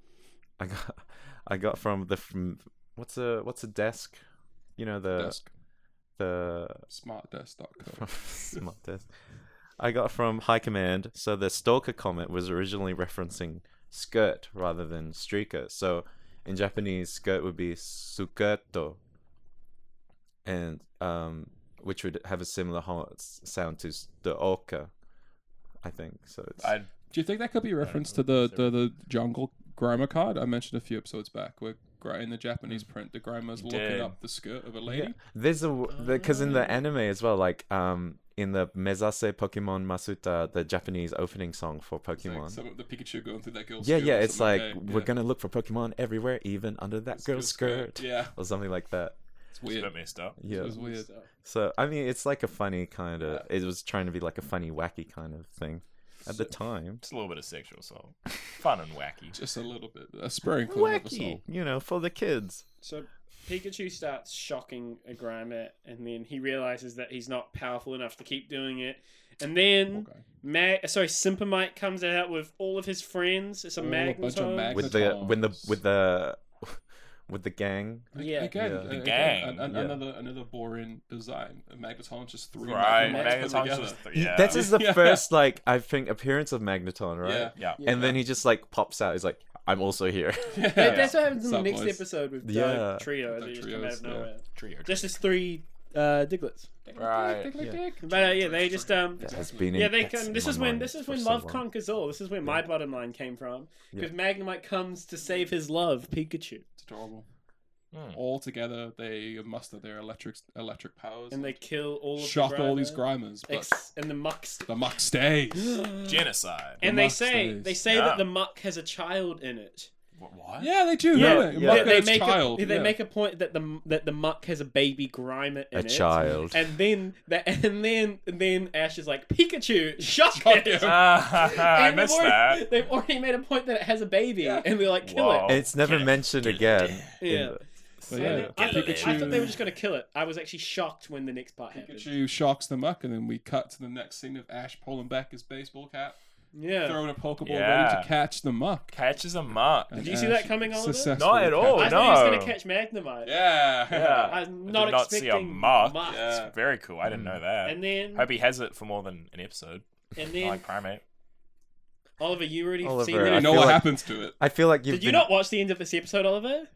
[SPEAKER 3] I got I got from the from what's a what's a desk, you know the
[SPEAKER 2] Desk.
[SPEAKER 3] the
[SPEAKER 2] Smartdesk.co.
[SPEAKER 3] Uh, from smart desk. I got from High Command. So the Stalker comment was originally referencing skirt rather than streaker. So in Japanese, skirt would be suketo, and um, which would have a similar ho- s- sound to s- the oka, I think. So it's
[SPEAKER 4] I'd,
[SPEAKER 2] Do you think that could
[SPEAKER 3] uh,
[SPEAKER 2] be a reference to the, the, the jungle Grimer card I mentioned a few episodes back, where Gri- in the Japanese print the Grimer's looking
[SPEAKER 4] did.
[SPEAKER 2] up the skirt of a
[SPEAKER 3] Mm. Yeah.
[SPEAKER 2] lady?
[SPEAKER 3] There's a because in the anime as well, like um in the Mezase Pokemon Masuta, the Japanese opening song for
[SPEAKER 2] It's like
[SPEAKER 3] Pokemon.
[SPEAKER 2] some of the Pikachu going through that girl's
[SPEAKER 3] yeah,
[SPEAKER 2] skirt
[SPEAKER 3] yeah,
[SPEAKER 2] or
[SPEAKER 3] it's like
[SPEAKER 2] something
[SPEAKER 3] we're gonna look for Pokemon everywhere, even under that
[SPEAKER 2] This
[SPEAKER 3] girl's skirt,
[SPEAKER 2] Yeah,
[SPEAKER 3] or something like that.
[SPEAKER 2] it's
[SPEAKER 4] it's a
[SPEAKER 2] weird.
[SPEAKER 4] bit messed up.
[SPEAKER 2] It
[SPEAKER 3] Yeah.
[SPEAKER 2] was weird.
[SPEAKER 3] So I mean, it's like a funny kind of. It was trying to be like a funny, wacky kind of thing at the time.
[SPEAKER 4] Just a little bit of sexual assault. Fun and wacky.
[SPEAKER 2] Just a little bit, a sprinkle of a
[SPEAKER 3] Wacky,
[SPEAKER 2] soul.
[SPEAKER 3] you know, for the kids.
[SPEAKER 1] So Pikachu starts shocking a Grimer, and then he realizes that he's not powerful enough to keep doing it. And then
[SPEAKER 2] Okay.
[SPEAKER 1] Mag, sorry, Simpermite comes out with all of his friends. It's a
[SPEAKER 2] All a bunch of
[SPEAKER 1] magneton.
[SPEAKER 2] mag-
[SPEAKER 3] With the when the
[SPEAKER 2] Magnetons.
[SPEAKER 3] with the with the gang.
[SPEAKER 1] Yeah.
[SPEAKER 2] again,
[SPEAKER 3] Yeah.
[SPEAKER 2] uh,
[SPEAKER 3] The
[SPEAKER 2] again,
[SPEAKER 4] gang,
[SPEAKER 2] an- an-
[SPEAKER 3] yeah.
[SPEAKER 2] another another boring design. Magneton's just three
[SPEAKER 4] Right.
[SPEAKER 2] Magnetons put
[SPEAKER 4] Magneton's
[SPEAKER 2] together.
[SPEAKER 4] just. Yeah.
[SPEAKER 3] That's his the
[SPEAKER 2] Yeah.
[SPEAKER 3] first like I think appearance of Magneton, right?
[SPEAKER 2] Yeah.
[SPEAKER 4] Yeah.
[SPEAKER 3] And then he just like pops out. He's like, "I'm also here."
[SPEAKER 1] That- That's what happens in the
[SPEAKER 2] Some
[SPEAKER 1] next
[SPEAKER 2] boys.
[SPEAKER 1] episode with
[SPEAKER 3] Yeah.
[SPEAKER 1] Doug Trio.
[SPEAKER 2] Doug
[SPEAKER 1] They just come out
[SPEAKER 2] Trios,
[SPEAKER 1] of
[SPEAKER 2] yeah.
[SPEAKER 1] nowhere.
[SPEAKER 4] Trio.
[SPEAKER 1] Just his three uh, Diglets.
[SPEAKER 4] Right.
[SPEAKER 1] But uh, yeah, they just um.
[SPEAKER 3] That has been. in-
[SPEAKER 1] Yeah, they
[SPEAKER 3] that's
[SPEAKER 1] come.
[SPEAKER 3] in
[SPEAKER 1] This
[SPEAKER 3] my
[SPEAKER 1] is when
[SPEAKER 3] mind
[SPEAKER 1] this is
[SPEAKER 3] for
[SPEAKER 1] when
[SPEAKER 3] so
[SPEAKER 1] love
[SPEAKER 3] long.
[SPEAKER 1] conquers all. This is where my bottom line came from because Magnemite comes to save his love, Pikachu,
[SPEAKER 2] It's adorable.
[SPEAKER 4] Hmm.
[SPEAKER 2] All together, they muster their electric electric powers
[SPEAKER 1] and they kill all of
[SPEAKER 2] shock
[SPEAKER 1] the
[SPEAKER 2] all these
[SPEAKER 1] Grimer,
[SPEAKER 2] Grimers, but
[SPEAKER 1] ex- and the Mucks.
[SPEAKER 2] the Muck stays.
[SPEAKER 4] Genocide.
[SPEAKER 1] and they
[SPEAKER 2] Muck
[SPEAKER 1] say
[SPEAKER 2] stays.
[SPEAKER 1] they say
[SPEAKER 4] Yeah.
[SPEAKER 1] that the muck has a child in it.
[SPEAKER 4] Wh- What?
[SPEAKER 2] yeah, they do.
[SPEAKER 1] Yeah,
[SPEAKER 2] don't they?
[SPEAKER 3] yeah.
[SPEAKER 2] Muck
[SPEAKER 1] they
[SPEAKER 2] and its
[SPEAKER 1] make
[SPEAKER 2] child.
[SPEAKER 1] a, they
[SPEAKER 2] yeah.
[SPEAKER 1] make a point that the that the muck has a baby Grimer in
[SPEAKER 3] A
[SPEAKER 1] it.
[SPEAKER 3] child.
[SPEAKER 1] And then that and then and then Ash is like Pikachu, shock,
[SPEAKER 2] Shock
[SPEAKER 1] it.
[SPEAKER 2] it.
[SPEAKER 4] Ah, I
[SPEAKER 1] And they've
[SPEAKER 4] missed
[SPEAKER 1] already-
[SPEAKER 4] that.
[SPEAKER 1] They've already made a point that it has a baby, and they're like, kill
[SPEAKER 4] Wow.
[SPEAKER 1] it.
[SPEAKER 3] And uh, it's never
[SPEAKER 4] Get it.
[SPEAKER 3] mentioned again. in
[SPEAKER 1] Yeah.
[SPEAKER 3] the-
[SPEAKER 2] But yeah,
[SPEAKER 1] I, I thought they, I thought they
[SPEAKER 2] Pikachu-
[SPEAKER 1] were just going to kill it. I was actually shocked when the next part happened.
[SPEAKER 2] Pikachu shocks the muck, and then we cut to the next scene of Ash pulling back his baseball cap,
[SPEAKER 1] Yeah.
[SPEAKER 2] throwing a Pokeball ready
[SPEAKER 4] Yeah.
[SPEAKER 2] to catch the muck.
[SPEAKER 4] Catches a mark.
[SPEAKER 2] And
[SPEAKER 1] you see that
[SPEAKER 2] Ash
[SPEAKER 1] coming, Oliver?
[SPEAKER 2] successfully
[SPEAKER 4] Not at
[SPEAKER 1] I
[SPEAKER 4] all,
[SPEAKER 2] catches
[SPEAKER 1] thought he was
[SPEAKER 4] Oh, no.
[SPEAKER 1] going to catch Magnemite.
[SPEAKER 2] it. Yeah.
[SPEAKER 4] Yeah.
[SPEAKER 1] I was
[SPEAKER 4] I
[SPEAKER 1] not
[SPEAKER 4] did not see
[SPEAKER 1] expecting
[SPEAKER 4] a mark.
[SPEAKER 1] marks.
[SPEAKER 2] Yeah.
[SPEAKER 4] Very cool. I didn't
[SPEAKER 3] Mm.
[SPEAKER 4] know that.
[SPEAKER 1] And then,
[SPEAKER 4] Hope he has it for more than an episode.
[SPEAKER 1] and
[SPEAKER 4] I
[SPEAKER 1] then
[SPEAKER 4] like primate.
[SPEAKER 1] Oliver, you already
[SPEAKER 3] Oliver,
[SPEAKER 1] seen
[SPEAKER 2] You
[SPEAKER 1] that.
[SPEAKER 3] I
[SPEAKER 2] know
[SPEAKER 3] feel
[SPEAKER 2] what
[SPEAKER 3] like-
[SPEAKER 2] happens to it.
[SPEAKER 3] I feel like you've
[SPEAKER 1] Did you
[SPEAKER 3] been-
[SPEAKER 1] not watch the end of this episode, Oliver?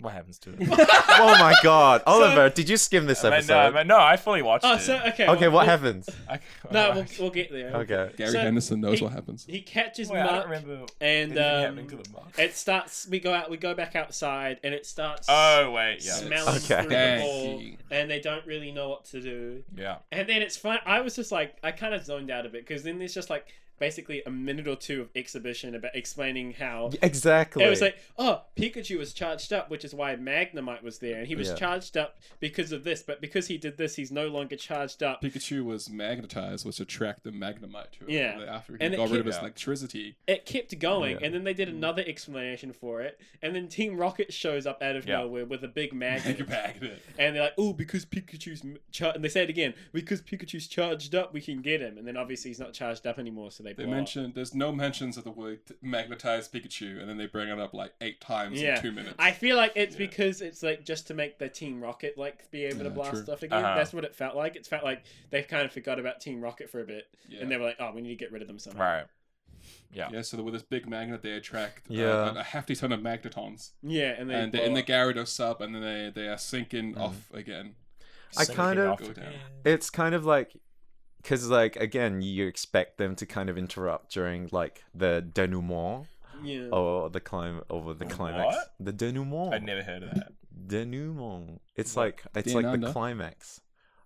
[SPEAKER 4] What happens to it?
[SPEAKER 3] oh my god, Oliver! did you skim this
[SPEAKER 4] but
[SPEAKER 3] episode?
[SPEAKER 4] no, but no, I fully watched
[SPEAKER 1] Oh,
[SPEAKER 4] it.
[SPEAKER 1] so okay.
[SPEAKER 3] okay,
[SPEAKER 1] well,
[SPEAKER 3] what happens?
[SPEAKER 4] I,
[SPEAKER 1] No, we'll, we'll get there.
[SPEAKER 3] Okay.
[SPEAKER 2] Gary
[SPEAKER 1] So,
[SPEAKER 2] Henderson knows
[SPEAKER 1] he-
[SPEAKER 2] what happens.
[SPEAKER 1] He catches
[SPEAKER 4] Wait, I don't
[SPEAKER 1] Mark,
[SPEAKER 4] remember
[SPEAKER 1] and
[SPEAKER 4] anything happening
[SPEAKER 1] um,
[SPEAKER 4] to the mark.
[SPEAKER 1] it starts. We go out. We go back outside, and it starts
[SPEAKER 4] Oh wait, yeah.
[SPEAKER 1] smelling
[SPEAKER 3] Okay.
[SPEAKER 1] through the wall,
[SPEAKER 2] Stanky.
[SPEAKER 1] and they don't really know what to do.
[SPEAKER 4] Yeah.
[SPEAKER 1] And then it's fun. I was just like, I kind of zoned out of it because then there's just like basically a minute or two of exhibition about explaining how
[SPEAKER 3] Exactly.
[SPEAKER 1] It was like, oh, Pikachu was charged up, which is why Magnemite was there, and he was
[SPEAKER 3] Yeah.
[SPEAKER 1] charged up because of this. But because he did this, he's no longer charged up.
[SPEAKER 2] Pikachu was magnetized, which attracted Magnemite to him.
[SPEAKER 1] Yeah.
[SPEAKER 2] After he
[SPEAKER 1] And it
[SPEAKER 2] got rid of
[SPEAKER 1] kept-
[SPEAKER 2] his electricity.
[SPEAKER 1] It kept going,
[SPEAKER 3] Yeah.
[SPEAKER 1] and then they did another explanation for it, and then Team Rocket shows up out of
[SPEAKER 4] Yeah.
[SPEAKER 1] nowhere with a big
[SPEAKER 2] Mega
[SPEAKER 1] magnet.
[SPEAKER 2] magnet.
[SPEAKER 1] And they're like, oh, because Pikachu's m- char-, and they say it again, because Pikachu's charged up, we can get him. And then obviously he's not charged up anymore, so they,
[SPEAKER 2] They
[SPEAKER 1] blow up.
[SPEAKER 2] mentioned there's no mentions of the word magnetized Pikachu, and then they bring it up like eight times
[SPEAKER 1] Yeah.
[SPEAKER 2] in two minutes.
[SPEAKER 1] I feel like it's
[SPEAKER 2] Yeah.
[SPEAKER 1] because it's like just to make the Team Rocket like be able to
[SPEAKER 2] Yeah,
[SPEAKER 1] blast
[SPEAKER 2] true.
[SPEAKER 1] stuff again.
[SPEAKER 4] Uh-huh.
[SPEAKER 1] That's what it felt like. It felt like they kind of forgot about Team Rocket for a bit,
[SPEAKER 2] Yeah.
[SPEAKER 1] and they were like, "Oh, we need to get rid of them somehow."
[SPEAKER 4] Right.
[SPEAKER 2] Yeah, so with this big magnet, they attract uh,
[SPEAKER 3] Yeah.
[SPEAKER 2] a, a hefty ton of magnetons,
[SPEAKER 1] Yeah, and they
[SPEAKER 2] and they're
[SPEAKER 1] blow
[SPEAKER 2] in the
[SPEAKER 1] up.
[SPEAKER 2] Gyarados sub, and then they they are sinking off again.
[SPEAKER 3] Mm. I
[SPEAKER 4] Syncing
[SPEAKER 3] kind of-
[SPEAKER 4] off
[SPEAKER 2] Go
[SPEAKER 4] again.
[SPEAKER 2] down.
[SPEAKER 3] it's kind of like because like again you expect them to kind of interrupt during like the denouement
[SPEAKER 1] yeah.
[SPEAKER 3] or the climb over the climax
[SPEAKER 4] What?
[SPEAKER 3] the denouement
[SPEAKER 4] I never heard of that.
[SPEAKER 3] denouement it's
[SPEAKER 4] What?
[SPEAKER 3] like it's like the
[SPEAKER 2] Denouement?
[SPEAKER 3] climax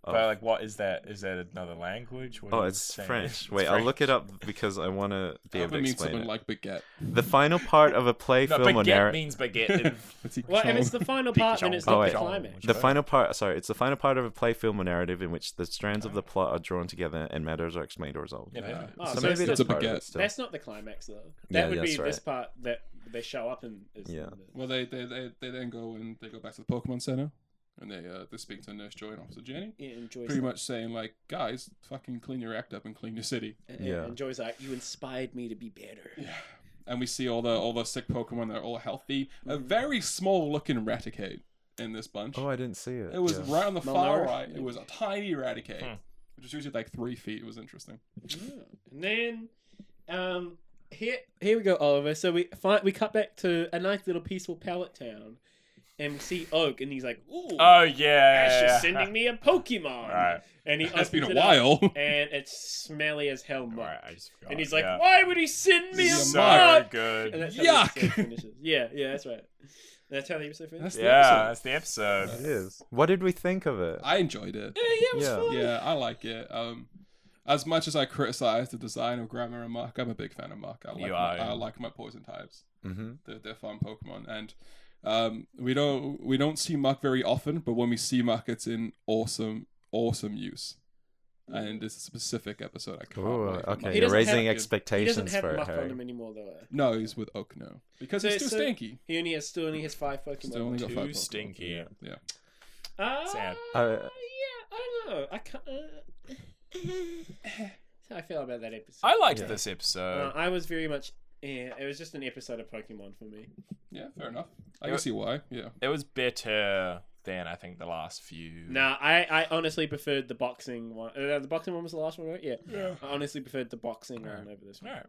[SPEAKER 3] of-
[SPEAKER 4] But like, what is that? Is that another language? What
[SPEAKER 3] oh
[SPEAKER 4] are you
[SPEAKER 3] it's
[SPEAKER 4] saying?
[SPEAKER 3] french
[SPEAKER 4] It's
[SPEAKER 3] wait i'll look
[SPEAKER 4] French.
[SPEAKER 3] it up because i want to be able to
[SPEAKER 2] Alpha means
[SPEAKER 3] explain
[SPEAKER 2] something
[SPEAKER 3] it
[SPEAKER 2] like baguette.
[SPEAKER 3] the final part of a play
[SPEAKER 4] No,
[SPEAKER 3] film or
[SPEAKER 4] baguette
[SPEAKER 3] narrative
[SPEAKER 4] means baguette. in-
[SPEAKER 2] What's he
[SPEAKER 1] Well, if
[SPEAKER 2] called?
[SPEAKER 1] it's the final part, then it's
[SPEAKER 4] Pikachu.
[SPEAKER 1] not
[SPEAKER 3] Oh,
[SPEAKER 1] the
[SPEAKER 3] wait.
[SPEAKER 1] climax.
[SPEAKER 3] The
[SPEAKER 4] Right.
[SPEAKER 3] final part, sorry, it's the final part of a play, film, or narrative in which the strands of the plot are drawn together and matters are explained or resolved.
[SPEAKER 4] Yeah,
[SPEAKER 2] Uh,
[SPEAKER 1] Oh,
[SPEAKER 2] so
[SPEAKER 1] so
[SPEAKER 2] maybe
[SPEAKER 1] it's
[SPEAKER 2] it's
[SPEAKER 1] the
[SPEAKER 2] a
[SPEAKER 3] part of it
[SPEAKER 2] baguette.
[SPEAKER 3] still.
[SPEAKER 1] That's not the climax though. That
[SPEAKER 3] Yeah,
[SPEAKER 1] would be
[SPEAKER 3] that's
[SPEAKER 1] this
[SPEAKER 3] right.
[SPEAKER 1] part that they show up in. Is
[SPEAKER 3] Yeah.
[SPEAKER 2] Well, they, they they they then go and they go back to the Pokemon Center, and they uh, they speak to Nurse Joy and Officer Jenny,
[SPEAKER 1] yeah. And Joy's
[SPEAKER 2] pretty much saying like, guys, fucking clean your act up and clean your city.
[SPEAKER 1] and, and-
[SPEAKER 3] Yeah.
[SPEAKER 1] and Joy's like, "You inspired me to be better."
[SPEAKER 2] Yeah. And we see all the all the sick Pokemon. They're all healthy. A very small looking Raticate in this bunch.
[SPEAKER 3] Oh, I didn't see it.
[SPEAKER 2] It was
[SPEAKER 3] Yeah.
[SPEAKER 2] right on the far
[SPEAKER 1] Malnourished,
[SPEAKER 2] right.
[SPEAKER 1] maybe.
[SPEAKER 2] It was a tiny Eradicate,
[SPEAKER 4] Hmm.
[SPEAKER 2] which was usually like three feet. It was interesting.
[SPEAKER 1] Yeah. And then, um, here here we go, Oliver. So we find we cut back to a nice little peaceful pallet town, and we see Oak, and he's like, "Ooh,
[SPEAKER 4] Oh yeah.
[SPEAKER 1] Ash
[SPEAKER 4] yeah,
[SPEAKER 1] is sending me a Pokemon."
[SPEAKER 4] Right.
[SPEAKER 1] And he
[SPEAKER 2] It's been a
[SPEAKER 1] opens it up,
[SPEAKER 2] while.
[SPEAKER 1] and it's smelly as hell,
[SPEAKER 4] yeah.
[SPEAKER 1] muck.
[SPEAKER 4] Right, I just forgot.
[SPEAKER 1] and he's like,
[SPEAKER 4] yeah.
[SPEAKER 1] "Why would he send me a
[SPEAKER 2] So
[SPEAKER 1] muck?"
[SPEAKER 4] So good.
[SPEAKER 1] And that's
[SPEAKER 2] Yuck.
[SPEAKER 1] how the episode finishes. Yeah, yeah, that's right. That's how the episode finishes.
[SPEAKER 2] That's the
[SPEAKER 4] yeah,
[SPEAKER 2] episode.
[SPEAKER 4] that's the episode.
[SPEAKER 3] It is. What did we think of it?
[SPEAKER 2] I enjoyed it.
[SPEAKER 1] Yeah, yeah, it was
[SPEAKER 3] Yeah.
[SPEAKER 1] fun.
[SPEAKER 2] Yeah, I like it. Um, as much as I criticize the design of Grammar and Mark, I'm a big fan of Mark. I like,
[SPEAKER 4] You
[SPEAKER 2] my,
[SPEAKER 4] are,
[SPEAKER 2] I
[SPEAKER 4] yeah.
[SPEAKER 2] like my poison types.
[SPEAKER 3] Mm-hmm.
[SPEAKER 2] They're, they're fun Pokemon, and um, we don't we don't see Mark very often. But when we see Mark, it's in awesome awesome use, and it's a specific episode. I can't.
[SPEAKER 3] Ooh,
[SPEAKER 2] wait for Mark.
[SPEAKER 3] okay,
[SPEAKER 1] He
[SPEAKER 3] you're
[SPEAKER 1] doesn't
[SPEAKER 3] raising
[SPEAKER 1] have- He doesn't
[SPEAKER 3] expectations
[SPEAKER 1] have
[SPEAKER 3] for it,
[SPEAKER 1] muck on
[SPEAKER 3] Harry.
[SPEAKER 1] him anymore, though. eh?
[SPEAKER 2] No, he's with Okno because
[SPEAKER 1] So-
[SPEAKER 2] he's
[SPEAKER 1] so-
[SPEAKER 2] still stanky.
[SPEAKER 1] He only has still only has five Pokemon.
[SPEAKER 2] Still only got
[SPEAKER 4] Too
[SPEAKER 2] five Pokemon.
[SPEAKER 4] stinky.
[SPEAKER 2] Yeah.
[SPEAKER 1] Uh,
[SPEAKER 4] Sad.
[SPEAKER 1] yeah,
[SPEAKER 3] Uh,
[SPEAKER 1] I don't know. I can't. Uh, that's how I feel about that episode.
[SPEAKER 4] I liked
[SPEAKER 3] Yeah.
[SPEAKER 4] this
[SPEAKER 1] Uh,
[SPEAKER 4] episode.
[SPEAKER 1] I was very much. Yeah, it was just an episode of Pokemon for me.
[SPEAKER 2] Yeah, fair enough. I
[SPEAKER 4] It
[SPEAKER 2] can
[SPEAKER 4] was-
[SPEAKER 2] see why. Yeah.
[SPEAKER 4] it was better than I think the last few.
[SPEAKER 1] Nah, I, I honestly preferred the boxing one. Uh, the boxing one was the last one, right? Yeah.
[SPEAKER 4] Yeah.
[SPEAKER 1] I honestly preferred the boxing one over this one.
[SPEAKER 4] Alright.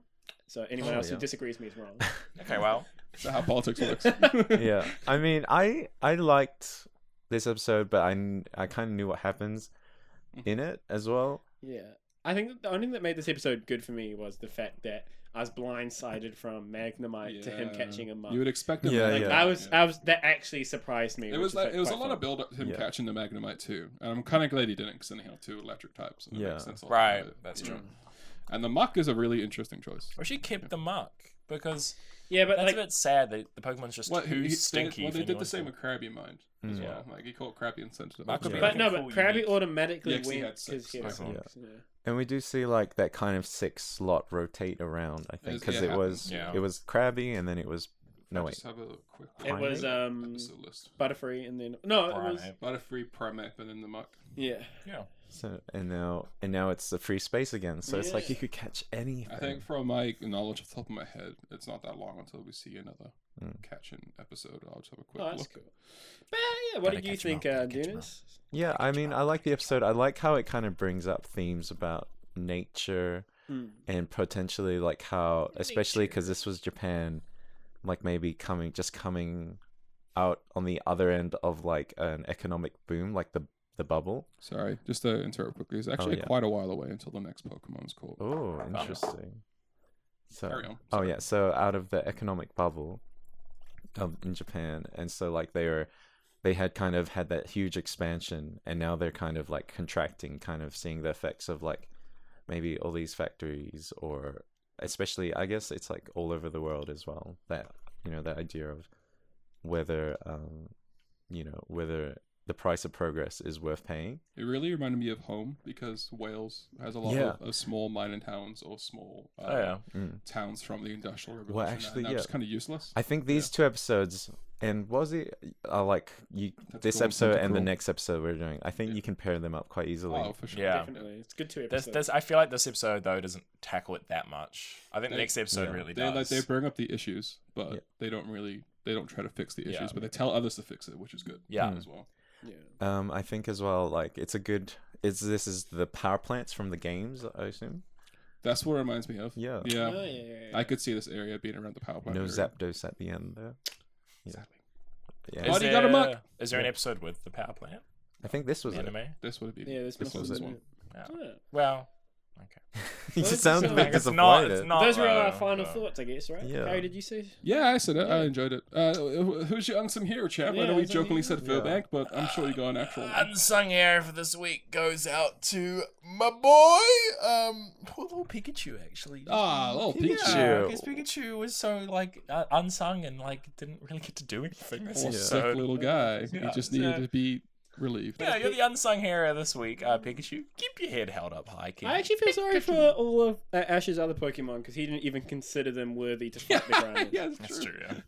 [SPEAKER 1] So anyone
[SPEAKER 3] Oh,
[SPEAKER 1] else
[SPEAKER 3] yeah.
[SPEAKER 1] who disagrees with me is wrong.
[SPEAKER 4] Okay. Well.
[SPEAKER 2] So how politics works.
[SPEAKER 3] yeah, I mean, I I liked this episode, but I kn- I kind of knew what happens in it as well.
[SPEAKER 1] Yeah. I think that the only thing that made this episode good for me was the fact that I was blindsided from Magnemite to him
[SPEAKER 2] Yeah.
[SPEAKER 1] catching a muck.
[SPEAKER 2] You would expect him.
[SPEAKER 3] Yeah,
[SPEAKER 2] to-
[SPEAKER 1] like
[SPEAKER 3] yeah.
[SPEAKER 1] I was, I was. That actually surprised me.
[SPEAKER 2] It was like it was a lot of
[SPEAKER 1] build.
[SPEAKER 2] build up to him
[SPEAKER 3] Yeah.
[SPEAKER 2] catching the Magnemite too, and I'm kind of glad he didn't because then he had two electric types. And it
[SPEAKER 3] Yeah.
[SPEAKER 2] makes sense all
[SPEAKER 4] Right,
[SPEAKER 2] about it,
[SPEAKER 4] that's
[SPEAKER 2] you
[SPEAKER 4] true.
[SPEAKER 2] know. And the Muck is a really interesting choice.
[SPEAKER 4] Or she kept the muck because
[SPEAKER 1] Yeah, but
[SPEAKER 4] that's
[SPEAKER 1] like,
[SPEAKER 4] a bit sad. That the Pokemon's just
[SPEAKER 2] What
[SPEAKER 4] too
[SPEAKER 2] he,
[SPEAKER 4] stinky.
[SPEAKER 2] They, well,
[SPEAKER 4] for
[SPEAKER 2] they did
[SPEAKER 4] anyone
[SPEAKER 2] the same
[SPEAKER 4] to-
[SPEAKER 2] with Krabby Mind
[SPEAKER 3] Mm.
[SPEAKER 2] as well. Like he caught Krabby and sent it.
[SPEAKER 4] That could
[SPEAKER 2] Yeah.
[SPEAKER 4] be
[SPEAKER 1] but
[SPEAKER 4] like
[SPEAKER 1] no,
[SPEAKER 4] a
[SPEAKER 1] but
[SPEAKER 4] cool
[SPEAKER 1] Krabby
[SPEAKER 4] unique-
[SPEAKER 1] automatically
[SPEAKER 2] Yeah, 'cause he
[SPEAKER 1] went
[SPEAKER 2] had
[SPEAKER 1] because
[SPEAKER 2] six
[SPEAKER 1] he had six.
[SPEAKER 4] Pokemon.
[SPEAKER 1] Yeah.
[SPEAKER 3] And we do see like that kind of six slot rotate around. I think
[SPEAKER 2] As-
[SPEAKER 3] because
[SPEAKER 2] yeah,
[SPEAKER 3] it was
[SPEAKER 4] happens. Yeah.
[SPEAKER 3] it was Krabby, and then it was No,
[SPEAKER 2] I
[SPEAKER 3] wait.
[SPEAKER 2] Just have a little quick
[SPEAKER 1] It was um
[SPEAKER 2] episode list.
[SPEAKER 1] Butterfree and then no, it
[SPEAKER 4] Brian
[SPEAKER 1] was
[SPEAKER 4] Ape.
[SPEAKER 2] Butterfree, Primeape, and then the Muck.
[SPEAKER 1] yeah.
[SPEAKER 4] Yeah.
[SPEAKER 3] So and now and now it's a free space again. So it's like you
[SPEAKER 1] Yeah.
[SPEAKER 3] could catch anything.
[SPEAKER 2] I think from my knowledge off the top of my head, it's not that long until we see another
[SPEAKER 3] Mm.
[SPEAKER 2] catching episode. I'll just have a quick
[SPEAKER 1] Oh,
[SPEAKER 2] look.
[SPEAKER 1] that's cool. But yeah, what
[SPEAKER 5] Gotta
[SPEAKER 1] did you
[SPEAKER 5] catch 'em up,
[SPEAKER 1] think, uh,
[SPEAKER 5] gotta catch 'em
[SPEAKER 1] Dunas?
[SPEAKER 3] Yeah, I mean, I like the episode. I like how it kind of brings up themes about nature
[SPEAKER 1] Hmm.
[SPEAKER 3] and potentially like how, especially because this was Japan, like maybe coming just coming out on the other end of like an economic boom, like the the bubble.
[SPEAKER 2] Sorry, just to interrupt quickly. It's actually
[SPEAKER 3] yeah.
[SPEAKER 2] quite a while away until the next Pokemon's called.
[SPEAKER 3] Oh, interesting. So,
[SPEAKER 2] Carry on.
[SPEAKER 3] oh yeah, so out of the economic bubble of in Japan, and so like they were, they had kind of had that huge expansion, and now they're kind of like contracting, kind of seeing the effects of like maybe all these factories, or especially I guess it's like all over the world as well. That you know that idea of whether um, you know whether the price of progress is worth paying.
[SPEAKER 2] It really reminded me of home because Wales has a lot
[SPEAKER 3] Yeah.
[SPEAKER 2] of, of small mining towns or small uh,
[SPEAKER 4] Oh, yeah.
[SPEAKER 2] towns from the Industrial Revolution.
[SPEAKER 3] Well,
[SPEAKER 2] and
[SPEAKER 3] actually,
[SPEAKER 2] now
[SPEAKER 3] yeah.
[SPEAKER 2] just kind of useless.
[SPEAKER 3] I think these two episodes and was it are like you
[SPEAKER 2] That's
[SPEAKER 3] this
[SPEAKER 2] cool,
[SPEAKER 3] episode
[SPEAKER 2] that's
[SPEAKER 3] and the
[SPEAKER 2] cool.
[SPEAKER 3] next episode we're doing. I think you can pair them up quite easily.
[SPEAKER 2] oh, for sure.
[SPEAKER 4] Yeah.
[SPEAKER 1] Definitely, it's good to
[SPEAKER 4] This,
[SPEAKER 1] episodes.
[SPEAKER 4] this, I feel like this episode though doesn't tackle it that much. I think the
[SPEAKER 2] They-
[SPEAKER 4] next episode
[SPEAKER 3] yeah.
[SPEAKER 4] really
[SPEAKER 2] They
[SPEAKER 4] does.
[SPEAKER 2] like they bring up the issues, but
[SPEAKER 3] Yeah.
[SPEAKER 2] they don't really they don't try to fix the
[SPEAKER 4] Yeah.
[SPEAKER 2] issues, but they tell others to fix it, which is good.
[SPEAKER 4] Yeah.
[SPEAKER 3] Hmm.
[SPEAKER 2] as well.
[SPEAKER 1] yeah.
[SPEAKER 3] Um I think as well like it's a good it's this is the power plants from the games, I assume.
[SPEAKER 2] That's what it reminds me of.
[SPEAKER 3] Yeah.
[SPEAKER 2] yeah.
[SPEAKER 1] Oh, yeah, yeah, yeah.
[SPEAKER 2] I could see this area being around the power plant.
[SPEAKER 3] no
[SPEAKER 2] area.
[SPEAKER 3] Zapdos at the end there.
[SPEAKER 2] Exactly.
[SPEAKER 3] Yeah.
[SPEAKER 4] Is
[SPEAKER 2] Why do you gotta
[SPEAKER 4] there-
[SPEAKER 2] muck?
[SPEAKER 4] Is there an
[SPEAKER 3] Yeah.
[SPEAKER 4] episode with the power plant
[SPEAKER 3] I think this was it.
[SPEAKER 4] anime?
[SPEAKER 2] This would have been.
[SPEAKER 1] Yeah, this
[SPEAKER 2] this
[SPEAKER 1] must have
[SPEAKER 2] was this
[SPEAKER 1] been
[SPEAKER 2] one.
[SPEAKER 1] it.
[SPEAKER 4] Yeah.
[SPEAKER 1] Yeah.
[SPEAKER 4] Well, okay.
[SPEAKER 3] you
[SPEAKER 1] Well, this
[SPEAKER 3] sound
[SPEAKER 1] is
[SPEAKER 3] a
[SPEAKER 1] a-
[SPEAKER 3] bit
[SPEAKER 1] It's
[SPEAKER 4] It's not.
[SPEAKER 3] disappointed.
[SPEAKER 4] It's not. uh,
[SPEAKER 1] Those were our
[SPEAKER 4] though,
[SPEAKER 1] final
[SPEAKER 4] but-
[SPEAKER 1] thoughts, I guess, right?
[SPEAKER 3] Yeah.
[SPEAKER 1] Harry, did you see?
[SPEAKER 2] Yeah, I said it. I
[SPEAKER 1] Yeah.
[SPEAKER 2] enjoyed it. Uh, wh- who's your unsung hero, chap? I
[SPEAKER 1] Yeah,
[SPEAKER 2] know we
[SPEAKER 1] unsung
[SPEAKER 2] jokingly
[SPEAKER 1] hero.
[SPEAKER 2] said Furbank, but I'm sure you got an actual.
[SPEAKER 4] Ah,
[SPEAKER 2] one.
[SPEAKER 4] Unsung hero for this week goes out to my boy, um, poor little Pikachu. Actually,
[SPEAKER 1] Oh,
[SPEAKER 2] Ah, little
[SPEAKER 4] Yeah,
[SPEAKER 3] Pikachu.
[SPEAKER 4] because Pikachu was so like uh, unsung and like didn't really get to do anything this
[SPEAKER 2] Poor sick
[SPEAKER 4] episode.
[SPEAKER 2] little guy.
[SPEAKER 4] Yeah,
[SPEAKER 2] he just
[SPEAKER 1] so-
[SPEAKER 2] needed to be relieved.
[SPEAKER 4] Yeah, you're the unsung hero this week, uh, Pikachu. Keep your head held up high, kid.
[SPEAKER 1] I actually feel sorry for all of uh, Ash's other Pokemon because he didn't even consider them worthy to fight the Grinders.
[SPEAKER 2] yeah, it's
[SPEAKER 4] That's
[SPEAKER 2] true.
[SPEAKER 4] true. Yeah.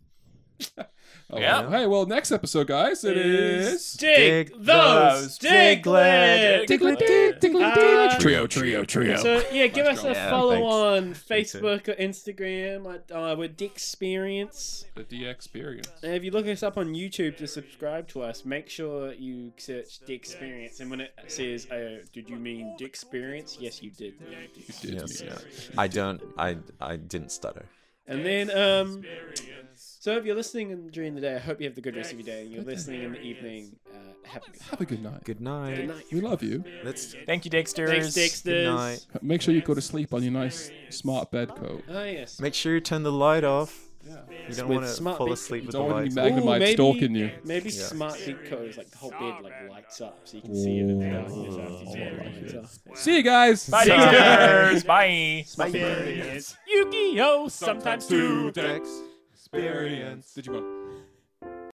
[SPEAKER 2] Oh,
[SPEAKER 4] Yeah.
[SPEAKER 2] well. Hey, well, next episode, guys, it is.
[SPEAKER 1] Dig
[SPEAKER 3] Dig
[SPEAKER 1] those
[SPEAKER 4] those
[SPEAKER 1] Diglett.
[SPEAKER 4] Diglett. Tickly tick,
[SPEAKER 1] tickly tick.
[SPEAKER 2] Trio, trio, trio.
[SPEAKER 1] So yeah, give
[SPEAKER 2] Nice
[SPEAKER 1] us
[SPEAKER 2] job.
[SPEAKER 1] a
[SPEAKER 3] Yeah,
[SPEAKER 1] follow
[SPEAKER 3] Thanks,
[SPEAKER 1] on
[SPEAKER 3] Ethan.
[SPEAKER 1] Facebook or Instagram. Uh, we're Dick Experience.
[SPEAKER 2] The DX experience.
[SPEAKER 1] And if you look us up on YouTube to subscribe to us, make sure you search Dick Experience. And when it says, oh, did you mean Dick Experience? Yes, you did.
[SPEAKER 2] Did
[SPEAKER 3] Yes,
[SPEAKER 2] me.
[SPEAKER 3] yeah. I don't I I didn't stutter.
[SPEAKER 1] And then, um, so if you're listening in- during the day, I hope you have the good rest of your day. And you're listening in the evening, uh, have a good
[SPEAKER 2] Have a good night.
[SPEAKER 3] Good night.
[SPEAKER 1] Good night.
[SPEAKER 2] We love you.
[SPEAKER 3] Let's
[SPEAKER 4] Thank you, Dexter.
[SPEAKER 1] Thanks,
[SPEAKER 3] good
[SPEAKER 1] Dexters.
[SPEAKER 3] night.
[SPEAKER 2] Make sure you go to sleep on your nice, smart bed coat.
[SPEAKER 1] Oh, yes.
[SPEAKER 3] Make sure you turn the light off. You don't
[SPEAKER 1] With
[SPEAKER 3] want to
[SPEAKER 1] smart
[SPEAKER 3] fall
[SPEAKER 1] bit-
[SPEAKER 3] asleep with the
[SPEAKER 2] Don't want to
[SPEAKER 3] lights
[SPEAKER 2] be
[SPEAKER 3] on.
[SPEAKER 1] Ooh,
[SPEAKER 2] Magnemite
[SPEAKER 1] maybe-
[SPEAKER 2] stalking you.
[SPEAKER 1] Maybe
[SPEAKER 3] Yeah.
[SPEAKER 1] smart Ditko is like the whole bed like lights up so you can see it in the darkness after you see it lights up.
[SPEAKER 2] See you guys.
[SPEAKER 4] Bye, Dexters. Bye.
[SPEAKER 1] Smart Bit.
[SPEAKER 5] Yu-Gi-Oh! Sometimes two.
[SPEAKER 2] Experience. Digimon.